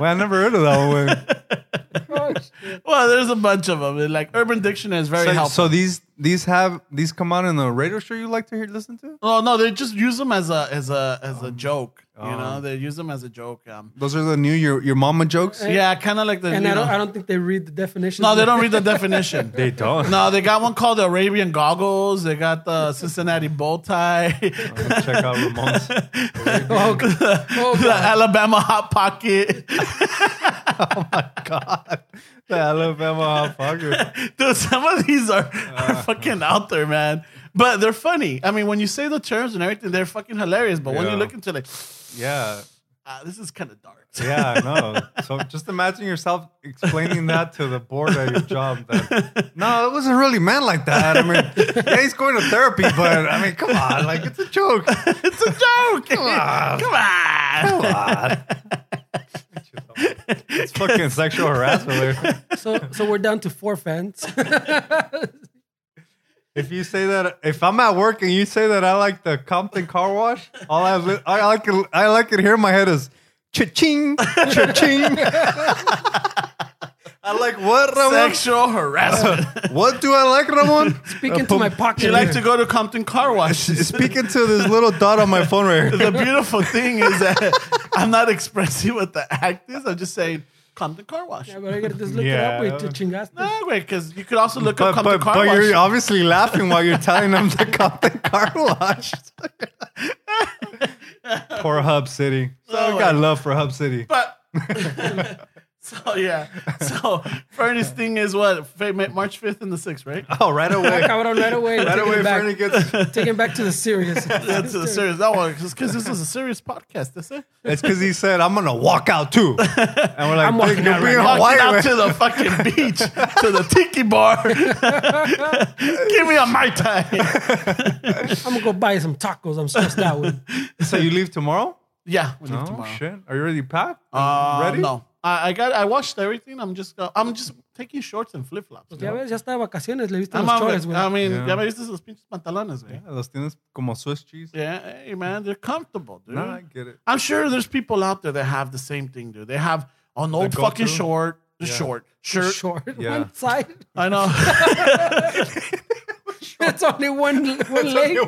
Speaker 3: Well, I never heard of that one. güey.
Speaker 4: oh, shit.
Speaker 2: Well, there's a bunch of them. Like Urban Dictionary is very
Speaker 3: So,
Speaker 2: helpful.
Speaker 3: so these these have these come out in the radio show you like to hear listen to?
Speaker 2: oh no, they just use them as a as a as a joke. you know,
Speaker 3: um.
Speaker 2: they use them as a joke. Um,
Speaker 3: Those are the new your your mama jokes.
Speaker 2: yeah, kind of like the.
Speaker 4: And
Speaker 2: you
Speaker 4: I don't,
Speaker 2: know-
Speaker 4: I don't think they read the definition. [LAUGHS]
Speaker 2: no, they don't read the definition.
Speaker 3: They don't.
Speaker 2: [LAUGHS] no, they got one called the Arabian goggles. They got the Cincinnati bow tie, [LAUGHS]
Speaker 3: Check out [LAUGHS] Ramon's.
Speaker 4: Oh, God. Oh,
Speaker 2: the
Speaker 4: God.
Speaker 2: Alabama hot pocket. [LAUGHS]
Speaker 3: God, the Alabama
Speaker 2: [LAUGHS]
Speaker 3: hot pocket.
Speaker 2: Dude, some of these are, are
Speaker 3: Uh.
Speaker 2: fucking out there, man. But they're funny. I mean, when you say the terms and everything, they're fucking hilarious. But when you
Speaker 3: Yeah.
Speaker 2: look into like,
Speaker 3: Yeah,
Speaker 2: ah, this is kind of dark.
Speaker 3: yeah, no. So just imagine yourself explaining that to the board at your job. That, no, it wasn't really meant like that. I mean, yeah, he's going to therapy, but I mean, come on, like it's a joke.
Speaker 2: [LAUGHS] It's a joke. Come
Speaker 3: on.
Speaker 2: [LAUGHS] Come on.
Speaker 3: Come on. It's fucking sexual harassment. dude.
Speaker 4: [LAUGHS] So, so we're down to four fans.
Speaker 3: If you say that, if I'm at work and you say that I like the Compton car wash, all I, li- I like, I like it here in my head is Cha-ching, cha-ching. [LAUGHS] I like what,
Speaker 2: [LAUGHS]
Speaker 3: Ramon?
Speaker 2: Sexual harassment.
Speaker 3: What do I like, Ramon?
Speaker 4: Speaking to my pocket.
Speaker 2: you
Speaker 3: [LAUGHS]
Speaker 2: like [LAUGHS] to go to Compton Car Wash. [LAUGHS]
Speaker 3: Speaking to this little dot on my phone right
Speaker 2: the
Speaker 3: here.
Speaker 2: beautiful thing is that [LAUGHS] I'm not expressing what the act is. I'm just saying Compton Car Wash.
Speaker 4: Yeah, but I gotta just look it
Speaker 3: Yeah.
Speaker 4: up. Wait, te chingaste.
Speaker 2: No, wait, because you could also look up
Speaker 3: But,
Speaker 2: Compton
Speaker 3: but,
Speaker 2: Car
Speaker 3: but
Speaker 2: Wash. [LAUGHS]
Speaker 3: you're obviously laughing while you're telling them to cop the car wash. Poor Hub City. So
Speaker 2: Oh,
Speaker 3: I got love for Hub
Speaker 2: [LAUGHS]
Speaker 3: City.
Speaker 2: but so Oh, yeah, so Fernie's thing is what Fe- Ma- March fifth and the
Speaker 4: [LAUGHS]
Speaker 2: sixth, right?
Speaker 3: Oh, right away.
Speaker 4: [LAUGHS] Cabrón, right away.
Speaker 3: Right
Speaker 4: taking
Speaker 3: away,
Speaker 4: it back,
Speaker 3: Fernie gets
Speaker 4: taking it back to the serious. [LAUGHS]
Speaker 2: That's a serious. That one because this is a serious podcast. That's it.
Speaker 3: It's because he said, I'm going to walk
Speaker 2: [LAUGHS]
Speaker 3: out too. And we're like,
Speaker 4: I'm
Speaker 3: "Dude,
Speaker 4: walking
Speaker 3: you're
Speaker 4: out
Speaker 3: being
Speaker 4: right now."
Speaker 2: Walking
Speaker 3: Hawaiian,
Speaker 2: out
Speaker 3: man.
Speaker 2: to the fucking beach to the
Speaker 4: [LAUGHS]
Speaker 2: tiki bar. [LAUGHS] Give me a mai tai. [LAUGHS]
Speaker 4: I'm gonna go buy some tacos. I'm stressed out. With.
Speaker 3: [LAUGHS] So you leave tomorrow?
Speaker 2: Yeah, we leave
Speaker 3: Oh,
Speaker 2: tomorrow.
Speaker 3: shit. Are you already packed?
Speaker 2: Uh,
Speaker 3: Mm, Ready?
Speaker 2: No, I, I got. I watched everything. I'm just. Uh, I'm just taking shorts and flip flops.
Speaker 4: Ya ves, ya está de vacaciones. Le viste
Speaker 2: I'm
Speaker 4: los
Speaker 2: on
Speaker 4: chores,
Speaker 2: it. I
Speaker 4: güey.
Speaker 2: mean,
Speaker 3: Yeah.
Speaker 2: ya me viste esos pinches pantalones, güey.
Speaker 3: Yeah, Los tienes como Swiss cheese.
Speaker 2: Yeah. hey man, they're comfortable, dude.
Speaker 3: No, I get it.
Speaker 2: I'm sure there's people out there that have the same thing, dude. They have an old
Speaker 3: go-to?
Speaker 2: fucking short, the short shirt.
Speaker 4: Short
Speaker 3: Yeah.
Speaker 4: one side.
Speaker 2: I know. [LAUGHS]
Speaker 4: It's only one one
Speaker 3: [LAUGHS]
Speaker 4: leg.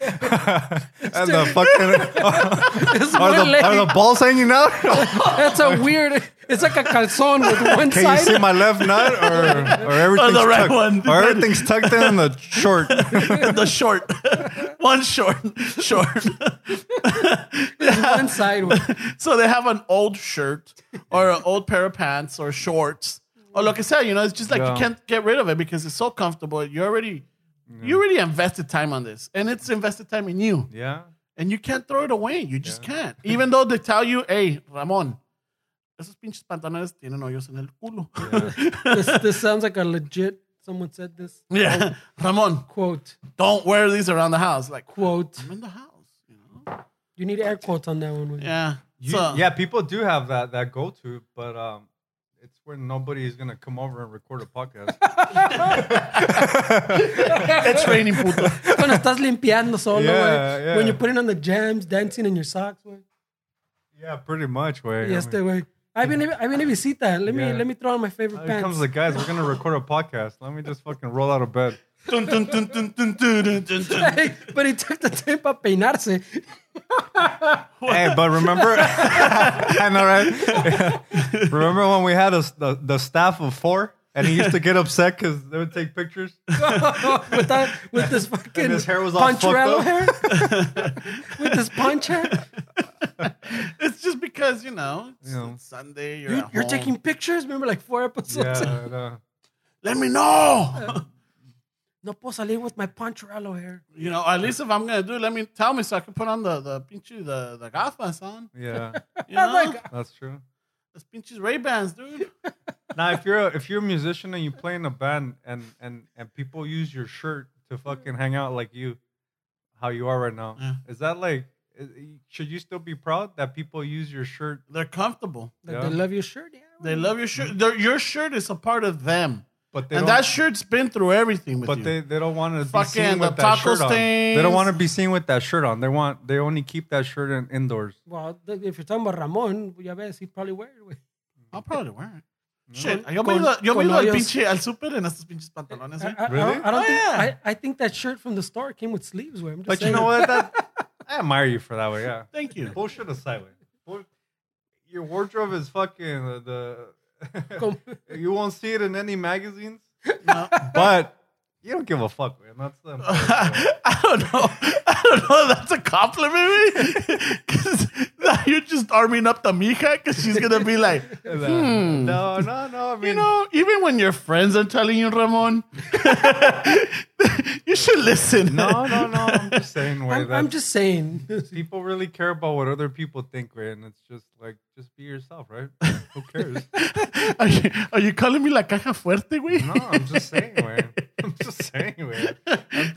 Speaker 3: and the fucking
Speaker 4: It's
Speaker 3: are
Speaker 4: one
Speaker 3: the, are
Speaker 4: leg.
Speaker 3: the balls hanging out?
Speaker 4: That's a weird. It's like a calzone with one
Speaker 3: Can you see
Speaker 4: side.
Speaker 3: my left nut or or everything's
Speaker 2: right
Speaker 3: tucked,
Speaker 2: one.
Speaker 3: Or everything's tucked in the short.
Speaker 2: the short. [LAUGHS] One short. [LAUGHS] Short.
Speaker 4: One
Speaker 2: [LAUGHS]
Speaker 4: side. güey.
Speaker 2: so they have an old shirt or an old pair of pants or shorts. Or like I said, you know, it's just like
Speaker 3: Yeah.
Speaker 2: you can't get rid of it because it's so comfortable. You already you already invested time on this. And it's invested time in you.
Speaker 3: Yeah.
Speaker 2: and you can't throw it away. You just can't. Even though they tell you, hey, Ramon, esos pinches pantalones tienen hoyos en el culo.
Speaker 4: This, this sounds like a legit. Someone said this
Speaker 2: [LAUGHS] Yeah. Ramon,
Speaker 4: quote.
Speaker 2: don't wear these around the house. Like,
Speaker 4: Quote.
Speaker 2: I'm in the house, you know?
Speaker 4: You need air quotes on that one. güey.
Speaker 2: Yeah.
Speaker 3: You-
Speaker 2: so,
Speaker 3: yeah, people do have that that go to, but um, it's where nobody is gonna come over and record a podcast.
Speaker 2: It's raining,
Speaker 3: [LAUGHS]
Speaker 2: puto.
Speaker 4: Cuando estás limpiando solo,
Speaker 3: Yeah,
Speaker 4: güey.
Speaker 3: yeah.
Speaker 4: When you're putting on the jams, dancing in your socks, güey.
Speaker 3: yeah, pretty much. Way.
Speaker 4: Yes, este, güey. Ahí viene, ahí viene visita. Let me,
Speaker 3: Yeah.
Speaker 4: let me throw on my favorite
Speaker 3: here
Speaker 4: pants.
Speaker 3: comes the [LAUGHS] guys. We're gonna record a podcast. Let me just fucking roll out of bed.
Speaker 2: Dun, dun, dun, dun, dun, dun, dun, dun, dun.
Speaker 4: [LAUGHS] Hey, but he took the time para peinarse. [LAUGHS]
Speaker 3: hey, but [LAUGHS] remember, I know, right? [LAUGHS] remember when we had a, s- the, the staff of four, and he used to get upset because they would take [LAUGHS] pictures.
Speaker 4: with, that, with this fucking
Speaker 3: his hair was all fucked
Speaker 4: Poncherello
Speaker 3: up. [LAUGHS]
Speaker 4: hair. with this punch hair.
Speaker 2: [LAUGHS] It's just because, you know, it's,
Speaker 3: Yeah.
Speaker 2: it's Sunday. You're,
Speaker 4: You,
Speaker 2: at
Speaker 4: you're
Speaker 2: home.
Speaker 4: taking pictures? Remember like four
Speaker 3: Yeah,
Speaker 4: episodes?
Speaker 3: I know.
Speaker 2: Let me know.
Speaker 4: [LAUGHS] No puedo salir with my Poncherello hair.
Speaker 2: [LAUGHS] you know, at least if I'm going to do it, let me tell me so I can put on the, the pinche, the, the gafas on.
Speaker 3: yeah,
Speaker 4: [LAUGHS]
Speaker 2: You know?
Speaker 3: that's true.
Speaker 2: Los pinches Ray-Bans, dude.
Speaker 3: Now, if you're a, if you're a musician and you play in a band, and and and people use your shirt to fucking hang out like you, how you are right now,
Speaker 2: Yeah.
Speaker 3: is that like? i- i- Should you still be proud that people use your shirt?
Speaker 2: They're comfortable.
Speaker 4: Like,
Speaker 3: Yeah.
Speaker 4: They love your shirt. Yeah.
Speaker 2: They love your shirt. Their, your shirt is a part of them,
Speaker 3: But they
Speaker 2: and
Speaker 3: don't-
Speaker 2: that shirt's been through everything with
Speaker 3: But
Speaker 2: you.
Speaker 3: they, they don't want to be
Speaker 2: Fucking
Speaker 3: seen
Speaker 2: the
Speaker 3: with that
Speaker 2: taco
Speaker 3: shirt on. They don't
Speaker 2: stains.
Speaker 3: want to be seen with that shirt on. They want they only keep that shirt in, indoors.
Speaker 4: Well, th- if you're talking about Ramon, ya ves, he'd probably wear it. güey.
Speaker 2: I'll probably wear it. Shit,
Speaker 4: Con-
Speaker 2: yo me he
Speaker 4: con-
Speaker 2: ido, yo me
Speaker 4: con
Speaker 2: he ido al
Speaker 4: hoyos.
Speaker 2: pinche al super en estos pinches
Speaker 4: [LAUGHS]
Speaker 2: pantalones.
Speaker 4: I,
Speaker 2: eh.
Speaker 4: I- I don't-
Speaker 3: Really?
Speaker 4: I don't
Speaker 2: Oh,
Speaker 4: think,
Speaker 2: yeah.
Speaker 4: I, I think that shirt from the store came with sleeves. Where I'm just
Speaker 3: But you
Speaker 4: saying.
Speaker 3: know what? That, [LAUGHS] I admire you for that way. Yeah.
Speaker 2: Thank you.
Speaker 3: Bullshit aside, way. Bull- your wardrobe is fucking the.
Speaker 4: Come-
Speaker 3: [LAUGHS] you won't see it in any
Speaker 4: [LAUGHS]
Speaker 3: magazines,
Speaker 2: No.
Speaker 3: but you don't give a fuck, man. That's
Speaker 4: [LAUGHS]
Speaker 3: the.
Speaker 2: I don't know. I don't know. if That's a compliment, maybe. [LAUGHS] Because now you're just arming up the mija because she's gonna be like,
Speaker 4: Hmm.
Speaker 3: No, no, no. I mean,
Speaker 2: you know, even when your friends are telling you, Ramon, [LAUGHS] you should listen. [LAUGHS]
Speaker 3: no, no, no. I'm
Speaker 4: [LAUGHS]
Speaker 3: just saying, way
Speaker 4: I'm,
Speaker 3: that
Speaker 4: I'm just saying. [LAUGHS]
Speaker 3: people really care about what other people think, way, and it's just like, just be yourself, right? Who
Speaker 2: [LAUGHS]
Speaker 3: cares?
Speaker 2: Are you, are you calling me la caja fuerte, güey? [LAUGHS]
Speaker 3: No, I'm just saying, man. I'm just saying, man. I'm,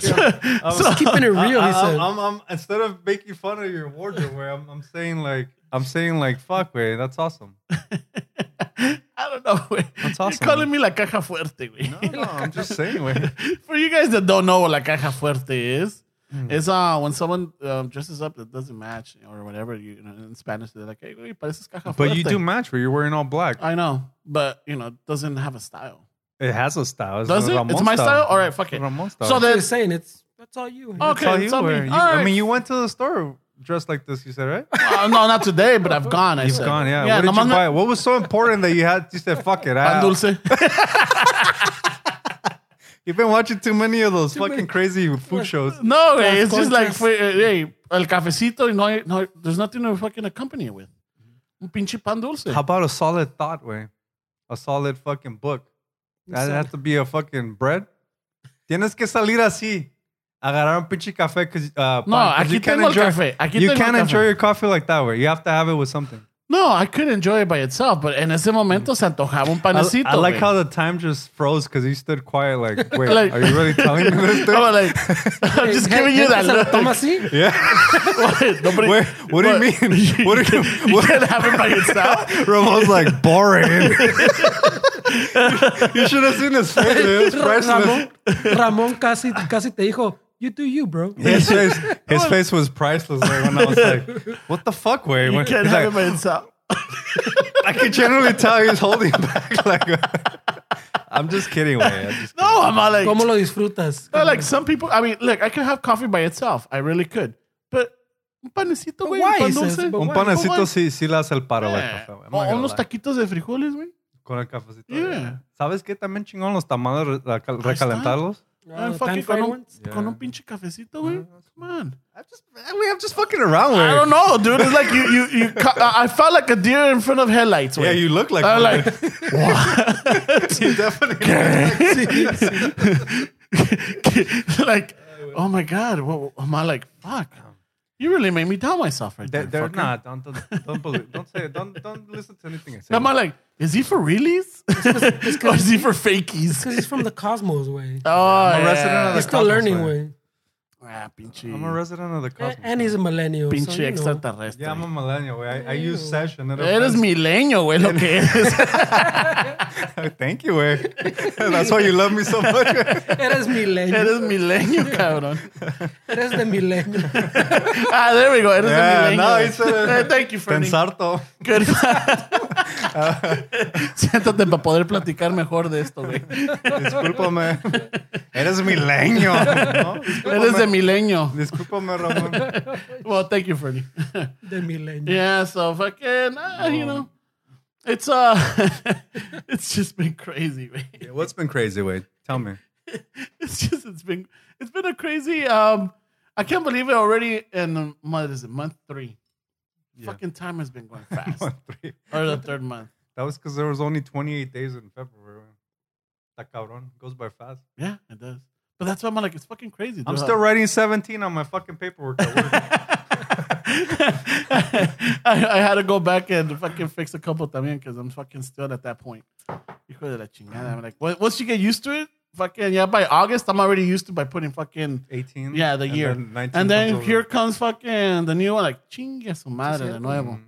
Speaker 2: so-
Speaker 4: Keeping it real,
Speaker 3: I,
Speaker 4: he said.
Speaker 3: am I'm, instead of making fun of your wardrobe, where I'm, I'm saying like, I'm saying like, fuck, way, that's awesome.
Speaker 2: [LAUGHS] I don't know, güey.
Speaker 3: awesome,
Speaker 2: You're calling me la caja fuerte, güey. [LAUGHS]
Speaker 3: No, no, I'm just saying, way.
Speaker 2: For you guys that don't know what la caja fuerte is,
Speaker 3: Mm.
Speaker 2: It's uh when someone um, dresses up that doesn't match or whatever. You, you know, in Spanish they're like, "Hey, güey, pareces caja
Speaker 3: But you
Speaker 2: fuerte."
Speaker 3: do match where you're wearing all black.
Speaker 2: I know, but you know, doesn't have a style.
Speaker 3: It has a style. It's
Speaker 2: Does
Speaker 3: a
Speaker 2: it?
Speaker 3: Ramon
Speaker 2: It's my style. All right, fuck it.
Speaker 3: Ramon style.
Speaker 2: So
Speaker 4: They're
Speaker 2: then,
Speaker 4: saying it's that's all you.
Speaker 2: okay,
Speaker 3: That's all you
Speaker 2: it's on me.
Speaker 3: wear. You-
Speaker 2: All
Speaker 3: I
Speaker 2: right.
Speaker 3: mean, you went to the store dressed like this. You
Speaker 2: [LAUGHS]
Speaker 3: said right?
Speaker 2: Uh, no, not today, but I've gone. I
Speaker 3: You've
Speaker 2: said.
Speaker 3: gone. Yeah. what did
Speaker 2: nomás
Speaker 3: you
Speaker 2: me-
Speaker 3: buy? Ah. What was so important that you had? You said, "Fuck it."
Speaker 2: Pan
Speaker 3: I,
Speaker 2: dulce. [LAUGHS]
Speaker 3: You've been watching too many of those fucking
Speaker 4: many-
Speaker 3: crazy food shows.
Speaker 2: No, güey, it's just like,
Speaker 4: Conchas.
Speaker 2: fue- eh, hey, el cafecito, y no, hay- no, hay- there's nothing to fucking accompany it with. Un pinche pan dulce.
Speaker 3: How about a solid thought way? A solid fucking book. That has to be a fucking bread. Tienes que salir así. Agarrar un pinche café. 'cause, Uh,
Speaker 2: No,
Speaker 3: pan, 'cause
Speaker 2: aquí
Speaker 3: you can't
Speaker 2: tengo el
Speaker 3: enjoy,
Speaker 2: café. Aquí
Speaker 3: you
Speaker 2: tengo el
Speaker 3: can't enjoy
Speaker 2: café.
Speaker 3: your coffee like that way. You have to have it with something.
Speaker 2: No, I could enjoy it by itself, but en ese momento se antojaba un
Speaker 3: I,
Speaker 2: panecito.
Speaker 3: I like
Speaker 2: güey.
Speaker 3: how the time just froze because he stood
Speaker 2: [LAUGHS]
Speaker 3: quiet. Like, wait,
Speaker 2: Like-
Speaker 3: are you really telling
Speaker 2: [LAUGHS]
Speaker 3: me this? Dude?
Speaker 2: I'm like, I'm just giving you that look.
Speaker 4: Toma así.
Speaker 2: [LAUGHS]
Speaker 3: yeah. [LAUGHS]
Speaker 2: Nobody-
Speaker 3: Where- what do you mean? What do you-
Speaker 2: [LAUGHS] you
Speaker 3: [LAUGHS] what-
Speaker 2: can't have it by itself.
Speaker 3: Ramon's like [LAUGHS] boring. you should have seen his face. dude. It was priceless.
Speaker 4: Ramón,
Speaker 2: [LAUGHS]
Speaker 4: Ramón casi, casi te dijo, you do you, bro.
Speaker 3: His face, his face was priceless. Like, when I was like, "What the fuck, way?"
Speaker 2: You
Speaker 3: When-
Speaker 2: can't
Speaker 3: he's
Speaker 2: have it
Speaker 3: like,
Speaker 2: by itself.
Speaker 3: I can generally tell he's holding back. [LAUGHS] Like, I'm just kidding, way. I'm just
Speaker 2: No, I'm not like,
Speaker 4: ¿Cómo lo disfrutas?
Speaker 2: No, like some people. I mean, look, I could have coffee by itself. I really could, but un panecito, güey,
Speaker 4: why,
Speaker 2: un pan
Speaker 4: he says,
Speaker 2: dulce.
Speaker 4: but
Speaker 3: Un
Speaker 4: why?
Speaker 3: panecito sí, sí le hace el paro al
Speaker 2: Yeah.
Speaker 3: café. I'm not
Speaker 2: O
Speaker 3: gonna
Speaker 2: unos
Speaker 3: lie.
Speaker 2: taquitos de frijoles, güey.
Speaker 3: Con el cafecito.
Speaker 2: Yeah.
Speaker 3: yeah. ¿Sabes qué? También chingón los tamales re- recal- recalentarlos.
Speaker 2: Ah,
Speaker 4: Uh,
Speaker 2: fucking
Speaker 4: time
Speaker 2: con,
Speaker 4: fried
Speaker 2: un,
Speaker 4: ones? Uh-huh.
Speaker 2: con
Speaker 3: Yeah.
Speaker 2: un pinche cafecito, güey. Come on.
Speaker 3: I'm just, I mean, I'm just fucking around with
Speaker 2: I don't know, dude. It's like you, you, you. ca- I I felt like a deer in front of headlights,
Speaker 3: Yeah,
Speaker 2: güey.
Speaker 3: you look like
Speaker 2: I'm
Speaker 3: one.
Speaker 2: Oh,
Speaker 3: [LAUGHS]
Speaker 2: like,
Speaker 3: You definitely.
Speaker 2: [LAUGHS] like, oh my god, what, am I like, fuck? You really made me doubt myself right
Speaker 3: They're,
Speaker 2: there.
Speaker 3: they're
Speaker 2: fucker.
Speaker 3: not. Don't, don't, don't believe. Don't say. Don't don't listen to anything I say.
Speaker 2: Am I like, is he for realies [LAUGHS] or is he for fakies?
Speaker 4: Because he's from the cosmos, way.
Speaker 2: [LAUGHS] Oh,
Speaker 3: I'm a resident of the
Speaker 4: He's still
Speaker 3: cosmos,
Speaker 4: learning,
Speaker 3: way.
Speaker 4: way.
Speaker 2: Ah, pinche.
Speaker 3: I'm a resident of the cosmos.
Speaker 4: And he's a millennial. so,
Speaker 2: pinche
Speaker 4: you know.
Speaker 2: extraterrestre.
Speaker 3: yeah, I'm a millennial. Way. I, I use sesh and it
Speaker 2: Eres
Speaker 3: offends-
Speaker 2: milenio, güey, lo que
Speaker 3: [LAUGHS]
Speaker 2: eres.
Speaker 3: Thank you, way. [LAUGHS] That's why you love me so much. güey.
Speaker 4: Eres milenio.
Speaker 2: [LAUGHS] Eres milenio, cabrón.
Speaker 4: Eres de milenio.
Speaker 2: [LAUGHS] Ah, there we go. Eres
Speaker 3: Yeah,
Speaker 2: de milenio.
Speaker 3: no,
Speaker 2: güey.
Speaker 3: it's a-
Speaker 2: Eh, [LAUGHS] Thank you, Fernie.
Speaker 3: Pensarto.
Speaker 2: Good. Siéntate para poder platicar mejor de esto,
Speaker 3: [LAUGHS]
Speaker 2: güey. [LAUGHS]
Speaker 3: Discúlpame. Eres milenio. ¿no?
Speaker 2: Eres de milenio. [LAUGHS]
Speaker 3: Discúlpame, Ramón.
Speaker 2: Well, thank you, Fernie.
Speaker 4: De milenio.
Speaker 2: Yeah, so fucking, uh, you know, it's
Speaker 3: [LAUGHS]
Speaker 2: uh, [LAUGHS] it's just been crazy, man.
Speaker 3: What's been crazy, Wade? Tell me.
Speaker 2: It's just it's been it's been a crazy. Um, I can't believe it already. In um, what is it? Month three. Fucking time has been
Speaker 3: [LAUGHS]
Speaker 2: going fast.
Speaker 3: One, three.
Speaker 2: or the third month.
Speaker 3: That was because there was only 28 days in February. güey. Está cabrón. Goes by fast.
Speaker 2: Yeah, it does. But that's why I'm like, it's fucking crazy.
Speaker 3: I'm
Speaker 2: dude.
Speaker 3: still writing 17 on my fucking paperwork at [LAUGHS] work.
Speaker 2: I, I had to go back and fucking fix a couple también because I'm fucking still at that point. Hijo de la chingada. I'm like, on- once you get used to it, fucking, yeah, by August, I'm already used to by putting fucking,
Speaker 3: 18.
Speaker 2: yeah, the
Speaker 3: and
Speaker 2: year.
Speaker 3: then 19
Speaker 2: and then
Speaker 3: comes
Speaker 2: here
Speaker 3: over.
Speaker 2: comes fucking the new one, like, chingue su madre, de
Speaker 4: cierto.
Speaker 2: nuevo.
Speaker 3: Mm,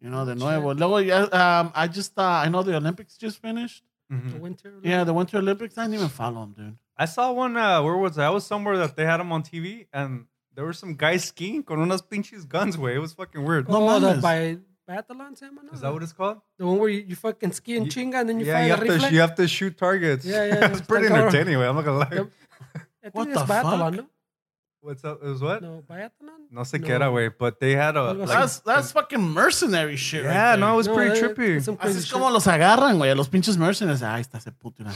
Speaker 2: You know, de nuevo. Luego, yeah, um, I just, uh, I know the Olympics just finished.
Speaker 4: The
Speaker 3: mhm.
Speaker 4: winter.
Speaker 2: Yeah, the Winter Olympics. I didn't even follow them, dude.
Speaker 3: I saw one. Uh, where was I? I was somewhere that they had them on TV, and there were some guys skiing con unas pinches guns. Way it was fucking weird.
Speaker 2: No
Speaker 4: Oh, the
Speaker 2: mames.
Speaker 4: by Bathalon, se llama, no?
Speaker 3: Is that what it's called?
Speaker 4: The one where you, you fucking ski and
Speaker 3: You-
Speaker 4: chinga and then you
Speaker 3: yeah,
Speaker 4: fire
Speaker 3: you
Speaker 4: the
Speaker 3: have,
Speaker 4: rifle.
Speaker 3: to, you have to shoot targets.
Speaker 4: Yeah,
Speaker 3: [LAUGHS]
Speaker 4: yeah,
Speaker 3: it's
Speaker 4: it's
Speaker 3: pretty
Speaker 4: like our-
Speaker 3: entertaining. Way I'm not gonna lie.
Speaker 4: Yep. I think
Speaker 2: What
Speaker 4: it's
Speaker 2: the
Speaker 4: Bathalon, no?
Speaker 3: What's up? It was what? No,
Speaker 4: No, Bathalon?
Speaker 3: sé qué era, way, but they had a.
Speaker 4: Algo así.
Speaker 3: Like,
Speaker 2: That's that's fucking mercenary shit. right
Speaker 3: yeah,
Speaker 2: there.
Speaker 3: no, it was
Speaker 4: No, eh,
Speaker 3: pretty
Speaker 4: that- that's
Speaker 3: trippy.
Speaker 4: some
Speaker 2: Así
Speaker 4: crazy
Speaker 2: es
Speaker 4: shit.
Speaker 2: como los agarran, güey, a los pinches mercenaries. Ahí está ese puto. mira.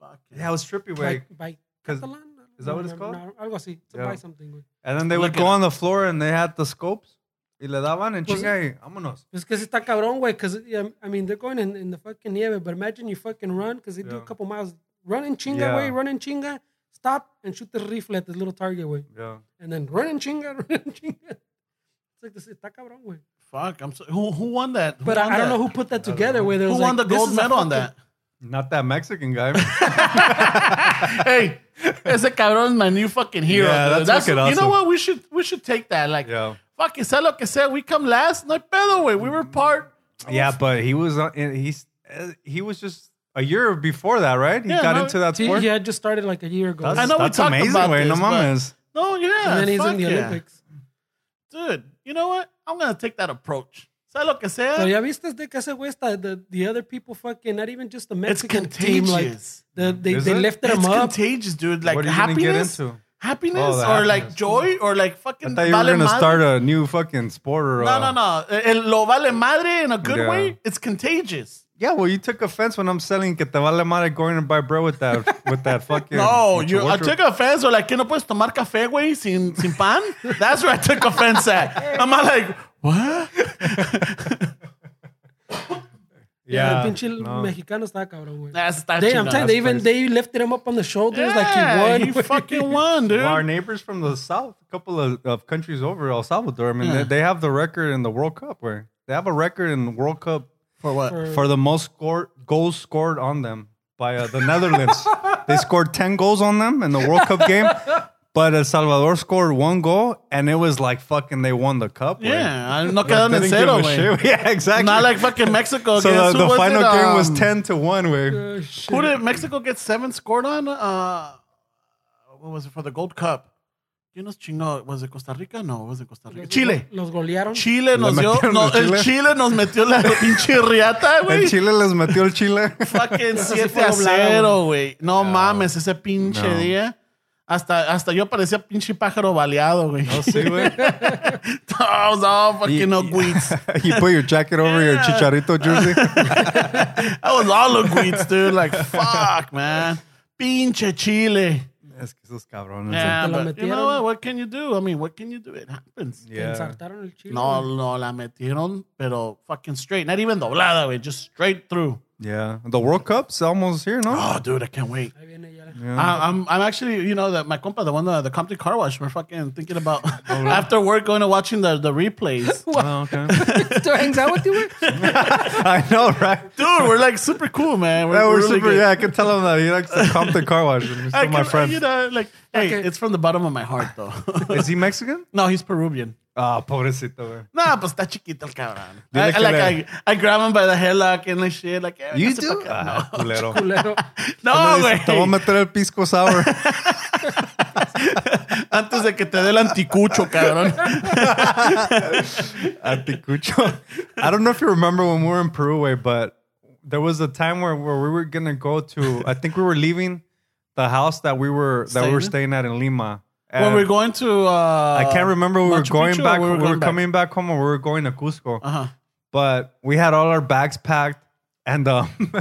Speaker 2: Fuck.
Speaker 3: Yeah, it was trippy, way.
Speaker 4: By, by
Speaker 3: 'cause-
Speaker 4: Catalan?
Speaker 3: is that what it's
Speaker 4: No, algo así. It's a
Speaker 3: Yeah.
Speaker 4: by something, güey.
Speaker 3: And then they
Speaker 2: Look
Speaker 3: would
Speaker 2: it
Speaker 3: go
Speaker 2: up.
Speaker 3: on the floor and they had the scopes. Y le daban and
Speaker 4: Was it-
Speaker 3: chinga y vámonos.
Speaker 4: It's because it's cabrón, way. Because um, I mean, they're going in, in the fucking nieve, but imagine you fucking run because they do a
Speaker 3: Yeah.
Speaker 4: couple miles. Run in chinga,
Speaker 3: Yeah.
Speaker 4: way. Run in chinga. Stop and shoot the rifle at the little target, way.
Speaker 3: Yeah.
Speaker 4: And then run in chinga, [LAUGHS] run in chinga. It's like this. Está cabrón, way.
Speaker 2: Fuck. I'm so, who who won that? Who
Speaker 4: But I,
Speaker 2: won
Speaker 4: I don't
Speaker 2: that?
Speaker 4: know who put that
Speaker 3: don't
Speaker 4: together.
Speaker 3: know.
Speaker 4: Where there
Speaker 2: who
Speaker 4: was
Speaker 2: won
Speaker 4: like,
Speaker 2: the
Speaker 4: this
Speaker 2: gold
Speaker 4: is a
Speaker 2: medal on
Speaker 4: fucking-
Speaker 2: that.
Speaker 3: Not that
Speaker 2: [LAUGHS]
Speaker 3: Mexican guy. [LAUGHS]
Speaker 2: hey, [LAUGHS] ese cabrón is my new fucking hero.
Speaker 3: Yeah,
Speaker 2: dude.
Speaker 3: that's fucking
Speaker 2: You know
Speaker 3: awesome.
Speaker 2: what? We should we should take that. Like,
Speaker 3: Yeah.
Speaker 2: fuck, is that lo que sea? We come last. No hay pedo, güey. We were part.
Speaker 3: yeah, but he was uh, in- he's uh, he was just a year before that, right? He
Speaker 2: Yeah,
Speaker 3: got
Speaker 2: no,
Speaker 3: into that
Speaker 4: See,
Speaker 3: sport.
Speaker 4: yeah, it just started like a year ago.
Speaker 3: That's,
Speaker 2: I know we
Speaker 3: that's
Speaker 2: talked
Speaker 3: amazing,
Speaker 2: about
Speaker 3: way. No
Speaker 2: this, but-
Speaker 3: mames.
Speaker 2: No, yeah.
Speaker 4: and then he's
Speaker 2: fuck
Speaker 4: in the
Speaker 2: yeah.
Speaker 4: Olympics.
Speaker 2: Dude, you know what? I'm going to take that approach. ¿Sabes lo que sea?
Speaker 4: Pero ya viste de que ese güey está the, the other people fucking not even just the
Speaker 2: it's
Speaker 4: Mexican team like
Speaker 2: contagious.
Speaker 4: the, they
Speaker 3: Is
Speaker 4: they
Speaker 3: it?
Speaker 4: lifted him
Speaker 2: it's
Speaker 4: up.
Speaker 2: contagious, dude. Like
Speaker 3: What are you gonna get
Speaker 2: happiness,
Speaker 3: into?
Speaker 2: happiness,
Speaker 3: Oh, the
Speaker 2: or like
Speaker 3: happiness.
Speaker 2: joy, or like
Speaker 3: I
Speaker 2: fucking.
Speaker 3: thought you were
Speaker 2: vale
Speaker 3: gonna
Speaker 2: madre.
Speaker 3: start a new fucking sport or
Speaker 2: No,
Speaker 3: uh,
Speaker 2: no, no. El lo vale madre in a good
Speaker 3: Yeah.
Speaker 2: way. It's contagious.
Speaker 3: Yeah, well, you took offense when I'm selling que te vale madre going and buy bread with that with
Speaker 2: [LAUGHS]
Speaker 3: that fucking.
Speaker 2: No,
Speaker 3: with
Speaker 2: you,
Speaker 3: your-
Speaker 2: I took offense. Or like, ¿qué no puedes tomar café, güey, sin, sin [LAUGHS] pan? That's where I took offense at. I'm not like, what?
Speaker 3: Yeah,
Speaker 4: el pinche
Speaker 3: no.
Speaker 4: mexicano está cabrón, güey.
Speaker 2: That's that.
Speaker 4: They, I'm telling you, they even they lifted him up on the shoulders like he won.
Speaker 2: He fucking
Speaker 4: [LAUGHS]
Speaker 2: won, dude.
Speaker 3: Well, our neighbors from the south, a couple of, of countries over, El Salvador. I mean,
Speaker 2: Yeah.
Speaker 3: they, they have the record in the World Cup. Where they have a record in World Cup
Speaker 2: For what?
Speaker 4: For-
Speaker 3: for the most scored goals scored on them by uh, the Netherlands. they scored ten goals on them in the World Cup
Speaker 2: [LAUGHS]
Speaker 3: game, but El Salvador scored one goal, and it was like fucking they won the cup. güey.
Speaker 2: yeah, I no
Speaker 3: They
Speaker 2: quedaron en
Speaker 3: didn't
Speaker 2: cero,
Speaker 3: give a
Speaker 2: güey.
Speaker 3: shit. [LAUGHS] Yeah, exactly.
Speaker 2: Not like fucking Mexico.
Speaker 3: so
Speaker 2: against-
Speaker 3: the,
Speaker 2: who
Speaker 3: the
Speaker 2: was
Speaker 3: final
Speaker 2: it,
Speaker 3: game was
Speaker 2: um,
Speaker 3: ten to one. Where
Speaker 4: Uh, shit.
Speaker 2: Who did Mexico get seven scored on? Uh, what was it for the Gold Cup? ¿Quién nos chingó? Was it Costa Rica? No, was it Costa Rica? Chile.
Speaker 4: Los golearon.
Speaker 2: Chile nos dio.
Speaker 3: metieron
Speaker 2: No,
Speaker 3: a Chile.
Speaker 2: El Chile nos metió
Speaker 3: [LAUGHS]
Speaker 2: la pinche riata,
Speaker 3: el
Speaker 2: güey.
Speaker 3: Chile les metió el
Speaker 2: [LAUGHS]
Speaker 3: Chile.
Speaker 2: Fucking
Speaker 4: sí
Speaker 2: 7
Speaker 4: fue
Speaker 2: a
Speaker 4: doblada,
Speaker 2: 0, güey. No,
Speaker 3: No.
Speaker 2: mames, ese pinche
Speaker 3: No.
Speaker 2: día. Hasta, hasta yo parecía pinche pájaro baleado, güey.
Speaker 3: Oh, sí, güey.
Speaker 2: [LAUGHS] I was all fucking
Speaker 3: Y- [LAUGHS]
Speaker 2: obliques.
Speaker 3: you put your jacket over your
Speaker 2: Yeah.
Speaker 3: chicharito jersey.
Speaker 2: [LAUGHS] I was all obliques, dude. Like, fuck, man. Pinche Chile.
Speaker 3: es que esos cabrones.
Speaker 2: Yeah,
Speaker 4: Te Pues la
Speaker 2: but you know
Speaker 4: metieron.
Speaker 2: what? What can you do? I mean, what can you do? It happens.
Speaker 4: Te ensartaron el Chile.
Speaker 2: No,
Speaker 4: güey.
Speaker 2: no, la metieron, pero fucking straight. Not even doblada, güey. Just straight through.
Speaker 3: Yeah. The World Cup's almost here, no?
Speaker 2: Oh, dude, I can't wait.
Speaker 4: Ahí viene ya. [LAUGHS]
Speaker 2: I, I'm, I'm actually, you know, that my compa, the one, uh, the, the Compton Car Wash, we're fucking thinking
Speaker 3: [LAUGHS]
Speaker 2: about after work going and watching the, the replays.
Speaker 3: Oh, okay.
Speaker 4: Esto hangs out with you,
Speaker 2: [LAUGHS]
Speaker 4: güey.
Speaker 3: [LAUGHS] I know, right?
Speaker 2: Dude, we're like super cool, man. We're,
Speaker 3: Yeah, we're
Speaker 2: really
Speaker 3: super.
Speaker 2: good.
Speaker 3: Yeah, I can tell him that he likes the Compton car wash. and He's
Speaker 2: I
Speaker 3: still my
Speaker 2: can- You
Speaker 3: friend.
Speaker 2: know, like, hey,
Speaker 4: Okay.
Speaker 2: it's from the bottom of my heart, though. [LAUGHS]
Speaker 3: Is he Mexican?
Speaker 2: no, he's Peruvian.
Speaker 3: Ah, pobrecito. güey.
Speaker 2: Nah, pues está chiquito el cabrón.
Speaker 3: Dile
Speaker 2: I, I
Speaker 3: que
Speaker 2: like,
Speaker 3: le-
Speaker 2: I, I grab him by the headlock and like shit. Like, eh,
Speaker 3: You
Speaker 2: que se
Speaker 3: do?
Speaker 2: fucking-
Speaker 3: Ah,
Speaker 2: [LAUGHS]
Speaker 3: culero.
Speaker 4: Culero.
Speaker 2: No,
Speaker 3: Dice, Te voy a
Speaker 2: Oh, güey.
Speaker 3: meter el pisco sour.
Speaker 2: Antes de que te dé el anticucho, cabrón.
Speaker 3: [LAUGHS] Anticucho. I don't know if you remember when we were in Peru, way, but there was a time where, where we were gonna go to. I think we were leaving the house that we were that we were
Speaker 2: Staying
Speaker 3: staying at in Lima.
Speaker 2: when
Speaker 3: And
Speaker 2: we're going to. Uh,
Speaker 3: I can't remember. We were
Speaker 2: Machu
Speaker 3: going
Speaker 2: Picchu or
Speaker 3: back. We
Speaker 2: we
Speaker 3: were,
Speaker 2: were going back?
Speaker 3: coming back home, or we were going to Cusco.
Speaker 2: Uh huh.
Speaker 3: But we had all our bags packed, and um, [LAUGHS]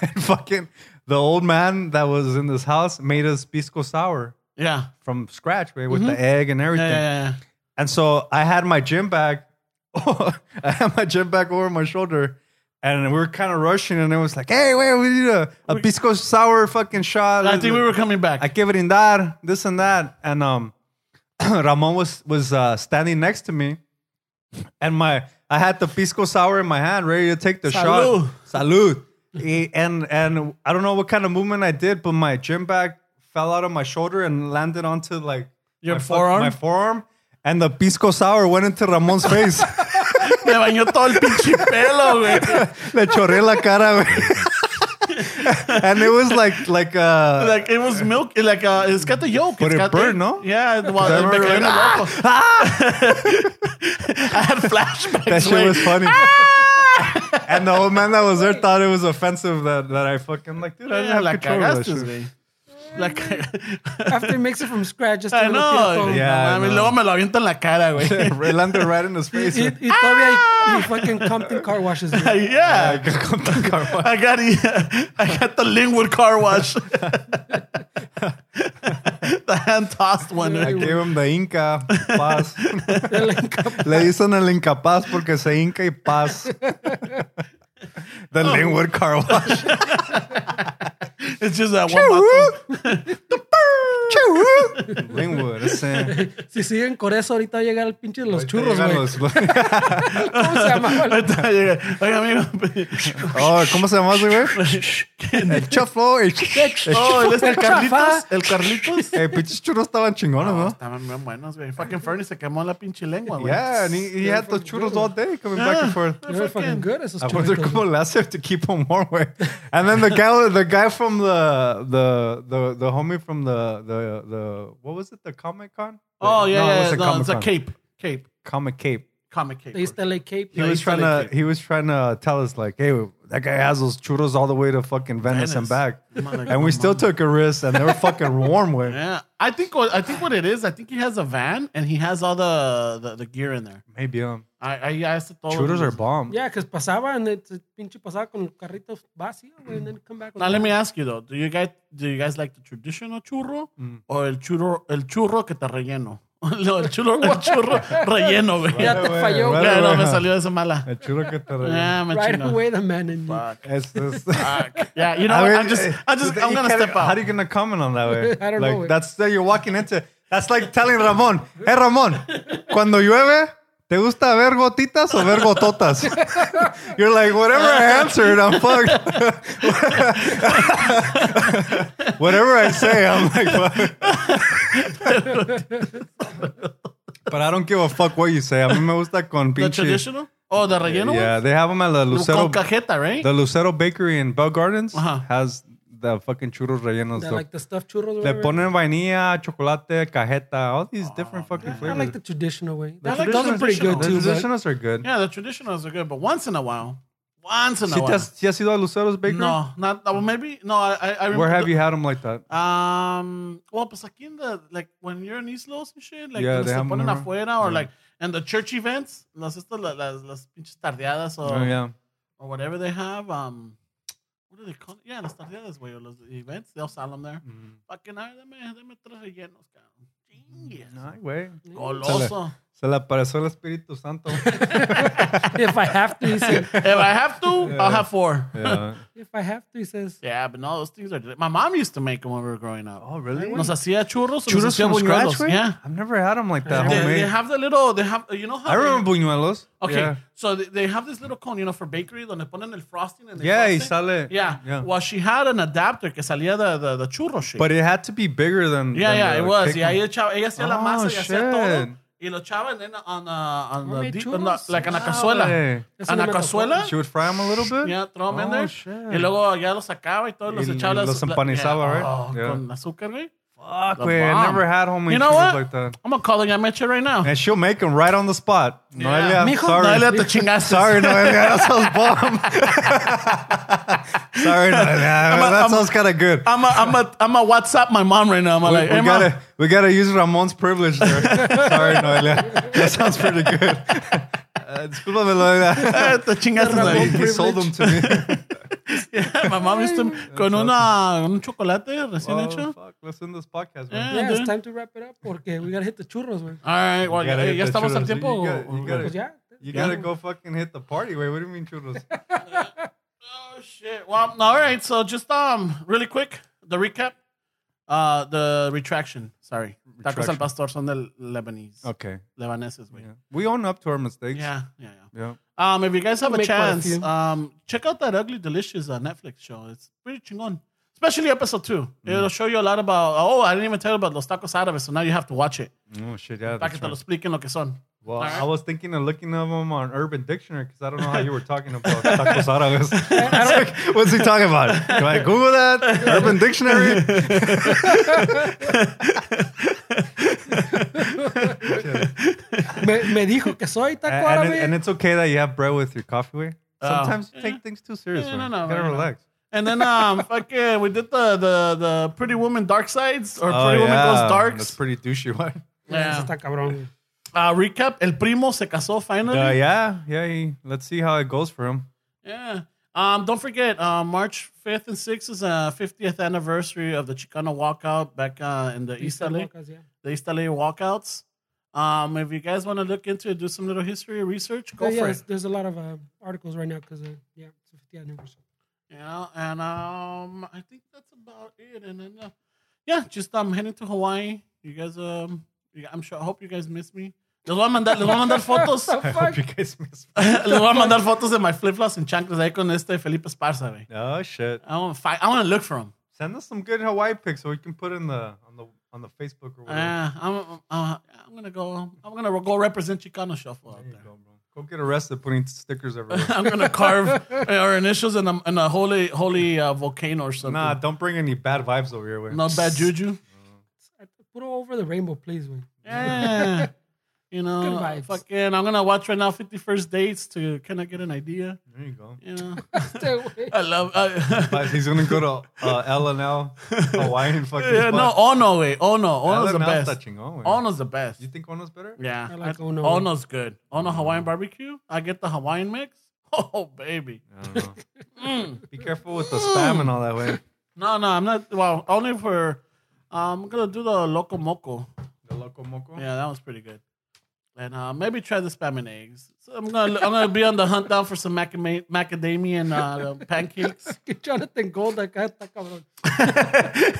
Speaker 3: and fucking the old man that was in this house made us pisco sour
Speaker 2: Yeah.
Speaker 3: from scratch, way with the egg and everything.
Speaker 2: Mm-hmm. Yeah, yeah, yeah.
Speaker 3: And so I had my gym bag. [LAUGHS] I had my gym bag over my shoulder. And we were kind of rushing, and it was like, "Hey, wait, we need a, a pisco sour fucking shot."
Speaker 2: I think we were coming back.
Speaker 3: I give it in that, this and that, and um, [CLEARS THROAT] Ramon was was uh, standing next to me, and my I had the pisco sour in my hand, ready to take the
Speaker 2: Salud.
Speaker 3: shot. Salud. Eh, and and I don't know what kind of movement I did, but my gym bag fell out of my shoulder and landed onto like
Speaker 2: Your
Speaker 3: my fuck-
Speaker 2: forearm?
Speaker 3: my forearm, and the pisco sour went into Ramon's face. [LAUGHS]
Speaker 2: Me bañó todo el pinche pelo, güey.
Speaker 3: Le chorré la cara, güey. [LAUGHS] and it was like like
Speaker 2: [LAUGHS]
Speaker 3: uh
Speaker 2: Like, it was milk. Like, uh, it's got the yolk.
Speaker 3: But
Speaker 2: It's
Speaker 3: it
Speaker 2: got
Speaker 3: burned,
Speaker 2: the,
Speaker 3: no?
Speaker 2: Yeah. Well,
Speaker 3: I
Speaker 2: it
Speaker 3: remember Ah!
Speaker 2: became
Speaker 3: like,
Speaker 2: a loco. [LAUGHS] I had flashbacks.
Speaker 3: That shit
Speaker 2: güey. [LAUGHS]
Speaker 3: was funny.
Speaker 2: "Ah!"
Speaker 3: [LAUGHS] and the old man that was there thought it was offensive that, that I fucking like, dude, I didn't
Speaker 2: Yeah,
Speaker 3: have
Speaker 2: la
Speaker 3: control of that
Speaker 2: cagaste,
Speaker 3: shit.
Speaker 2: güey. La cagaste.
Speaker 4: After he makes it from scratch, just
Speaker 2: I
Speaker 4: to
Speaker 2: know.
Speaker 4: look
Speaker 3: Yeah,
Speaker 2: no
Speaker 3: I
Speaker 2: mames,
Speaker 3: know.
Speaker 2: Luego me lo avienta en la cara,
Speaker 3: [LAUGHS]
Speaker 2: güey. [LAUGHS]
Speaker 3: It landed right in his face.
Speaker 4: Y, y todavía hay- y fucking Compton car
Speaker 2: [LAUGHS]
Speaker 4: washes. güey.
Speaker 2: yeah.
Speaker 3: Like, [LAUGHS] come to car
Speaker 2: [LAUGHS]
Speaker 3: wash.
Speaker 2: I got I got the Lingwood car
Speaker 3: [LAUGHS]
Speaker 2: wash. [LAUGHS] the hand tossed one.
Speaker 3: I gave him the Inca
Speaker 2: [LAUGHS]
Speaker 3: paz.
Speaker 4: El enca-
Speaker 3: Le dicen el incapaz porque se Inca y paz. the
Speaker 2: Oh.
Speaker 3: Lingwood car wash.
Speaker 2: [LAUGHS] It's just that one
Speaker 3: Oh,
Speaker 2: bottle.
Speaker 3: Lingwood. Ese.
Speaker 4: Si siguen con eso, ahorita va a llegar el pinche de los churros,
Speaker 3: Llegan
Speaker 4: güey.
Speaker 3: los- [LAUGHS]
Speaker 4: ¿Cómo se llamaba?
Speaker 2: [LAUGHS] Ahorita llega, Oiga, amigo. [LAUGHS]
Speaker 3: [LAUGHS] Oh, ¿cómo se llama ese güey? El chaflo. El, el-
Speaker 2: oh, él es el Carlitos.
Speaker 4: Chafa.
Speaker 2: El Carlitos. Ah,
Speaker 3: eh, pinches churros estaban chingones, ¿no?
Speaker 2: Estaban bien buenos, güey. Fucking Fernie se quemó la pinche lengua, güey.
Speaker 3: Yeah, and he, he had those churros all day coming back
Speaker 2: Ah.
Speaker 3: and forth.
Speaker 4: They were fucking good esos
Speaker 3: I wonder
Speaker 4: churritos,
Speaker 3: como le hace to keep
Speaker 2: [LAUGHS]
Speaker 3: him warm, way. And then the guy, the guy from the the the the homie from the the the the what was it? The Comic Con?
Speaker 2: Oh yeah,
Speaker 3: No, it
Speaker 2: yeah,
Speaker 3: was the
Speaker 2: no, it's a
Speaker 3: Comic-Con.
Speaker 2: cape, cape,
Speaker 3: Comic Cape.
Speaker 2: comic cape.
Speaker 4: They used to LA Cape.
Speaker 3: He
Speaker 2: Yeah,
Speaker 3: was
Speaker 2: he's trying
Speaker 3: trying
Speaker 2: to
Speaker 3: to
Speaker 2: cape.
Speaker 3: he was trying to tell us like, hey, that guy has those churros all the way to fucking Venice, and
Speaker 2: Venice.
Speaker 3: back,
Speaker 2: Mother-
Speaker 3: and we
Speaker 2: [LAUGHS]
Speaker 3: still took a risk, and they were fucking warm with.
Speaker 2: Yeah, I think what I think what it is. I think he has a van and he has all the the, the gear in there.
Speaker 3: Maybe um,
Speaker 2: I I asked the
Speaker 3: churros are bomb.
Speaker 4: Yeah, because pasaba and it pinche pasaba con los carritos vacíos, güey, and then come back. with
Speaker 2: Now let
Speaker 4: that.
Speaker 2: me ask you though, do you guys do you guys like the traditional churro
Speaker 3: Mm.
Speaker 2: or el churro el churro que te relleno? [LAUGHS] no, el churro el churro relleno, güey.
Speaker 4: Ya te
Speaker 3: Right away,
Speaker 4: falló,
Speaker 3: right
Speaker 2: Yeah, no,
Speaker 3: away,
Speaker 2: me
Speaker 3: huh?
Speaker 2: salió esa mala.
Speaker 3: El churro que te re-
Speaker 2: Yeah, Ah, me
Speaker 4: Right
Speaker 2: chino.
Speaker 4: away, the man in you.
Speaker 2: Fuck.
Speaker 3: Es- es-
Speaker 2: Fuck. Yeah, you know, what?
Speaker 3: mean,
Speaker 2: I'm just,
Speaker 3: eh,
Speaker 2: I'm just,
Speaker 3: you
Speaker 2: I'm gonna
Speaker 3: can't-
Speaker 2: step out.
Speaker 3: How are you gonna comment
Speaker 2: [LAUGHS]
Speaker 3: on that way?
Speaker 4: I don't
Speaker 3: like,
Speaker 4: know,
Speaker 2: eh.
Speaker 4: güey.
Speaker 3: That's that you're walking into. That's like telling Ramon, hey Ramon, cuando llueve, ¿te gusta ver gotitas o ver gototas? [LAUGHS] you're like, whatever I answered, I'm fucked. [LAUGHS] whatever I say, I'm like, fuck. [LAUGHS] but I don't give a fuck what you say. A mí me gusta con
Speaker 2: the
Speaker 3: pinche.
Speaker 2: traditional? Oh, the relleno
Speaker 3: Yeah, they have them at la
Speaker 2: one? Con
Speaker 3: Lucero.
Speaker 2: cajeta, right?
Speaker 3: The Lucero Bakery in Bell Gardens
Speaker 2: Ajá.
Speaker 3: has the fucking churros rellenos.
Speaker 4: They're
Speaker 3: so-
Speaker 4: like the stuffed churros. or
Speaker 3: Le
Speaker 4: whatever.
Speaker 3: ponen vainilla, chocolate, cajeta, all these
Speaker 2: Oh,
Speaker 3: different fucking
Speaker 4: I
Speaker 3: flavors.
Speaker 4: like the traditional way.
Speaker 2: I
Speaker 4: That
Speaker 2: like those are
Speaker 3: Traditionals-
Speaker 2: pretty good
Speaker 3: the
Speaker 2: too,
Speaker 4: but-
Speaker 3: traditionals are good.
Speaker 2: yeah, the traditionals are good, but once in a while, once in a
Speaker 3: Si te
Speaker 2: while.
Speaker 3: has, si has ido a Lucero's Bakery?
Speaker 2: No, not well, maybe. No, I, I, I remember
Speaker 3: Where have you had them like that?
Speaker 2: Um, well, pues aquí in the like when you're in Islos and shit, like
Speaker 3: Yeah,
Speaker 2: los
Speaker 3: they
Speaker 2: se
Speaker 3: have
Speaker 2: ponen
Speaker 3: them around.
Speaker 2: afuera or
Speaker 3: Yeah.
Speaker 2: like and the church events, las estas la- las las pinches tardeadas or
Speaker 3: Oh, yeah.
Speaker 2: or whatever they have. Um, what do they call it? Yeah, las tardeadas, güey, or los events. They'll sell them there.
Speaker 3: Mm.
Speaker 2: Fucking, ay, dame, dame tres rellenos, cabrón. Chingues.
Speaker 3: Ay, güey.
Speaker 2: Goloso.
Speaker 3: Se le apareció el Espíritu Santo.
Speaker 4: if I have to, he
Speaker 2: [LAUGHS]
Speaker 4: says.
Speaker 2: if I have to, I'll have four. [LAUGHS] Yeah.
Speaker 3: yeah.
Speaker 4: If I have to, he says.
Speaker 2: but no, those things are. deli- My mom used to make them when we were growing up.
Speaker 3: Oh, really?
Speaker 2: Nos hacía churros. nos
Speaker 3: Churros
Speaker 2: hacía
Speaker 3: from scratch,
Speaker 2: buñuelos.
Speaker 3: güey?
Speaker 2: Yeah.
Speaker 3: I've never had them like that,
Speaker 2: They,
Speaker 3: homemade.
Speaker 2: they have the little. They have. You know how
Speaker 3: I
Speaker 2: they-
Speaker 3: remember buñuelos.
Speaker 2: Okay,
Speaker 3: Yeah.
Speaker 2: so they, they have this little cone, you know, for bakery, donde ponen el frosting and
Speaker 3: Yeah,
Speaker 2: el
Speaker 3: y
Speaker 2: frosting.
Speaker 3: sale.
Speaker 2: yeah.
Speaker 3: yeah.
Speaker 2: Well, she had an adapter que salía the the, the churro shape.
Speaker 3: But it had to be bigger than.
Speaker 2: yeah,
Speaker 3: than
Speaker 2: yeah,
Speaker 3: the
Speaker 2: it was.
Speaker 3: cake
Speaker 2: Yeah,
Speaker 3: one.
Speaker 2: ella echaba, ella hacía la
Speaker 3: Oh,
Speaker 2: masa y hacía todo
Speaker 3: shit.
Speaker 2: y lo echaba and then on uh, on the
Speaker 4: Homemade
Speaker 2: deep, on the,
Speaker 4: churros.
Speaker 2: like on a
Speaker 4: Wow,
Speaker 2: cazuela,
Speaker 3: güey.
Speaker 4: Eso
Speaker 2: on
Speaker 4: no
Speaker 2: a
Speaker 4: me tocó.
Speaker 2: cazuela.
Speaker 3: She would fry them a little bit.
Speaker 2: Yeah, throw them in
Speaker 3: Oh,
Speaker 2: there.
Speaker 3: shit.
Speaker 2: eh. Y luego ya los sacaba y todos los
Speaker 3: Y- y
Speaker 2: echaba.
Speaker 3: los
Speaker 2: las- la-
Speaker 3: empanizaba, right?
Speaker 2: Oh,
Speaker 3: Yeah.
Speaker 2: Con azúcar, güey.
Speaker 3: Fuck,
Speaker 2: The
Speaker 3: wait, I
Speaker 2: bomb.
Speaker 3: never had homemade
Speaker 2: You know
Speaker 3: churros
Speaker 2: what?
Speaker 3: like that.
Speaker 2: I'm gonna call the Yameche right now. [LAUGHS]
Speaker 3: And she'll make them right on the spot.
Speaker 2: Yeah.
Speaker 3: Noelia,
Speaker 4: Mijo,
Speaker 3: [LAUGHS] sorry.
Speaker 2: Noelia, te chingaste.
Speaker 3: Sorry, Noelia,
Speaker 2: [LAUGHS]
Speaker 3: that sounds bomb. sorry, Noelia,
Speaker 2: a-
Speaker 3: that
Speaker 2: I'm a-
Speaker 3: sounds kind of good.
Speaker 2: I'm a, I'm a, I'm a WhatsApp my mom right now. I'm
Speaker 3: We,
Speaker 2: like,
Speaker 3: we
Speaker 2: hey, mom.
Speaker 3: gotta, we gotta use Ramon's privilege there. sorry, Noelia, that sounds pretty [LAUGHS] good. Uh, discúlpame,
Speaker 2: [LAUGHS]
Speaker 3: Noelia.
Speaker 2: [LAUGHS] Eh, te chingaste.
Speaker 3: He,
Speaker 2: David.
Speaker 3: he sold them to me. [LAUGHS]
Speaker 2: [LAUGHS] My mom used to con una, un chocolate recién
Speaker 3: oh,
Speaker 2: hecho.
Speaker 3: fuck, let's end this podcast,
Speaker 2: Yeah,
Speaker 3: man.
Speaker 4: Yeah,
Speaker 2: dude.
Speaker 4: it's time to wrap it up porque we gotta hit the churros, man.
Speaker 2: All right, well,
Speaker 3: You gotta
Speaker 2: ya,
Speaker 3: hit
Speaker 2: ya
Speaker 3: the
Speaker 2: estamos al
Speaker 3: churros. You
Speaker 2: tiempo.
Speaker 3: gotta- you gotta-
Speaker 4: Pues ya.
Speaker 3: You gotta go fucking hit the party. Wait, what do you mean, churros?
Speaker 2: [LAUGHS] Oh shit. Well, all right. So just um, really quick, the recap, uh, the retraction. Sorry, tacos al
Speaker 3: Retraction.
Speaker 2: pastor son del Lebanese,
Speaker 3: Okay.
Speaker 2: Lebaneses, güey.
Speaker 3: Yeah. We own up to our mistakes.
Speaker 2: Yeah, yeah, yeah.
Speaker 3: Yeah.
Speaker 2: Um, if you guys have a
Speaker 4: make quite a
Speaker 2: chance,
Speaker 4: few.
Speaker 2: um, check out that Ugly Delicious uh, Netflix show. It's pretty chingon, especially episode two.
Speaker 3: Mm.
Speaker 2: It'll show you a lot about. Oh, I didn't even tell you about los tacos árabes, so now you have to watch it.
Speaker 3: Oh shit!
Speaker 2: Para
Speaker 3: Yeah. that's
Speaker 2: que te
Speaker 3: right.
Speaker 2: lo expliquen lo que son.
Speaker 3: Well,
Speaker 2: Alright.
Speaker 3: I was thinking of looking up them on Urban Dictionary because I don't know how you were talking about
Speaker 2: [LAUGHS]
Speaker 3: tacos árabes. [LAUGHS] It's like, What's he talking about? Do I Google that?
Speaker 2: [LAUGHS]
Speaker 3: Urban Dictionary?
Speaker 4: Me, me dijo que soy taco
Speaker 3: and, and, it- and
Speaker 4: árabe.
Speaker 3: it's okay that you have bread with your coffee. Way.
Speaker 2: Oh.
Speaker 3: Sometimes you
Speaker 2: Yeah.
Speaker 3: take things too seriously.
Speaker 2: Yeah, no,
Speaker 3: man.
Speaker 2: no,
Speaker 3: you gotta
Speaker 2: no, no.
Speaker 3: relax.
Speaker 2: And then um,
Speaker 3: [LAUGHS]
Speaker 2: fuck yeah, we did the the the Pretty Woman Dark Sides or Pretty Woman Goes
Speaker 3: Oh, That's
Speaker 2: Darks.
Speaker 3: pretty douchey one.
Speaker 4: Eso
Speaker 2: yeah.
Speaker 4: está cabrón.
Speaker 2: Uh, recap: El primo se casó finally.
Speaker 3: Uh, yeah, yeah. He, let's see how it goes for him. [LAUGHS]
Speaker 2: Yeah. Um, don't forget, uh, March 5th and 6th is uh, 50th anniversary of the Chicano walkout back uh, in the East LA,
Speaker 4: Locas, yeah.
Speaker 2: the East LA walkouts. Um, if you guys want to look into it, do some little history research, go
Speaker 4: So,
Speaker 2: for
Speaker 4: yeah,
Speaker 2: it.
Speaker 4: there's- There's a lot of uh, articles right now because uh, yeah, it's the 50th anniversary.
Speaker 2: Yeah, and um, I think that's about it. And then, uh, yeah, just um, heading to Hawaii. You guys, um, you- I'm sure. I hope you guys miss me. Les voy a mandar, les voy a mandar
Speaker 4: [LAUGHS]
Speaker 2: fotos. [LAUGHS]
Speaker 4: What the
Speaker 3: I
Speaker 4: fuck?
Speaker 3: hope you guys miss. [LAUGHS]
Speaker 2: les voy a mandar fotos de my flip flops and chanclas ahí con este Felipe Esparza, güey.
Speaker 3: oh shit!
Speaker 2: I want to fight. I want to look for him.
Speaker 3: Send us some good Hawaii pics so we can put in the on the on the Facebook or whatever.
Speaker 2: Yeah, I'm. Uh, I'm gonna go. I'm gonna go represent Chicano Shuffle out
Speaker 3: There you
Speaker 2: there.
Speaker 3: go, bro. Go get arrested putting
Speaker 2: [LAUGHS]
Speaker 3: stickers everywhere.
Speaker 2: I'm gonna carve our initials in a, in a holy holy uh, volcano or something.
Speaker 3: Nah, don't bring any bad vibes over here. Way.
Speaker 2: Not bad juju.
Speaker 4: puro over the rainbow, please,
Speaker 2: [LAUGHS]
Speaker 4: güey.
Speaker 2: Yeah. you
Speaker 4: Good
Speaker 2: know,
Speaker 4: vibes.
Speaker 2: fucking, I'm gonna watch right now 51st Dates to kind of get an idea.
Speaker 3: There you go.
Speaker 2: You know, [LAUGHS]
Speaker 4: Stay away. [LAUGHS]
Speaker 2: I love. I,
Speaker 3: But he's gonna go to uh, L and L Hawaiian
Speaker 2: [LAUGHS]
Speaker 3: fucking.
Speaker 2: yeah, no, Ono way. Ono, Ono's the
Speaker 3: L&L's
Speaker 2: best.
Speaker 3: touching on. güey.
Speaker 2: Ono's the best.
Speaker 3: You think Ono's better?
Speaker 2: Yeah,
Speaker 4: I like
Speaker 2: I-
Speaker 4: Ono.
Speaker 2: Ono's good. Ono Hawaiian barbecue. I get the Hawaiian mix. [LAUGHS] Oh baby.
Speaker 3: I
Speaker 2: [LAUGHS]
Speaker 3: don't know.
Speaker 2: Mm.
Speaker 3: Be careful with the spam and all that way.
Speaker 2: No, no, I'm not. Well, only for. I'm gonna do the loco moco.
Speaker 3: The loco moco. [LAUGHS]
Speaker 2: Yeah, that was pretty good. And uh, maybe try the spam and eggs. So I'm gonna I'm gonna be on the hunt down for some macadamia, macadamia and uh, the
Speaker 4: [LAUGHS]
Speaker 2: pancakes.
Speaker 4: Jonathan Gold acá está cabrón.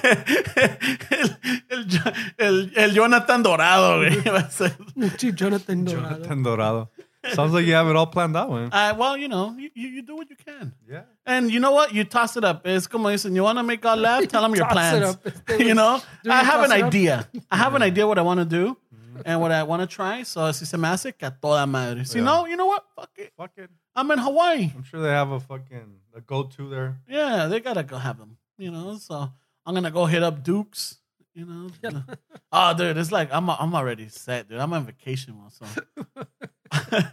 Speaker 2: el, el, Jo- el- el Jonathan Dorado. güey, va a ser.
Speaker 4: Pinche Jonathan Dorado.
Speaker 3: Jonathan Dorado. Sounds like you have it all planned out, man.
Speaker 2: [LAUGHS] Uh, well, you know, you, you, you do what you can.
Speaker 3: Yeah.
Speaker 2: And you know what? You toss it up. It's como dicen, you want to make all laugh? Tell them your
Speaker 4: Toss it
Speaker 2: plans. [LAUGHS]
Speaker 4: up.
Speaker 2: you know,
Speaker 4: Do
Speaker 2: I
Speaker 4: you
Speaker 2: have an
Speaker 4: toss it up? Mm-hmm.
Speaker 2: idea. I have an idea what I want to do and what I want to try. So si se me hace, que a toda madre. Si
Speaker 3: Yeah.
Speaker 2: no, you know what? Fuck it.
Speaker 3: Fuck it.
Speaker 2: I'm in Hawaii.
Speaker 3: I'm sure they have a fucking a go-to there.
Speaker 2: Yeah, they gotta go have them. You know, so I'm gonna go hit up Dukes. You know, [LAUGHS] oh dude, it's like I'm I'm already set, dude. I'm on vacation, so
Speaker 3: I'm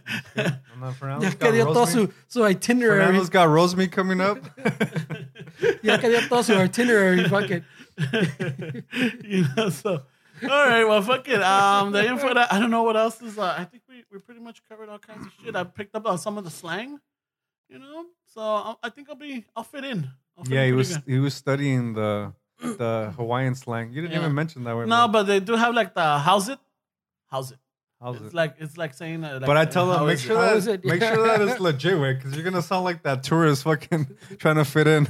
Speaker 3: not Fernando.
Speaker 4: Ya que dio todo su, su itinerary.
Speaker 3: Fernando's got roast meat
Speaker 2: [LAUGHS]
Speaker 3: coming up.
Speaker 4: [LAUGHS] Ya que dio todo su itinerary. Fuck it.
Speaker 2: [LAUGHS] you know. So all right, well, fuck it. Um, the info that I don't know what else is. Uh, I think we we pretty much covered all kinds of shit. I picked up on some of the slang, you know. So I, I think I'll be I'll fit in. I'll fit
Speaker 3: yeah,
Speaker 2: in
Speaker 3: he
Speaker 2: pretty
Speaker 3: was
Speaker 2: good.
Speaker 3: he was studying the the Hawaiian slang. You didn't
Speaker 2: Yeah.
Speaker 3: even mention that word.
Speaker 2: No,
Speaker 3: man.
Speaker 2: but they do have like the how's it, how's it.
Speaker 3: How's
Speaker 2: It's
Speaker 3: it?
Speaker 2: like it's like saying. Uh, like,
Speaker 3: But I
Speaker 2: uh,
Speaker 3: tell
Speaker 2: how
Speaker 3: them make
Speaker 2: is it?
Speaker 3: sure
Speaker 4: How
Speaker 3: that
Speaker 4: is it?
Speaker 3: make sure
Speaker 4: [LAUGHS]
Speaker 3: that it's legit, way, because you're gonna sound like that tourist fucking [LAUGHS] trying to fit in.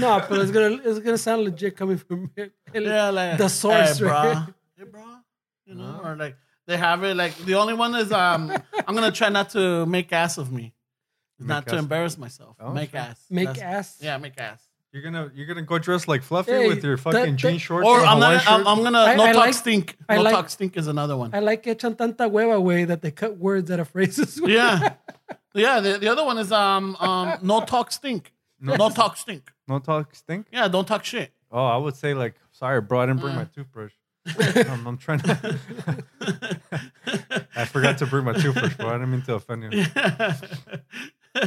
Speaker 4: No, but it's gonna it's gonna sound legit coming from [LAUGHS] him.
Speaker 2: Yeah, like
Speaker 4: the source,
Speaker 2: hey,
Speaker 4: right? [LAUGHS]
Speaker 2: bruh. Uh-huh. Hey, bruh. You know, or like they have it. Like the only one is um, [LAUGHS] I'm gonna try not to make ass of me, not
Speaker 3: Make
Speaker 2: to
Speaker 3: ass.
Speaker 2: embarrass myself.
Speaker 3: Oh,
Speaker 2: make
Speaker 3: sure.
Speaker 2: ass.
Speaker 4: Make
Speaker 2: That's-
Speaker 4: ass.
Speaker 2: Yeah, make ass.
Speaker 3: You're gonna you're gonna go dress like Fluffy
Speaker 4: Hey,
Speaker 3: with your
Speaker 4: that-
Speaker 3: fucking
Speaker 4: that-
Speaker 3: jean shorts.
Speaker 2: Or
Speaker 3: and a
Speaker 2: I'm
Speaker 3: Hawaiian
Speaker 2: not. I'm,
Speaker 3: shirt?
Speaker 2: I'm gonna
Speaker 4: I-
Speaker 2: no
Speaker 4: I
Speaker 2: talk
Speaker 4: like-
Speaker 2: stink.
Speaker 4: I
Speaker 2: no
Speaker 4: like-
Speaker 2: talk stink is another one.
Speaker 4: I like que echan tanta hueva, güey, that they cut words out of phrases. güey.
Speaker 2: yeah, [LAUGHS] yeah. The, the other one is um um no talk stink. No, talk stink.
Speaker 3: no talk stink.
Speaker 2: Yeah, don't talk shit. [LAUGHS]
Speaker 3: Oh, I would say like sorry, bro, I didn't bring my toothbrush. I'm, I'm trying to. [LAUGHS] I forgot to bring my toothbrush, bro. I didn't mean to offend you.
Speaker 2: uh,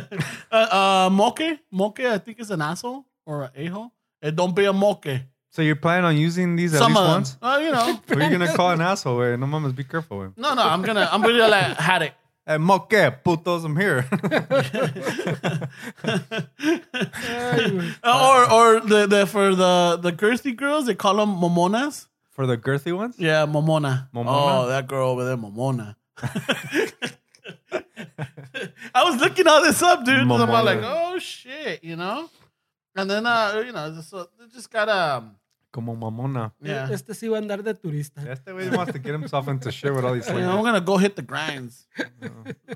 Speaker 2: uh, moke, moke. I think is an asshole or an a hole. And don't be a moke.
Speaker 3: So you're planning on using these at
Speaker 2: Some
Speaker 3: least
Speaker 2: of them.
Speaker 3: once?
Speaker 2: Well, you know.
Speaker 3: Who are you
Speaker 2: [LAUGHS]
Speaker 3: gonna call an asshole? Way? No, mamas, be careful. Way.
Speaker 2: No, no, I'm gonna, I'm gonna like had it.
Speaker 3: Hey, moque, putos,
Speaker 2: [LAUGHS]
Speaker 3: I'm here. [LAUGHS]
Speaker 4: Ay, güey.
Speaker 2: Uh, [LAUGHS] or, or the, the for the the girthy girls, they call them momonas.
Speaker 3: For the girthy ones.
Speaker 2: Yeah, momona.
Speaker 3: Momona?
Speaker 2: Oh, that girl over there, momona. [LAUGHS] I was looking all this up, dude. So I'm all
Speaker 3: Momona.
Speaker 2: like, oh shit, you know. And then, uh, you know, just, so just gotta, um,
Speaker 3: Como mamona.
Speaker 2: [LAUGHS] yeah.
Speaker 4: Este sí va a andar de turista.
Speaker 3: That's the way he wants to get himself into shit with all these
Speaker 2: You know, I'm
Speaker 3: things.
Speaker 2: gonna go hit the [LAUGHS] grinds.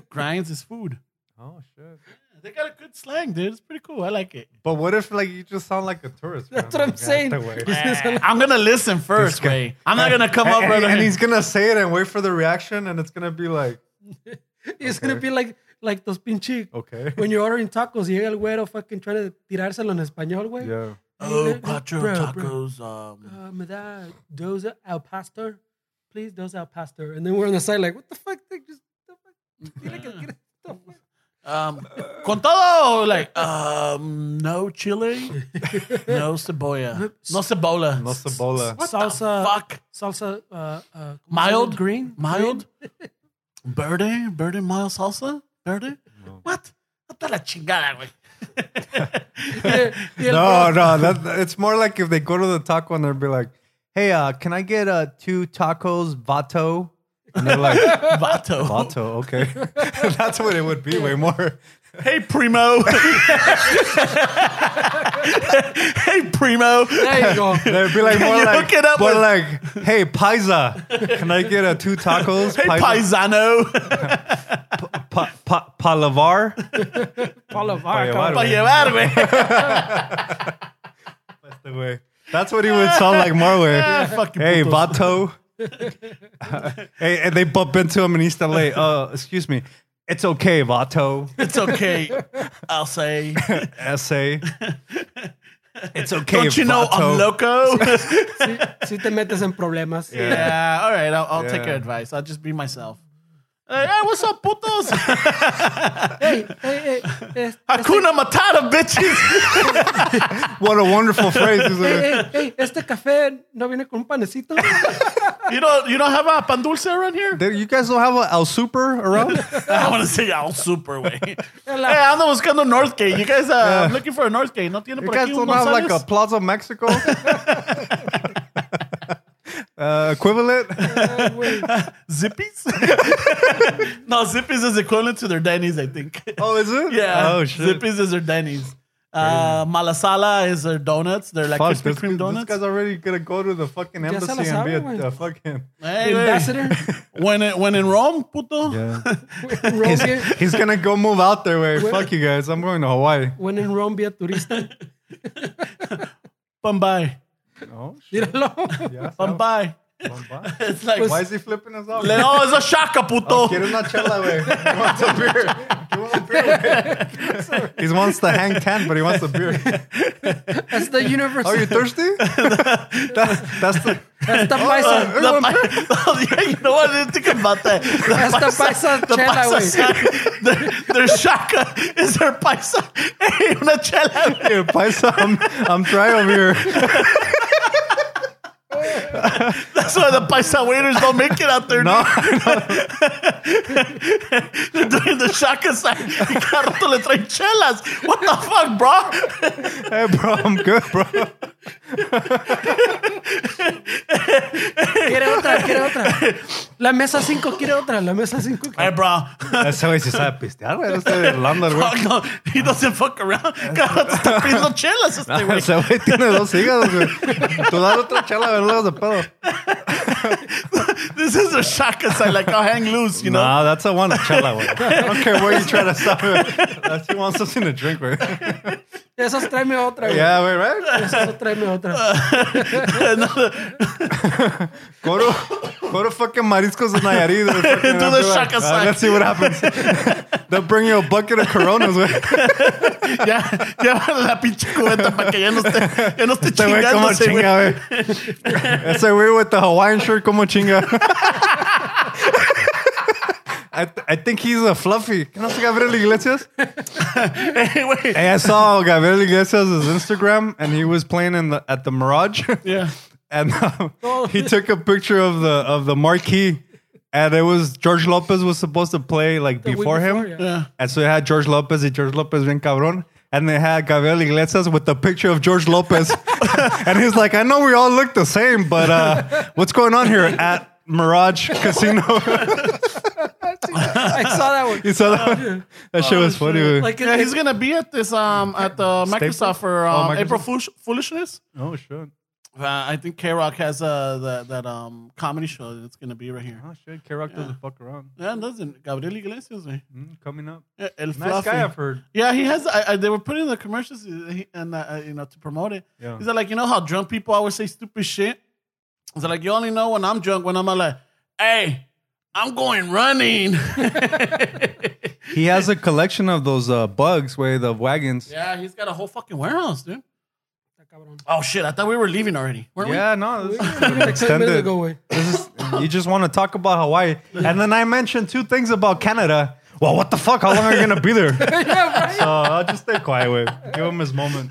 Speaker 2: grinds is food.
Speaker 3: Oh shit.
Speaker 2: They got a good slang, dude. It's pretty cool. I like it.
Speaker 3: But what if like you just sound like a tourist?
Speaker 4: That's
Speaker 3: bro?
Speaker 4: what I'm
Speaker 3: Like,
Speaker 4: saying.
Speaker 3: that
Speaker 2: [LAUGHS]
Speaker 3: way.
Speaker 2: I'm gonna listen first,
Speaker 3: guy-
Speaker 2: way. I'm not gonna come up
Speaker 3: and,
Speaker 2: right
Speaker 3: and,
Speaker 2: away.
Speaker 3: he's gonna say it and wait for the reaction, and it's gonna be like,
Speaker 4: It's gonna be like like those pinche
Speaker 3: okay,
Speaker 4: when you're ordering tacos, llega el güero fucking trying to tirárselo en español, güey.
Speaker 3: [LAUGHS] yeah,
Speaker 2: Oh,
Speaker 4: Bro,
Speaker 2: quattro
Speaker 4: bro.
Speaker 2: tacos. Um,
Speaker 4: Uh, me da dos al pastor, please dos al pastor. And then we're on the side like, what the fuck? They just the fuck? Dile que quieres- the fuck?
Speaker 2: um, con todo, like, um, no chili, [LAUGHS] no cebolla, no cebola,
Speaker 3: no cebola.
Speaker 4: salsa,
Speaker 2: fuck,
Speaker 4: salsa, uh, uh,
Speaker 2: mild,
Speaker 4: green,
Speaker 2: mild, [LAUGHS] verde, verde, mild salsa, verde. What? Hasta la chingada, [LAUGHS] güey.
Speaker 4: Green. Eh, Y el
Speaker 3: No,
Speaker 4: bro-
Speaker 3: no, that, it's more like if they go to the taco and they'll be like, hey, uh, can I get uh, two tacos vato? And
Speaker 4: [LAUGHS]
Speaker 3: they're like,
Speaker 2: Vato.
Speaker 3: vato, okay. [LAUGHS] That's what it would be, way more.
Speaker 2: Hey, [LAUGHS] primo. hey, primo.
Speaker 4: There you go.
Speaker 3: [LAUGHS] They'd be like more
Speaker 2: you
Speaker 3: like,
Speaker 2: hook it up
Speaker 3: more
Speaker 2: with-
Speaker 3: like, hey, paisa, can I get uh, two tacos?
Speaker 2: [LAUGHS] Hey, [LAUGHS] paisano.
Speaker 3: pa- pa- palavar?
Speaker 4: All of
Speaker 3: Oye,
Speaker 4: our
Speaker 3: vale,
Speaker 2: Para
Speaker 3: güey.
Speaker 2: llevarme.
Speaker 3: That's the way. That's what he would sound like more
Speaker 2: [LAUGHS]
Speaker 3: way.
Speaker 2: fucking
Speaker 3: Hey,
Speaker 2: putos.
Speaker 3: Vato. hey, and they bump into him in East LA. Uh, excuse me. It's okay, Vato.
Speaker 2: It's okay. I'll say.
Speaker 3: Essay. It's okay.
Speaker 2: Don't you know I'm
Speaker 3: vato. [LAUGHS]
Speaker 2: loco?
Speaker 4: Si, si te metes en problemas.
Speaker 3: Yeah.
Speaker 2: Yeah, all right. I'll, I'll take
Speaker 3: Yeah.
Speaker 2: your advice. I'll just be myself. Hey, hey, what's up,
Speaker 3: [LAUGHS]
Speaker 2: putos?
Speaker 4: Hey, hey, hey, es-
Speaker 3: Ah,
Speaker 2: Hakuna Matata, bitches.
Speaker 3: What a wonderful phrase. He's
Speaker 4: hey,
Speaker 3: like,
Speaker 4: hey, hey, este café no viene con un
Speaker 3: [LAUGHS]
Speaker 4: panecito.
Speaker 2: you don't you don't have a pan dulce around here?
Speaker 3: "Dude, you guys don't have a El Super around?
Speaker 2: I want to say all super way. hey, ando buscando Northgate. You guys, uh, I'm looking for a Northgate. No tiene
Speaker 3: You
Speaker 2: por
Speaker 3: guys
Speaker 2: aquí un
Speaker 3: don't have like a
Speaker 2: González? [LAUGHS]
Speaker 3: Plaza Mexico uh, equivalent?
Speaker 4: Ay, Eh, güey.
Speaker 2: Zippies? [LAUGHS] no, Zippies is equivalent to their Denny's, I think.
Speaker 3: Oh, is
Speaker 2: [LAUGHS]
Speaker 3: it?
Speaker 2: yeah.
Speaker 3: Oh shit.
Speaker 2: Zippies is their Denny's. Uh, Malasala is their donuts. They're like
Speaker 3: Fuck,
Speaker 2: Krispy
Speaker 3: this,
Speaker 2: Kreme
Speaker 3: this
Speaker 2: donuts.
Speaker 3: guy's already gonna go to the fucking
Speaker 4: se la
Speaker 3: embassy and be
Speaker 4: sabe,
Speaker 3: a,
Speaker 4: güey.
Speaker 3: a fucking.
Speaker 4: The
Speaker 2: Hey, hey.
Speaker 4: ambassador.
Speaker 2: When it, when in Rome, puto.
Speaker 3: [LAUGHS]
Speaker 4: Rome,
Speaker 3: He's, he's gonna go move out there. Way.
Speaker 4: Where-
Speaker 3: Fuck you guys. I'm going to Hawaii.
Speaker 4: when in Rome, via turista. [LAUGHS]
Speaker 2: Bombay.
Speaker 3: Oh, shit.
Speaker 4: Míralo.
Speaker 3: Yeah,
Speaker 2: Bombay.
Speaker 3: Bombay.
Speaker 2: It's like,
Speaker 3: Why is he flipping us off?
Speaker 2: Le- [LAUGHS] no, it's a shaka,
Speaker 4: Oh,
Speaker 2: puto.
Speaker 3: Get him that chela, way. He wants a
Speaker 2: [LAUGHS]
Speaker 3: beer. He wants a beer, güey. he wants the hang ten, but he wants
Speaker 2: [LAUGHS]
Speaker 3: a beer.
Speaker 4: That's the universe.
Speaker 3: Are you thirsty? That- that's the.
Speaker 4: That's the
Speaker 2: Uh,
Speaker 4: paisa.
Speaker 2: [LAUGHS] the pa-
Speaker 3: Oh,
Speaker 2: [LAUGHS] yeah, you know what? I didn't think about that. The
Speaker 4: That's the paisa chela,
Speaker 2: paisa
Speaker 4: güey.
Speaker 2: shaka- their, their shaka is their paisa. [LAUGHS] Hey, una chela, güey.
Speaker 3: Hey, paisa, I'm, I'm dry over here.
Speaker 2: That's why the paisa waiters don't make it out there.
Speaker 3: No,
Speaker 2: They're doing [LAUGHS] the shaka side. Carto le traen chelas. What the fuck, bro?
Speaker 3: hey, bro, I'm good, bro.
Speaker 4: Quiere otra, quiere otra. La mesa 5 quiere otra. La mesa 5.
Speaker 2: Hey, bro. [LAUGHS]
Speaker 3: That's how he sabe pistear, güey. Este de Irlanda, el güey.
Speaker 2: Fuck, no, he doesn't fuck around. Carto está pidiendo
Speaker 4: [LAUGHS]
Speaker 2: chelas este güey.
Speaker 3: [LAUGHS] Ese güey tiene dos hígados, güey. Tú dale otra chela, a ver, luego de pedo.
Speaker 2: This is a shaka side. Like, I'll hang loose, you know?
Speaker 3: Nah, that's a one chela, güey. I don't care where you try to stop it. That's you want something to drink, güey.
Speaker 4: Esas tráeme otra, güey.
Speaker 3: Yeah, güey, right?
Speaker 4: Esas tráeme otra.
Speaker 3: Go to, go to fucking Mariscos de Nayarit. [LAUGHS] Do
Speaker 2: Do the shaka sack.
Speaker 3: Let's see what happens. They'll bring you a bucket of Coronas, güey.
Speaker 2: Ya, ya la pinche cubeta para que ya no esté, ya no esté
Speaker 3: Este güey, ¿cómo
Speaker 2: chingándose, güey.
Speaker 3: chinga, güey? Ese güey with the Hawaiian shirt, ¿cómo chinga? I, th- I think he's a fluffy. ¿No es Gabriel Iglesias?
Speaker 2: Hey, [LAUGHS] güey.
Speaker 3: Hey, I saw Gabriel Iglesias' Instagram and he was playing in the, at the Mirage. [LAUGHS]
Speaker 2: Yeah.
Speaker 3: and um, he took a picture of the of the marquee, and it was George Lopez was supposed to play like
Speaker 4: week
Speaker 3: before, him,
Speaker 4: before,
Speaker 2: yeah.
Speaker 3: and so it had George Lopez and George Lopez bien cabrón, and they had Gabriel Iglesias with the picture of George Lopez, [LAUGHS] and he's like, I know we all look the same, but uh, what's going on here at Mirage Casino? [LAUGHS]
Speaker 4: I saw that one.
Speaker 3: you saw that? one? That shit was funny. man.
Speaker 4: Oh, Like,
Speaker 2: Yeah,
Speaker 4: it-
Speaker 2: he's gonna be at this um at the Microsoft for
Speaker 3: Oh,
Speaker 2: um,
Speaker 3: Microsoft.
Speaker 2: April Foolish- Foolishness.
Speaker 3: oh shit!
Speaker 2: Uh, I think K Rock has uh that that um comedy show that's gonna be right here.
Speaker 3: Oh shit! K Rock doesn't fuck around.
Speaker 2: Yeah, it doesn't Gabriel Iglesias? güey.
Speaker 3: Mm, coming up,
Speaker 2: Yeah, El
Speaker 3: nice
Speaker 2: Fluffy.
Speaker 3: guy. I've heard.
Speaker 2: Yeah, he has. I, I, they were putting the commercials uh, he- and uh, uh, you know to promote it.
Speaker 3: Yeah.
Speaker 2: He's like, you know how drunk people always say stupid shit. He's like, you only know when I'm drunk when I'm like, hey, I'm going running.
Speaker 3: He has a collection of those uh, bugs, way the wagons.
Speaker 2: yeah, he's got a whole fucking warehouse, dude.
Speaker 4: Está cabrón.
Speaker 2: Oh shit, I thought we were leaving already.
Speaker 3: [LAUGHS]
Speaker 2: Weren't
Speaker 3: Yeah, no, this is
Speaker 4: Like 10 minutes
Speaker 3: extended.
Speaker 4: ago, güey.
Speaker 3: This is, you just want to talk about Hawaii, and then I mentioned two things about Canada. Well, what the fuck? How long are you gonna be there? So
Speaker 4: Yeah, right.
Speaker 3: I'll just stay quiet with. Give him his moment.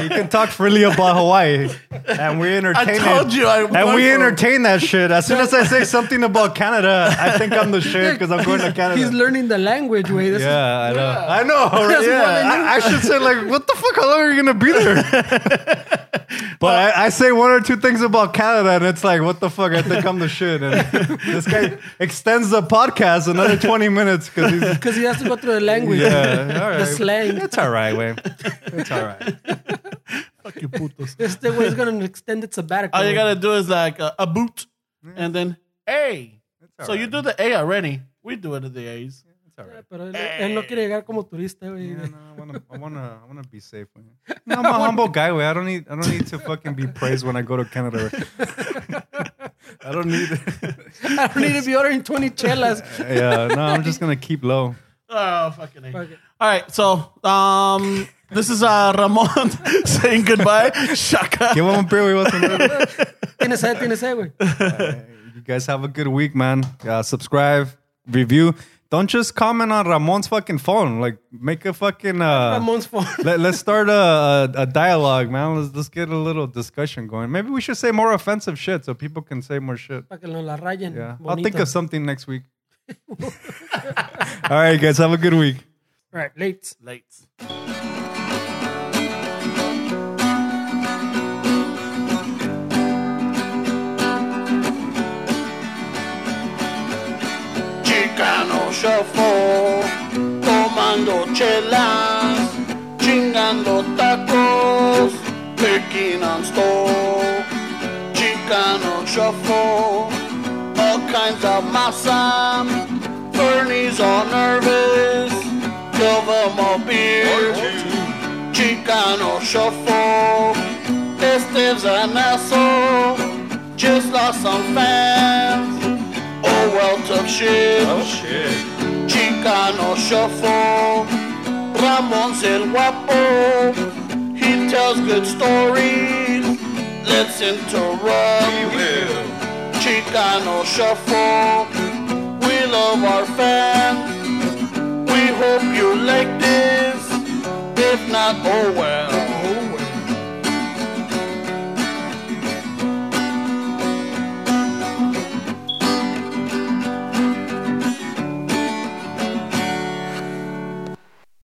Speaker 3: He can talk freely about Hawaii, and we entertain
Speaker 2: we? I
Speaker 3: it.
Speaker 2: told you. I
Speaker 3: And we [LAUGHS] entertain that shit. As soon as I say something about Canada, I think I'm the shit because I'm going to Canada.
Speaker 4: He's learning the language, güey. This-
Speaker 3: yeah, I know. I [LAUGHS] know. Right?
Speaker 4: That's
Speaker 3: Yeah,
Speaker 4: more than you.
Speaker 3: I, I should say like, what the fuck? How long are you gonna be [LAUGHS] there? but I, I say one or two things about Canada, and it's like, what the fuck? I think I'm the shit. And [LAUGHS] this guy extends the podcast another 20 minutes because he's.
Speaker 4: Because he has to go through the language.
Speaker 3: [LAUGHS] Yeah, all right.
Speaker 4: The slang.
Speaker 3: It's all right, way. It's all [LAUGHS] right.
Speaker 2: Fuck you, putos.
Speaker 4: Este güey is going to extend its sabbatical.
Speaker 2: All you
Speaker 4: güey.
Speaker 2: gotta do is like a, a boot, and then a.
Speaker 3: all
Speaker 2: So you
Speaker 3: right.
Speaker 2: do the a already. We do it at the a's.
Speaker 3: It's all right.
Speaker 4: Pero él, él no quiere llegar como turista, güey.
Speaker 3: Yeah, no, I wanna, I wanna, I wanna be safe. man. No, I'm a humble guy. Way [LAUGHS] I don't need, I don't need to fucking be praised when I go to [LAUGHS] Canada. I don't need.
Speaker 4: [LAUGHS] I don't need to be ordering 20 chelas.
Speaker 3: yeah, no, I'm just gonna keep low.
Speaker 2: [LAUGHS] Oh fucking a.
Speaker 4: Fuck it.
Speaker 2: All right, so um, This is uh, Ramon [LAUGHS] saying goodbye. Shaka.
Speaker 3: Give him a beer. We want some [LAUGHS] beer.
Speaker 4: Tienes sed, tienes sed,
Speaker 3: [LAUGHS]
Speaker 4: güey.
Speaker 3: You guys have a good week, man. Uh, subscribe, review. Don't just comment on Ramon's fucking phone. Like, make a fucking. Uh,
Speaker 4: Ramon's [LAUGHS] phone.
Speaker 3: Let, let's start a, a, a dialogue, man. Let's, let's get a little discussion going. Maybe we should say more offensive shit so people can say more shit.
Speaker 4: Para que nos la rayen.
Speaker 3: Yeah.
Speaker 4: Bonito.
Speaker 3: I'll think of something next week. [LAUGHS] All right, guys. Have a good week.
Speaker 4: All right, late.
Speaker 2: Lights.
Speaker 1: Chicano Shuffle, tomando chelas, chingando tacos, picking on store. Chicano Shuffle, all kinds of masa. Bernie's all nervous, give 'em a beer. Chicano Shuffle, Esteves an asshole, just lost some fans. Oh, well, tough shit. Chicano shuffle. Ramon's el guapo. He tells good stories. Let's interrupt. Chicano shuffle. We love our fans. We hope you like this. If not, oh well.